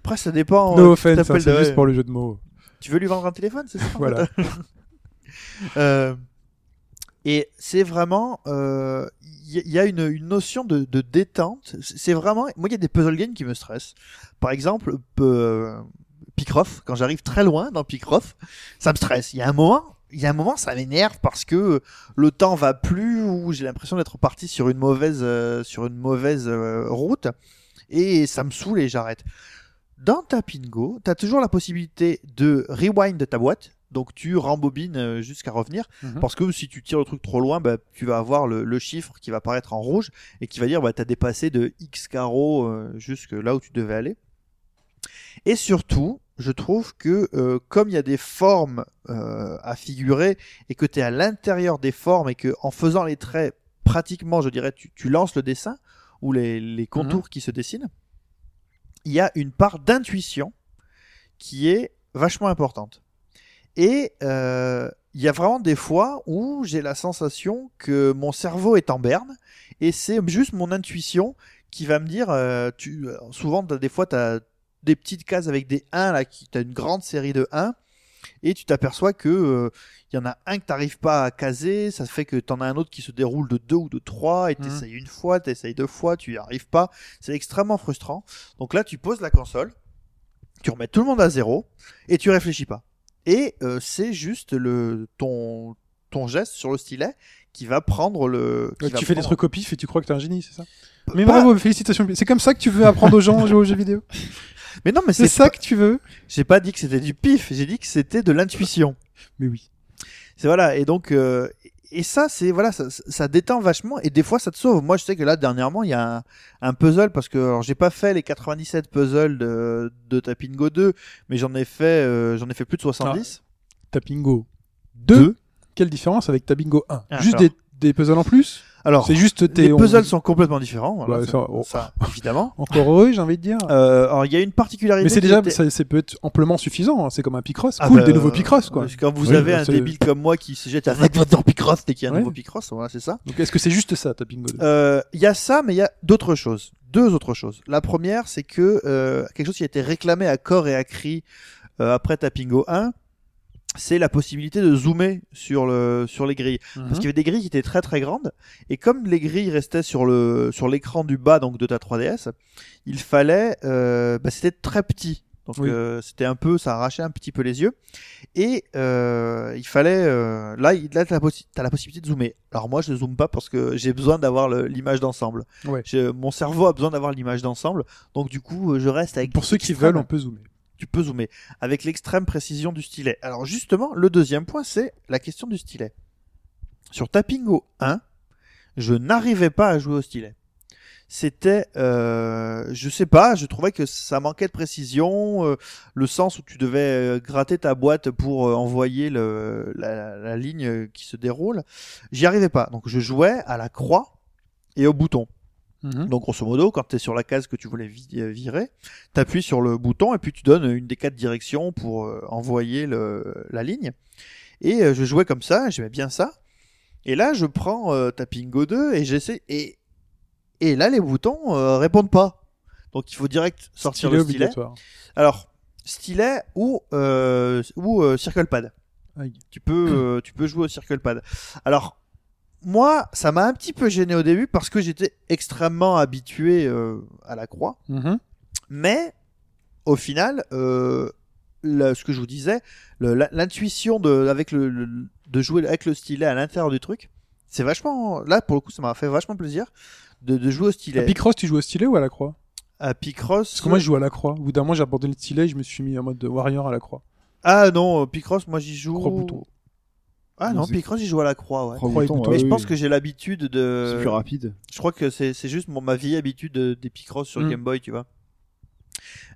Après ça dépend. no euh, tu offense, hein, t'appelles c'est de- juste pour le jeu de mots. Tu veux lui vendre un téléphone, c'est ça Voilà. Euh, et c'est vraiment, euh, il y, y a une, une notion de, de détente. C'est c'est vraiment, moi, il y a des puzzle games qui me stressent. Par exemple, euh, Picroff, quand j'arrive très loin dans Picroff, ça me stresse. Il y a un moment, il y a un moment, ça m'énerve parce que le temps va plus ou j'ai l'impression d'être parti sur une mauvaise, euh, sur une mauvaise euh, route et ça me saoule et j'arrête. Dans Tapingo, tu as toujours la possibilité de rewind de ta boîte, donc tu rembobines euh, jusqu'à revenir, Mhm. parce que si tu tires le truc trop loin, bah, tu vas avoir le, le chiffre qui va apparaître en rouge et qui va dire bah, tu as dépassé de X carreau euh, jusque là où tu devais aller. Et surtout, je trouve que euh, comme il y a des formes euh, à figurer et que tu es à l'intérieur des formes et que en faisant les traits, pratiquement, je dirais, tu, tu lances le dessin ou les, les contours qui se dessinent, il y a une part d'intuition qui est vachement importante. Et euh, il y a vraiment des fois où j'ai la sensation que mon cerveau est en berne et c'est juste mon intuition qui va me dire, euh, tu, souvent t'as- euh, des fois tu as des petites cases avec des 1 là, qui t'as une grande série de 1 et tu t'aperçois que euh, il y en a un que t'arrives pas à caser, ça fait que t'en as un autre qui se déroule de deux ou de trois Mmh. et t'essayes une fois, t'essayes deux fois, tu y arrives pas, c'est extrêmement frustrant. Donc là, tu poses la console, tu remets tout le monde à zéro et tu réfléchis pas. Et euh, c'est juste le ton ton geste sur le stylet qui va prendre le. qui Ouais, va tu fais des prendre- trucs au pif et tu crois que t'es un génie, c'est ça Mais Pas- bravo, félicitations. C'est comme ça que tu veux apprendre aux gens à jouer aux jeux vidéo Mais non, mais C'est c'est ça ça. que tu veux J'ai pas dit que c'était du pif, j'ai dit que c'était de l'intuition. Mais oui. C'est voilà et donc euh, et ça c'est voilà ça, ça- ça détend vachement et des fois ça te sauve. Moi je sais que là dernièrement il y a un, un puzzle parce que alors j'ai pas fait les 97 puzzles de, de Tapingo 2 mais j'en ai fait euh, j'en ai fait plus de 70. Tapingo 2. Deux. Quelle différence avec Tabingo 1 Ah, Juste alors. des, des puzzles en plus Alors Ah. C'est juste tes. les on- puzzles sont complètement différents voilà, Ouais, ça, ça, oh. ça, évidemment. Encore heureux, j'ai envie de dire. Euh, alors il y a une particularité Mais c'est qui déjà, était- ça, c'est peut être amplement suffisant. hein. C'est comme un Picross. Ah cool, bah, des nouveaux Picross, quoi. Parce que quand vous Oui, avez bah, un c'est- débile comme moi qui se jette à avec votre Picross dès qu'il y a un Ouais. nouveau Picross, voilà, c'est ça. Donc est-ce que c'est juste ça, Tabingo 2 Euh, Il y a ça, mais il y a d'autres choses. Deux autres choses. La première, c'est que euh, quelque chose qui a été réclamé à corps et à cri euh, après Tapingo 1, c'est la possibilité de zoomer sur, le, sur les Euh, grilles. Mhm. Hein Parce qu'il y avait des grilles qui étaient très très grandes, et comme les grilles restaient sur le sur l'écran du bas donc de ta 3DS, il fallait, euh, bah, c'était très petit, donc Oui. euh, c'était un peu, ça arrachait un petit peu les yeux, et euh, il fallait, euh, là, il- là t'as la, possi- t'as la possibilité de zoomer. Alors moi je zoome pas parce que j'ai besoin d'avoir le- l'image d'ensemble. Ouais. J'ai- Mon cerveau a besoin d'avoir l'image d'ensemble, donc du coup euh, je reste avec. Pour ceux qui extrême- veulent, on peut zoomer. tu peux zoomer avec l'extrême précision du stylet. Alors justement, le deuxième point, c'est la question du stylet. Sur Tapingo 1, je n'arrivais pas à jouer au stylet. C'était, euh, je sais pas, je trouvais que ça manquait de précision, euh, le sens où tu devais euh, gratter ta boîte pour euh, envoyer le, la, la ligne qui se déroule. J'y arrivais pas. Donc je jouais à la croix et au bouton. Mhm. Donc, grosso modo, quand tu es sur la case que tu voulais vi- euh, virer, tu appuies sur le bouton et puis tu donnes une des quatre directions pour euh, envoyer le- la ligne. Et euh, je jouais comme ça, j'aimais bien ça. Et là, je prends euh, Tapingo 2 et j'essaie. Et, et là, les boutons euh, répondent pas. Donc, il faut direct sortir Stylet le stylet. obligatoire. Alors, stylet ou, euh, ou euh, circle pad. Aïe. Tu peux, euh, tu peux jouer au circle pad. Alors, moi, ça m'a un petit peu gêné au début parce que j'étais extrêmement habitué euh, à la croix. Mhm. Mais, au final, euh, le- ce que je vous disais, le- la- l'intuition de, avec le, le- de jouer avec le stylet à l'intérieur du truc, c'est vachement. Là, pour le coup, ça m'a fait vachement plaisir de, de jouer au À stylet. Picross, tu joues au stylet ou à la croix À Picross. Parce que moi, je joue à la croix. Au bout d'un moment, j'ai abandonné le stylet et je me suis mis en mode warrior à la croix. Ah non, Picross, moi j'y joue. Croix bouton. Ah Non, non, c'est- Picross, j'y joue à la croix, ouais. Trois Trois boutons, boutons. Mais ouais, je Ah euh, oui. pense que euh, j'ai l'habitude de. c'est plus rapide. Je crois que c'est c'est juste mon, ma vieille habitude de- des Picross sur Mm. Game Boy, tu vois.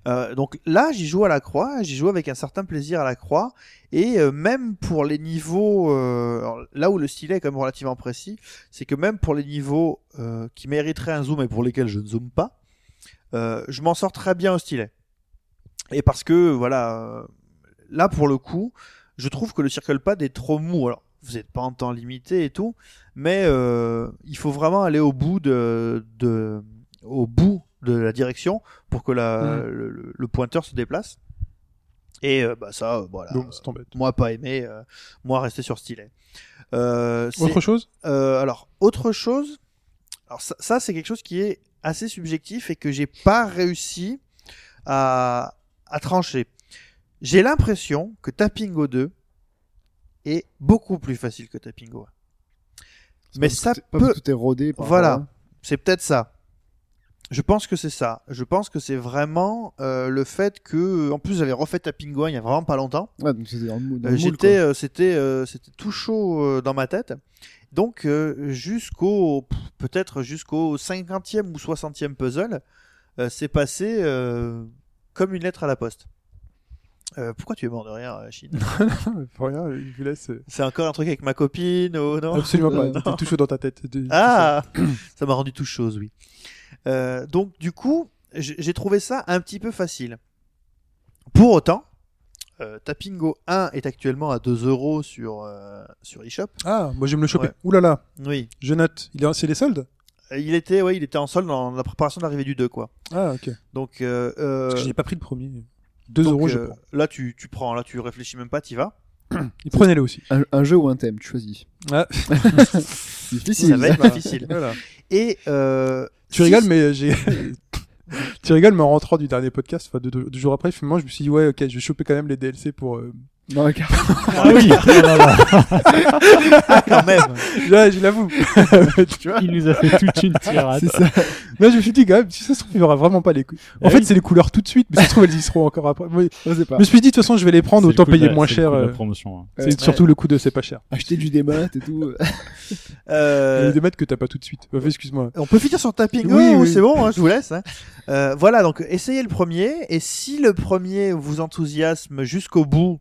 Euh, donc là, j'y joue à la croix, j'y joue avec un certain plaisir à la croix, et euh, même pour les niveaux, euh, alors, là où le stylet est quand même relativement précis, c'est que même pour les niveaux euh, qui mériteraient un zoom et pour lesquels je ne zoome pas, euh, je m'en sors très bien au stylet. Et parce que voilà, euh, là pour le coup, je trouve que le circle pad est trop mou. Alors, vous n'êtes pas en temps limité et tout, mais euh, il faut vraiment aller au bout de, de- au bout de la direction pour que la, Mhm. le, le- le pointeur se déplace. Et euh, bah ça, euh, voilà. Donc, ça t'embête. Moi pas aimé, euh, moi rester sur stylet. Euh, c'est- Autre chose euh, alors, autre chose, alors ça, ça, c'est quelque chose qui est assez subjectif et que j'ai pas réussi à, à trancher. J'ai l'impression que Tapingo 2 est beaucoup plus facile que Tapingo 1. C'est Mais pas parce ça que t'es- pas parce peut- que Tout est rodé. par Voilà. rapport C'est peut-être ça. Je pense que c'est ça. Je pense que c'est vraiment euh, le fait que, en plus, j'avais refait Tapingo 1 il y a vraiment pas longtemps. à- Ouais, donc c'était dans le mou- dans Euh, le moule, J'étais, euh, c'était, euh, c'était tout chaud euh, dans ma tête. Donc euh, jusqu'au, pff, peut-être jusqu'au 50e ou 60e puzzle, euh, c'est passé euh, comme une lettre à la poste. Euh, pourquoi tu es mort de rire, euh, Chine Pour rien, je vous laisse. euh, C'est encore un truc avec ma copine ou non Absolument Euh, pas. non. T'es tout chaud dans ta tête. T'es- Ah Ça m'a rendu tout chose, oui. Euh, donc, du coup, j- j'ai trouvé ça un petit peu facile. Pour autant, euh, Tapingo 1 est actuellement à 2 euros sur, euh, sur eShop. Ah, moi, je vais me le choper. Ouais. Ouh là là, Oui. je note. Il est- C'est les soldes il était, ouais, il était en solde dans la préparation de l'arrivée du 2, quoi. Ah, ok. Donc, euh, euh, Parce que je n'ai pas pris le premier. 2 donc, euros, je euh, prends. Là, tu, tu prends, là, tu réfléchis même pas, t'y vas. Et Prenez-le aussi. Un, un jeu ou un thème, tu choisis. Ah, Difficile. Ça va être difficile. voilà. Et euh, Tu rigoles, mais j'ai. tu rigoles, mais en rentrant du dernier podcast, enfin deux, deux jours après, finalement, je me suis dit, ouais, ok, je vais choper quand même les DLC pour. euh, Non, la carte. Ah oui quand même. Là, je l'avoue. tu vois Il nous a fait toute une tirade. C'est ça. Là, je me suis dit, quand même, si ça se trouve, il y aura vraiment pas les couilles. En Eh fait, oui. c'est les couleurs tout de suite, mais si ça se trouve, elles y seront encore après. Moi, Je sais pas. Je me suis dit, de toute façon, je vais les prendre, C'est le autant coup de la- payer moins c'est le cher. coup de euh, la promotion. hein. C'est Ouais. surtout le coup de c'est pas cher. Acheter du démat et tout. Il y a Euh, des maths que t'as pas tout de suite. Enfin, excuse-moi. on peut finir sur tapping. Oui, Oui, oui. c'est bon, hein, je vous laisse. hein. Euh, voilà, donc essayez le premier. Et si le premier vous enthousiasme jusqu'au bout,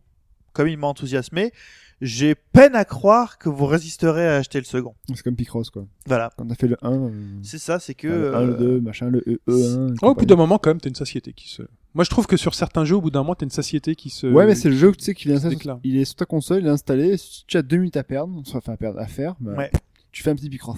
comme il m'a enthousiasmé, j'ai peine à croire que vous résisterez à acheter le second. C'est comme Picross, quoi. Voilà, Quand on a fait le 1, euh, c'est ça, c'est que. le 1, le euh, Oh, 2, machin, le E, E1. et Ouais, au bout compagnie. d'un moment, quand même, t'as une satiété qui se. Moi, je trouve que sur certains jeux, au bout d'un moment, t'as une satiété qui se. Ouais, mais c'est le jeu que tu sais qu'il vient ça. Déclin. Il est sur ta console, il est installé. Si tu as deux minutes à perdre, enfin à perdre, à faire, bah, Ouais. tu fais un petit Picross.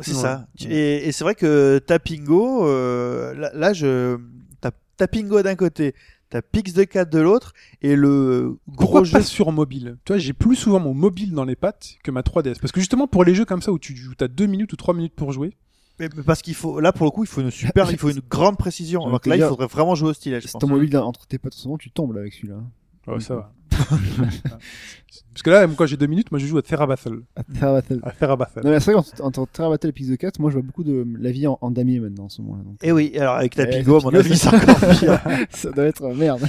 C'est Ouais. ça. Ouais. Et, et c'est vrai que Tapingo, euh, là, là, je. t'as Tapingo d'un côté, t'as Pix de 4 de l'autre, et le Pourquoi gros jeu. pas sur mobile Tu vois, j'ai plus souvent mon mobile dans les pattes que ma 3DS. Parce que justement, pour les jeux comme ça où tu joues, t'as 2 minutes ou 3 minutes pour jouer. Mais- mais Parce qu'il faut, là, pour le coup, il faut une super, il faut une grande précision. J'allais Alors que te là, il dire, faudrait vraiment jouer au stylet, je Si pense. ton mobile là, entre tes pattes, en ce moment, tu tombes là avec celui-là. Ouais, oh, ça Mhm. va. Parce que là, même quand j'ai 2 minutes, moi je joue à Terra Battle. À Terra Battle. À Terra Battle. Non, mais c'est vrai qu'entre entre Terra Battle et Pixel 4, moi je vois beaucoup de la vie en, en damier maintenant en ce moment. là, donc. Et oui, alors avec Eh, Tapingo, à mon Tapingo, avis, c'est ça- encore pire. ça doit être euh, merde.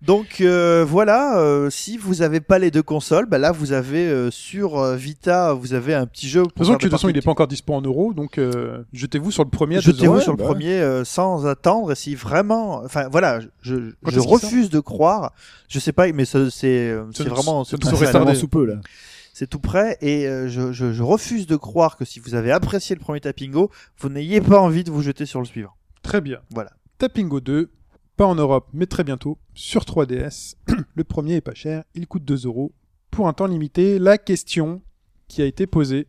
Donc euh, voilà, euh, si vous avez pas les deux consoles, bah là vous avez euh, sur euh, Vita, vous avez un petit jeu. De toute façon, que de toute façon, il n'est pas encore dispo en euros, donc euh, jetez-vous sur le premier. à deux Jetez-vous euros. sur le bah ouais. premier euh, sans attendre. Et si vraiment, enfin voilà, je, je, Quand je est-ce qu'il refuse de croire. Je sais pas, mais ça, c'est euh, Ça c'est ne- vraiment ça c'est ne tout saurait prêt. tarder. vraiment sous peu là. C'est tout prêt. Et euh, je, je, je refuse de croire que si vous avez apprécié le premier Tapingo, vous n'ayez pas envie de vous jeter sur le suivant. Très bien. Voilà. Tapingo 2, pas en Europe, mais très bientôt, sur 3DS. le premier est pas cher, il coûte 2 euros pour un temps limité. La question qui a été posée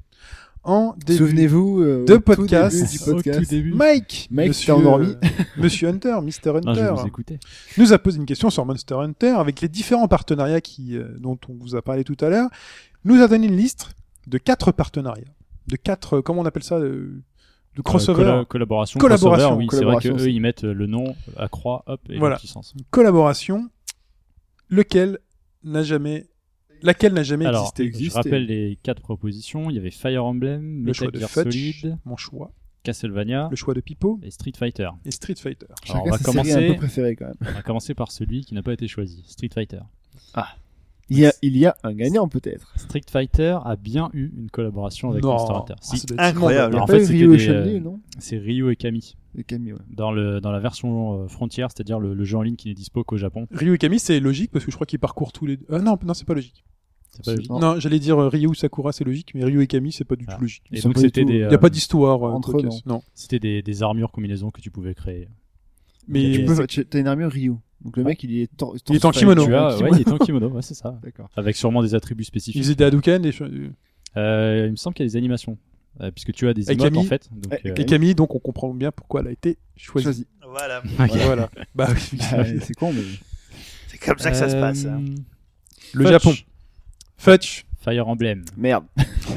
en début. Souvenez-vous euh, Deux au tout podcasts. début du Au tout podcast. début. Mike, Mike, monsieur, t'es endormi. euh, monsieur Hunter, Mr. Hunter. Non, je vais vous Euh, écouter. nous a posé une question sur Monster Hunter avec les différents partenariats qui, euh, dont on vous a parlé tout à l'heure. Nous a donné une liste de quatre partenariats, de quatre, euh, comment on appelle ça, euh, de crossover, Euh, colla- collaboration. Collaboration, crossover, oui, c'est vrai collaboration, qu'eux, c'est- ils mettent euh, le nom à croix, hop, et Voilà. le petit sens. collaboration, lequel n'a jamais, laquelle n'a jamais Alors, existé. je rappelle les quatre propositions. Il y avait Fire Emblem, le choix Metal de Gear Fetch, Solid, mon choix, Castlevania le choix de Pipo et Street Fighter. et Street Fighter. Alors, on Chacun va sa série un peu commencer, préférée quand même. on va commencer par celui qui n'a pas été choisi, Street Fighter. Il y a, il y a un gagnant peut-être. Street Fighter a bien eu une collaboration avec non, Monster Hunter. Ah, Si, ça doit être incroyable. Il y Alors, a en pas fait, eu c'est Ryu que et des, Chun-Li euh, non c'est Ryu et Kami Et Camille, ouais. dans, le, dans la version euh, Frontier, c'est-à-dire le, le jeu en ligne qui n'est dispo qu'au Japon. Ryu et Camille, c'est logique parce que je crois qu'ils parcourent tous les deux. Ah non, non, c'est pas logique. C'est pas C'est- logique. Non. Non, j'allais dire euh, Ryu Sakura, c'est logique, mais Ryu et Camille, c'est pas du Ah. tout logique. Et sont donc, pas du c'était tout- des, Il euh, n'y a pas d'histoire euh, entre quoi eux, que- non. c'était des, des armures combinaisons que tu pouvais créer. Mais Tu Tu peux- tu- T'as une armure Ryu. Donc le mec il est, tor- Ah. Il est en torse- kimono. Ah, Tu Ouais, as, ouais, il est en kimono, ouais, c'est ça. D'accord. Avec sûrement des attributs Ils spécifiques. faisaient des Hadouken des choses- Euh, il me semble qu'il y a des animations. Euh, puisque tu as des Avec emotes Camille. Eh, en fait. Donc, Avec euh, Et Camille, donc on comprend bien pourquoi elle a été choisie. Choisi. Voilà, Voilà, Voilà. bah oui. Bah, C'est con mais. c'est comme ça que ça se passe. hein. euh, Le Fetch, Japon. Fetch. Fire Emblem. Merde.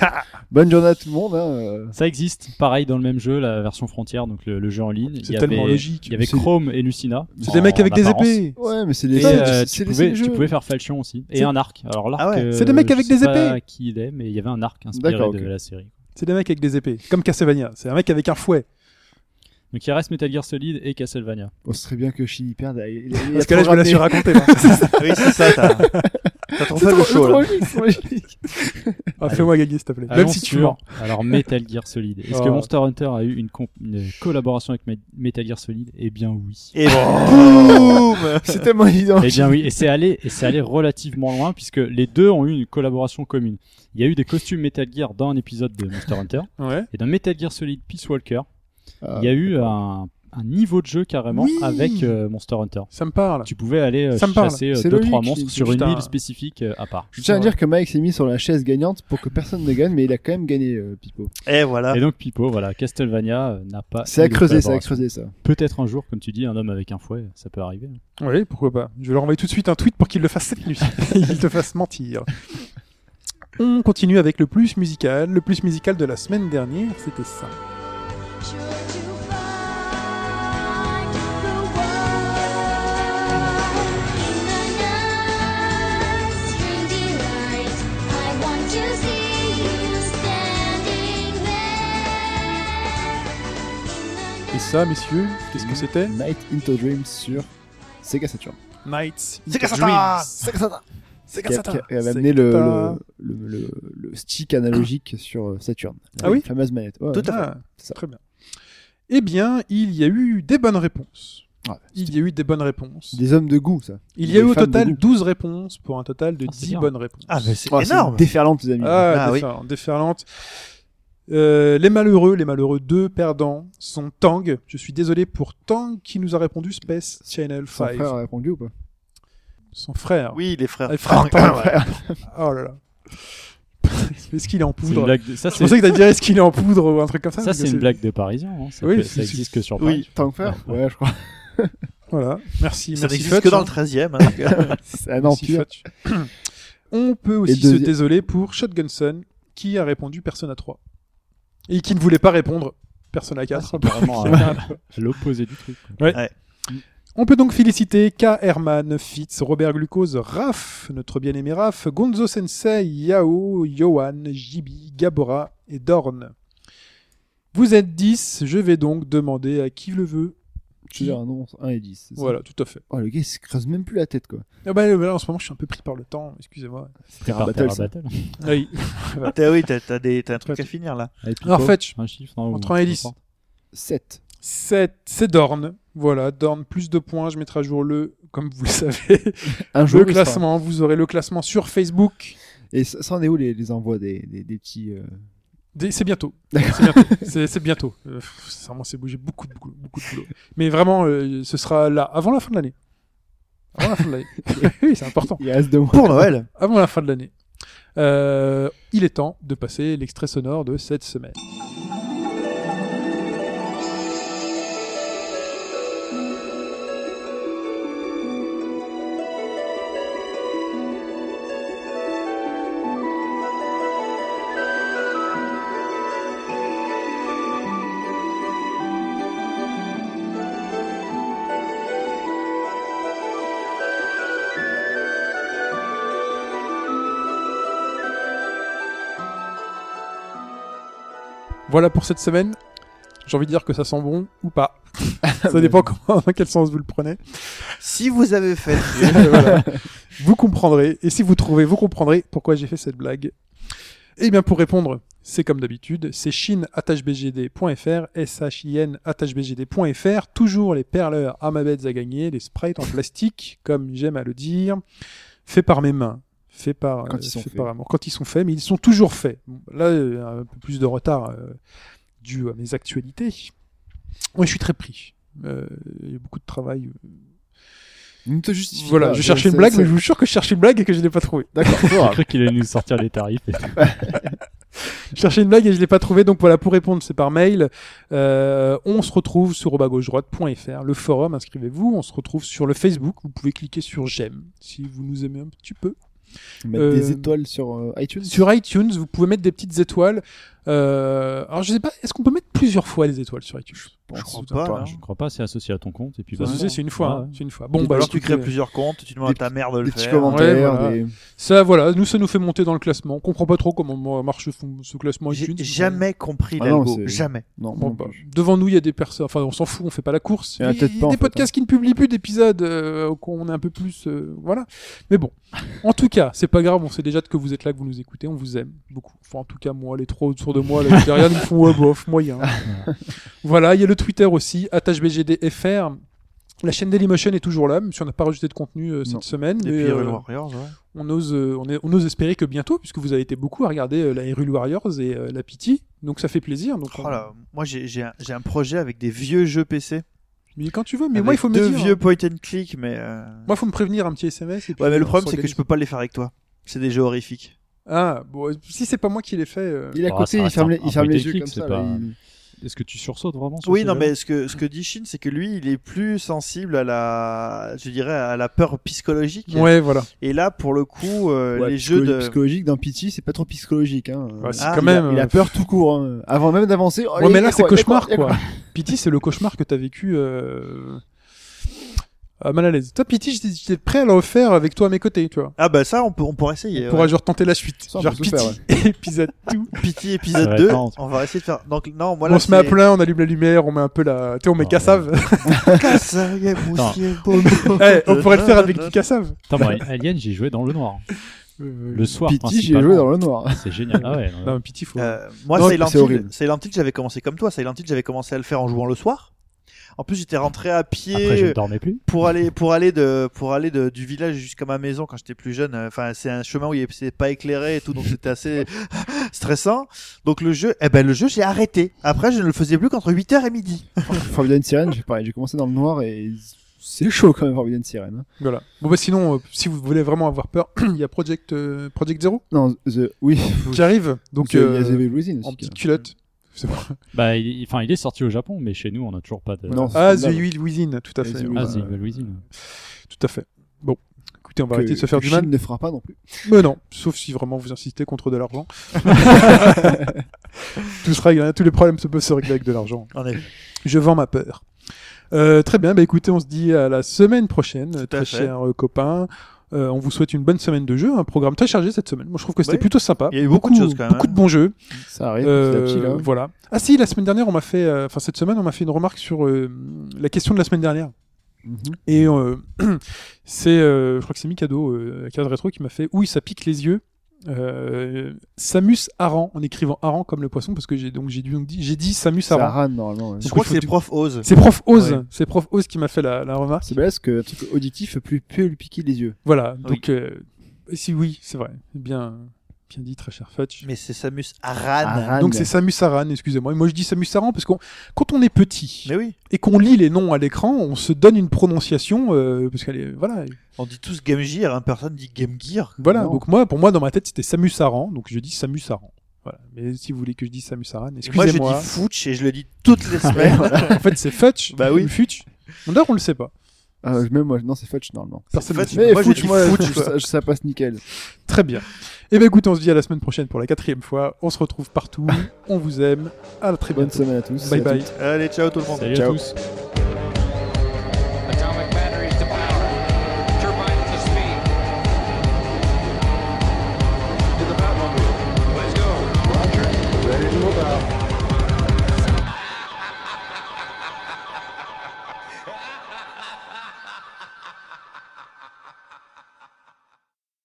Bonne journée à tout le monde. hein, euh. Ça existe, pareil dans le même jeu, la version frontière, donc le, le jeu en ligne. Il C'est y tellement avait- logique. Il y avait C'est- Chrome et Lucina. C'est en- des mecs avec en des apparence. épées. Ouais, mais c'est Et les. euh, c'est- tu, c'est- pouvais, c'est les tu jeux. pouvais faire Falchion aussi. Et C'est- un arc. Alors l'arc, Ah ouais. euh, C'est des mecs je avec sais des pas épées. qui il est, mais il y avait un arc inspiré D'accord, de ok. la série. C'est des mecs avec des épées. Comme Castlevania. C'est un mec avec un fouet. Donc il reste Metal Gear Solid et Castlevania. On Oh, serait bien que Shin y perde. il- il- il a Parce que là, je me la programmé. suis racontée. là. oui, c'est ça, t'as t'as trop C'est fait le trop- show c'est là. trop logique, c'est trop logique. Ah, Fais-moi gagner, s'il te plaît. Même Allons si tu sur- mens. Alors Metal Gear Solid. Est-ce Oh. que Monster Hunter a eu une, comp- une collaboration avec Me- Metal Gear Solid Eh bien oui. Et Oh. boum C'est tellement évident. Eh bien oui, et c'est allé, et c'est allé relativement loin puisque les deux ont eu une collaboration commune. Il y a eu des costumes Metal Gear dans un épisode de Monster Hunter Ouais. et dans Metal Gear Solid Peace Walker, Ah, il y a eu un, un niveau de jeu carrément Oui. avec euh, Monster Hunter. Ça me parle. Tu pouvais aller euh, Ça me parle. chasser C'est 2-3 logique, monstres c'est sur juste une un- île spécifique euh, à part. Je tiens à dire que Mike s'est mis sur la chaise gagnante pour que personne ne gagne, mais il a quand même gagné, euh, Pipo. Et voilà. Et donc Pipo, voilà, Castlevania euh, n'a Ah, pas. C'est à eu de creuser, c'est à collaboration. creuser ça. Peut-être un jour, comme tu dis, un homme avec un fouet, ça peut arriver. hein. Oui, pourquoi pas. Je vais leur envoyer tout de suite un tweet pour qu'ils le fassent cette nuit. Ils te fassent mentir. On continue avec le plus musical. Le plus musical de la semaine dernière, c'était ça. Should you find the one in the night, windy light, I want to see you standing there. Et ça, messieurs, qu'est-ce que c'était Night into Dreams sur Sega Saturn. Nights. Sega into Saturn Dreams. Sega Saturn Sega Qui a- Saturn. qui avait amené le, Sega- le, le, le- le stick analogique sur euh, Saturn. Ah oui La fameuse manette. Ouais, Tout ouais. à fait. Ah, C'est ça. Très bien. Eh bien, il y a eu des bonnes réponses. Ah, ben, Ouais. Il y a eu des bonnes réponses. Des hommes de goût, ça. Il y a des eu au femmes de total goût. 12 réponses pour un total de Ah, c'est 10 bien. bonnes réponses. Ah, mais c'est Oh, c'est une énorme déferlante, les amis. Ah, Ah oui. déferlante. déferlante. Euh, les malheureux, les malheureux deux perdants sont Tang. Je suis désolé pour Tang qui nous a répondu Space Channel 5. Son frère a répondu ou pas Son frère. Oui, les frères. Ah, Les frères Tang. Ouais. Oh là là. Est-ce qu'il est en C'est une poudre blague de- Ça, Je c'est pensais que t'as dit est-ce qu'il est en poudre ou un truc comme ça. ça, parce c'est que une blague de Parisien. hein. Ça, Oui, peut- c'est- ça existe que sur Paris. Oui, Tant que faire Ouais, je crois. Voilà. Merci. ça merci n'existe Fudge, que dans le hein. 13 e hein, C'est un Merci empire. Fudge. On peut aussi se deuxi- désoler pour Shotgunson qui a répondu Persona 3 et qui ne voulait pas répondre Persona 4. C'est vraiment à- à l'opposé du truc. quoi. On peut donc féliciter K. Herman, Fitz, Robert Glucose, Raph, notre bien-aimé Raph, Gonzo Sensei, Yao, Johan, Jibi, Gabora et Dorn. Vous êtes 10, je vais donc demander à qui le veut. Je veux dire, un nom, 1 et 10. c'est ça Voilà, tout à fait. Oh, le gars, il se creuse même plus la tête, quoi. Ah bah, euh, là, en ce moment, je suis un peu pris par le temps, excusez-moi. C'était un par battle, Terra ça. Battle. Oui. T'as oui, t'as- t'as des- t'as un truc à finir là. Allez, Pipo, Alors, Fetch, un chiffre. non, entre ou- un et dix. 7. c'est c'est Dorn. Voilà, Dorn, plus de points, je mettrai à jour le, comme vous le savez, Un jour, le il sera. classement. Vous aurez le classement sur Facebook. Et ça, ça en est où les, les envois des, des, des petits. euh, Des- C'est bientôt. C'est bientôt. C'est- C'est bientôt. Euh, pff, c'est vraiment, c'est bougé beaucoup de boulot, beaucoup de boulot. Mais vraiment, euh, ce sera là, avant la fin de l'année. Avant la fin de l'année. oui, c'est important. Il reste deux mois. Pour Noël Avant la fin de l'année. Euh, il est temps de passer l'extrait sonore de cette semaine. Voilà pour cette semaine. J'ai envie de dire que ça sent bon ou pas. ça dépend comment, dans quel sens vous le prenez. Si vous avez fait. Voilà. Vous comprendrez. Et si vous trouvez, vous comprendrez pourquoi j'ai fait cette blague. Eh bien, pour répondre, c'est comme d'habitude, c'est shin.bgd.fr, shin.bgd.fr, toujours les perleurs à ma bête à gagner, les sprites en plastique, comme j'aime à le dire, fait par mes mains. Fait par, Quand euh, ils sont fait faits. par amour. Quand ils sont faits, mais ils sont toujours faits. Bon, Là, euh, un peu plus de retard euh, dû à mes actualités. Moi, je suis très pris. Euh, Il y a beaucoup de travail. Ne te justifie Voilà, pas. je C'est- cherchais une c'est- blague, c'est- mais je vous jure que je cherchais une blague et que je l'ai pas trouvée. D'accord, c'est J'ai grave. cru qu'il allait nous sortir les tarifs. et tout. Je cherchais une blague et je l'ai pas trouvée, donc voilà, pour répondre, c'est par mail. Euh, on se retrouve sur robagaugedroite.fr, le forum, inscrivez-vous. On se retrouve sur le Facebook, vous pouvez cliquer sur j'aime si vous nous aimez un petit peu. Mettre Euh, des étoiles sur euh, iTunes. Sur iTunes, vous pouvez mettre des petites étoiles. Euh, alors, je sais pas, est-ce qu'on peut mettre plusieurs fois des étoiles sur iTunes pense tout pas, simplement. non. Je crois pas, c'est associé à ton compte. Et puis, Ça, voilà. tu sais, c'est une fois, Ouais. hein, c'est une fois. Bon, Des bah alors tu crées plusieurs comptes, tu demandes à Des ta mère de le des petits faire. commentaires. Ouais, voilà. des- Ça, voilà, nous, ça nous fait monter dans le classement. On comprend pas trop comment marche ce, ce classement J'ai iTunes. jamais compris Ah non, l'algo. c'est- jamais. Non, Bon, non bah, plus. devant nous, il y a des personnes. Enfin, on s'en fout, on fait pas la course. Il y en a Il y a peut-être des pas, en fait, hein. podcasts qui ne publient plus d'épisodes, euh, qu'on est un peu plus. euh, voilà. Mais bon. En tout cas, c'est pas grave, on sait déjà de que vous êtes là, que vous nous écoutez, on vous aime beaucoup. Enfin, en tout cas, moi, les trois autour de moi, là, derrière, ils me font ouais, bof, moyen. voilà, il y a le Twitter aussi, BGDFR. La chaîne Dailymotion est toujours là, même si on n'a pas rajouté de contenu euh, cette Non. semaine. Et mais, puis euh, Hyrule Warriors, ouais. on ose, euh, on, est- on ose espérer que bientôt, puisque vous avez été beaucoup à regarder euh, la Hyrule Warriors et Oh euh, la Pity, donc ça fait plaisir. Donc on- Oh là, moi j'ai j'ai un, j'ai un projet avec des vieux jeux PC Mais quand tu veux, mais Avec moi il faut me deux dire. vieux point and click, mais. euh, Moi, faut me prévenir un petit SMS. et puis hein. Ouais, mais le on problème, c'est que s'organise. je peux pas les faire avec toi. C'est des jeux horrifiques. Ah, bon, si c'est pas moi qui l'ai fait. euh, Il est à Oh, côté, ça il reste ferme un- les, un il ferme les point and yeux click, comme c'est ça. pas- là, il- Est-ce que tu sursautes vraiment sur Oui, ce non, jeu-là mais ce que, ce que dit Shin, c'est que lui, il est plus sensible à la, je dirais, à la peur psychologique. Ouais, voilà. Et là, pour le coup, euh, Ouais, les jeux psycholo- de. psychologique dans Pity, c'est pas trop psychologique. Hein. Ouais, c'est Ah, quand il a- même, Il a euh, peur tout court. hein. Avant même d'avancer. oh, ouais, il y mais a là, c'est quoi, il y a cauchemar, il y a quoi. Pity, c'est le cauchemar que t'as vécu euh... à mal à l'aise. Toi, Pity, j'étais- j'étais prêt à le refaire avec toi à mes côtés, tu vois. Ah, bah ça, on, peut, on pourrait On essayer. pourra ouais. genre tenter la suite. Ça, on genre peut Pity, tout faire, épisode tout. Pity Ça épisode va 2. être marrant, ça. On va essayer de faire. Donc, non, moi là. on se met à c'est- plein, on allume la lumière, on met un peu la. Tu sais, on met Ah, Cassave. Kassaye, Moussier, Bono. Eh, on pourrait le faire avec du Cassave. Attends, moi, Alien, j'ai joué dans le noir. Le soir, Pity, j'ai principalement. joué dans le noir. C'est génial. Ah ouais, non, non. Non, mais Pity, faut. Euh, moi, Non, c'est c'est horrible. Silent Hill, j'avais commencé comme toi. Silent Hill, j'avais commencé à le faire en jouant le soir. En plus, j'étais rentré à Après, je ne pied dormais plus. pour aller pour aller de pour aller de, du village jusqu'à ma maison quand j'étais plus jeune. Enfin, c'est un chemin où il y avait- c'est pas éclairé et tout, donc c'était assez stressant. Donc le jeu, eh ben le jeu, j'ai arrêté. Après, je ne le faisais plus qu'entre 8h et midi. Forbidden Siren, j'ai pareil, j'ai commencé dans le noir et c'est chaud quand même Forbidden Siren. hein. Voilà. Bon, bah sinon, euh, si vous voulez vraiment avoir peur, il y a Project, euh, Project Zero Non, The, oui. qui arrive. Donc, The- euh, il y a The Evil Within en aussi. hein. qui- petite culotte. C'est bon. Bah, il, il- enfin, il est sorti au Japon, mais chez nous, on n'a toujours pas de. Non, c'est Ah, The scandale. Evil Within, tout à Et fait. The oui. Evil Ah, bah, c'est une Louisine. Tout à fait. Bon, écoutez, on va que- arrêter de se faire que du mal. Chine ne fera pas non plus. Mais non, sauf si vraiment vous insistez contre de l'argent. Tout sera réglé, hein, tous les problèmes se peuvent se régler avec de l'argent. En effet. Je vends ma peur. Euh, très bien, bah écoutez, on se dit à la semaine prochaine, très fait. chers euh, copains. Euh, on vous souhaite une bonne semaine de jeu, un programme très chargé cette semaine. Moi, je trouve que c'était Oui. plutôt sympa. Il y a eu beaucoup de choses, quand même, Beaucoup hein. de bons jeux. Ça arrive petit à Euh, petit là. Voilà. Ah si, la semaine dernière, on m'a fait, euh, enfin cette semaine, on m'a fait une remarque sur euh, la question de la semaine dernière. Mhm. Et euh, c'est, euh, je crois que c'est Mikado, euh, cadre rétro, qui m'a fait Oui, ça pique les yeux. Euh, Samus Aran, en écrivant Aran comme le poisson, parce que j'ai donc j'ai dû- donc dit, j'ai dit Samus Ça Aran. rane normalement. ouais. Je Donc, crois il que faut c'est du- prof Oz. C'est Prof Oz, Ouais. c'est Prof Oz qui m'a fait la, la remarque. C'est balèze que un truc auditif plus peut le piquer les yeux. Voilà, Oui. donc euh, si oui, c'est vrai, bien, bien dit, très cher Fetch. Mais c'est Samus Aran. Aran. Ah, Donc c'est Samus Aran, excusez-moi. Et Moi je dis Samus Aran parce qu'on quand on est petit Mais oui, et qu'on lit les noms à l'écran, on se donne une prononciation euh, parce qu'elle est voilà, on dit tous Game Gear, hein, personne dit Game Gear. Voilà, Non. donc moi, pour moi, dans ma tête, c'était Samus Aran, donc je dis Samus Aran. Voilà. Mais si vous voulez que je dise Samus Aran, Et Moi, je excusez-moi. dis Fouch et je le dis toutes les semaines. en fait, c'est Futch. Bah oui. ou Futch. D'ailleurs, on le sait pas. Ah, même moi, non, c'est Fudge normalement. Personne Futch. ne le Mais moi, je Fudge, dis moi, Fudge, je- quoi. ça- ça passe nickel. sait. Très bien. Et ben écoutez, on se dit à la semaine prochaine pour la quatrième fois. On se retrouve partout. on vous aime. À la très Bonne bientôt. semaine à tous. Bye à bye. Allez, ciao tout le monde. Salut à Ciao. tous.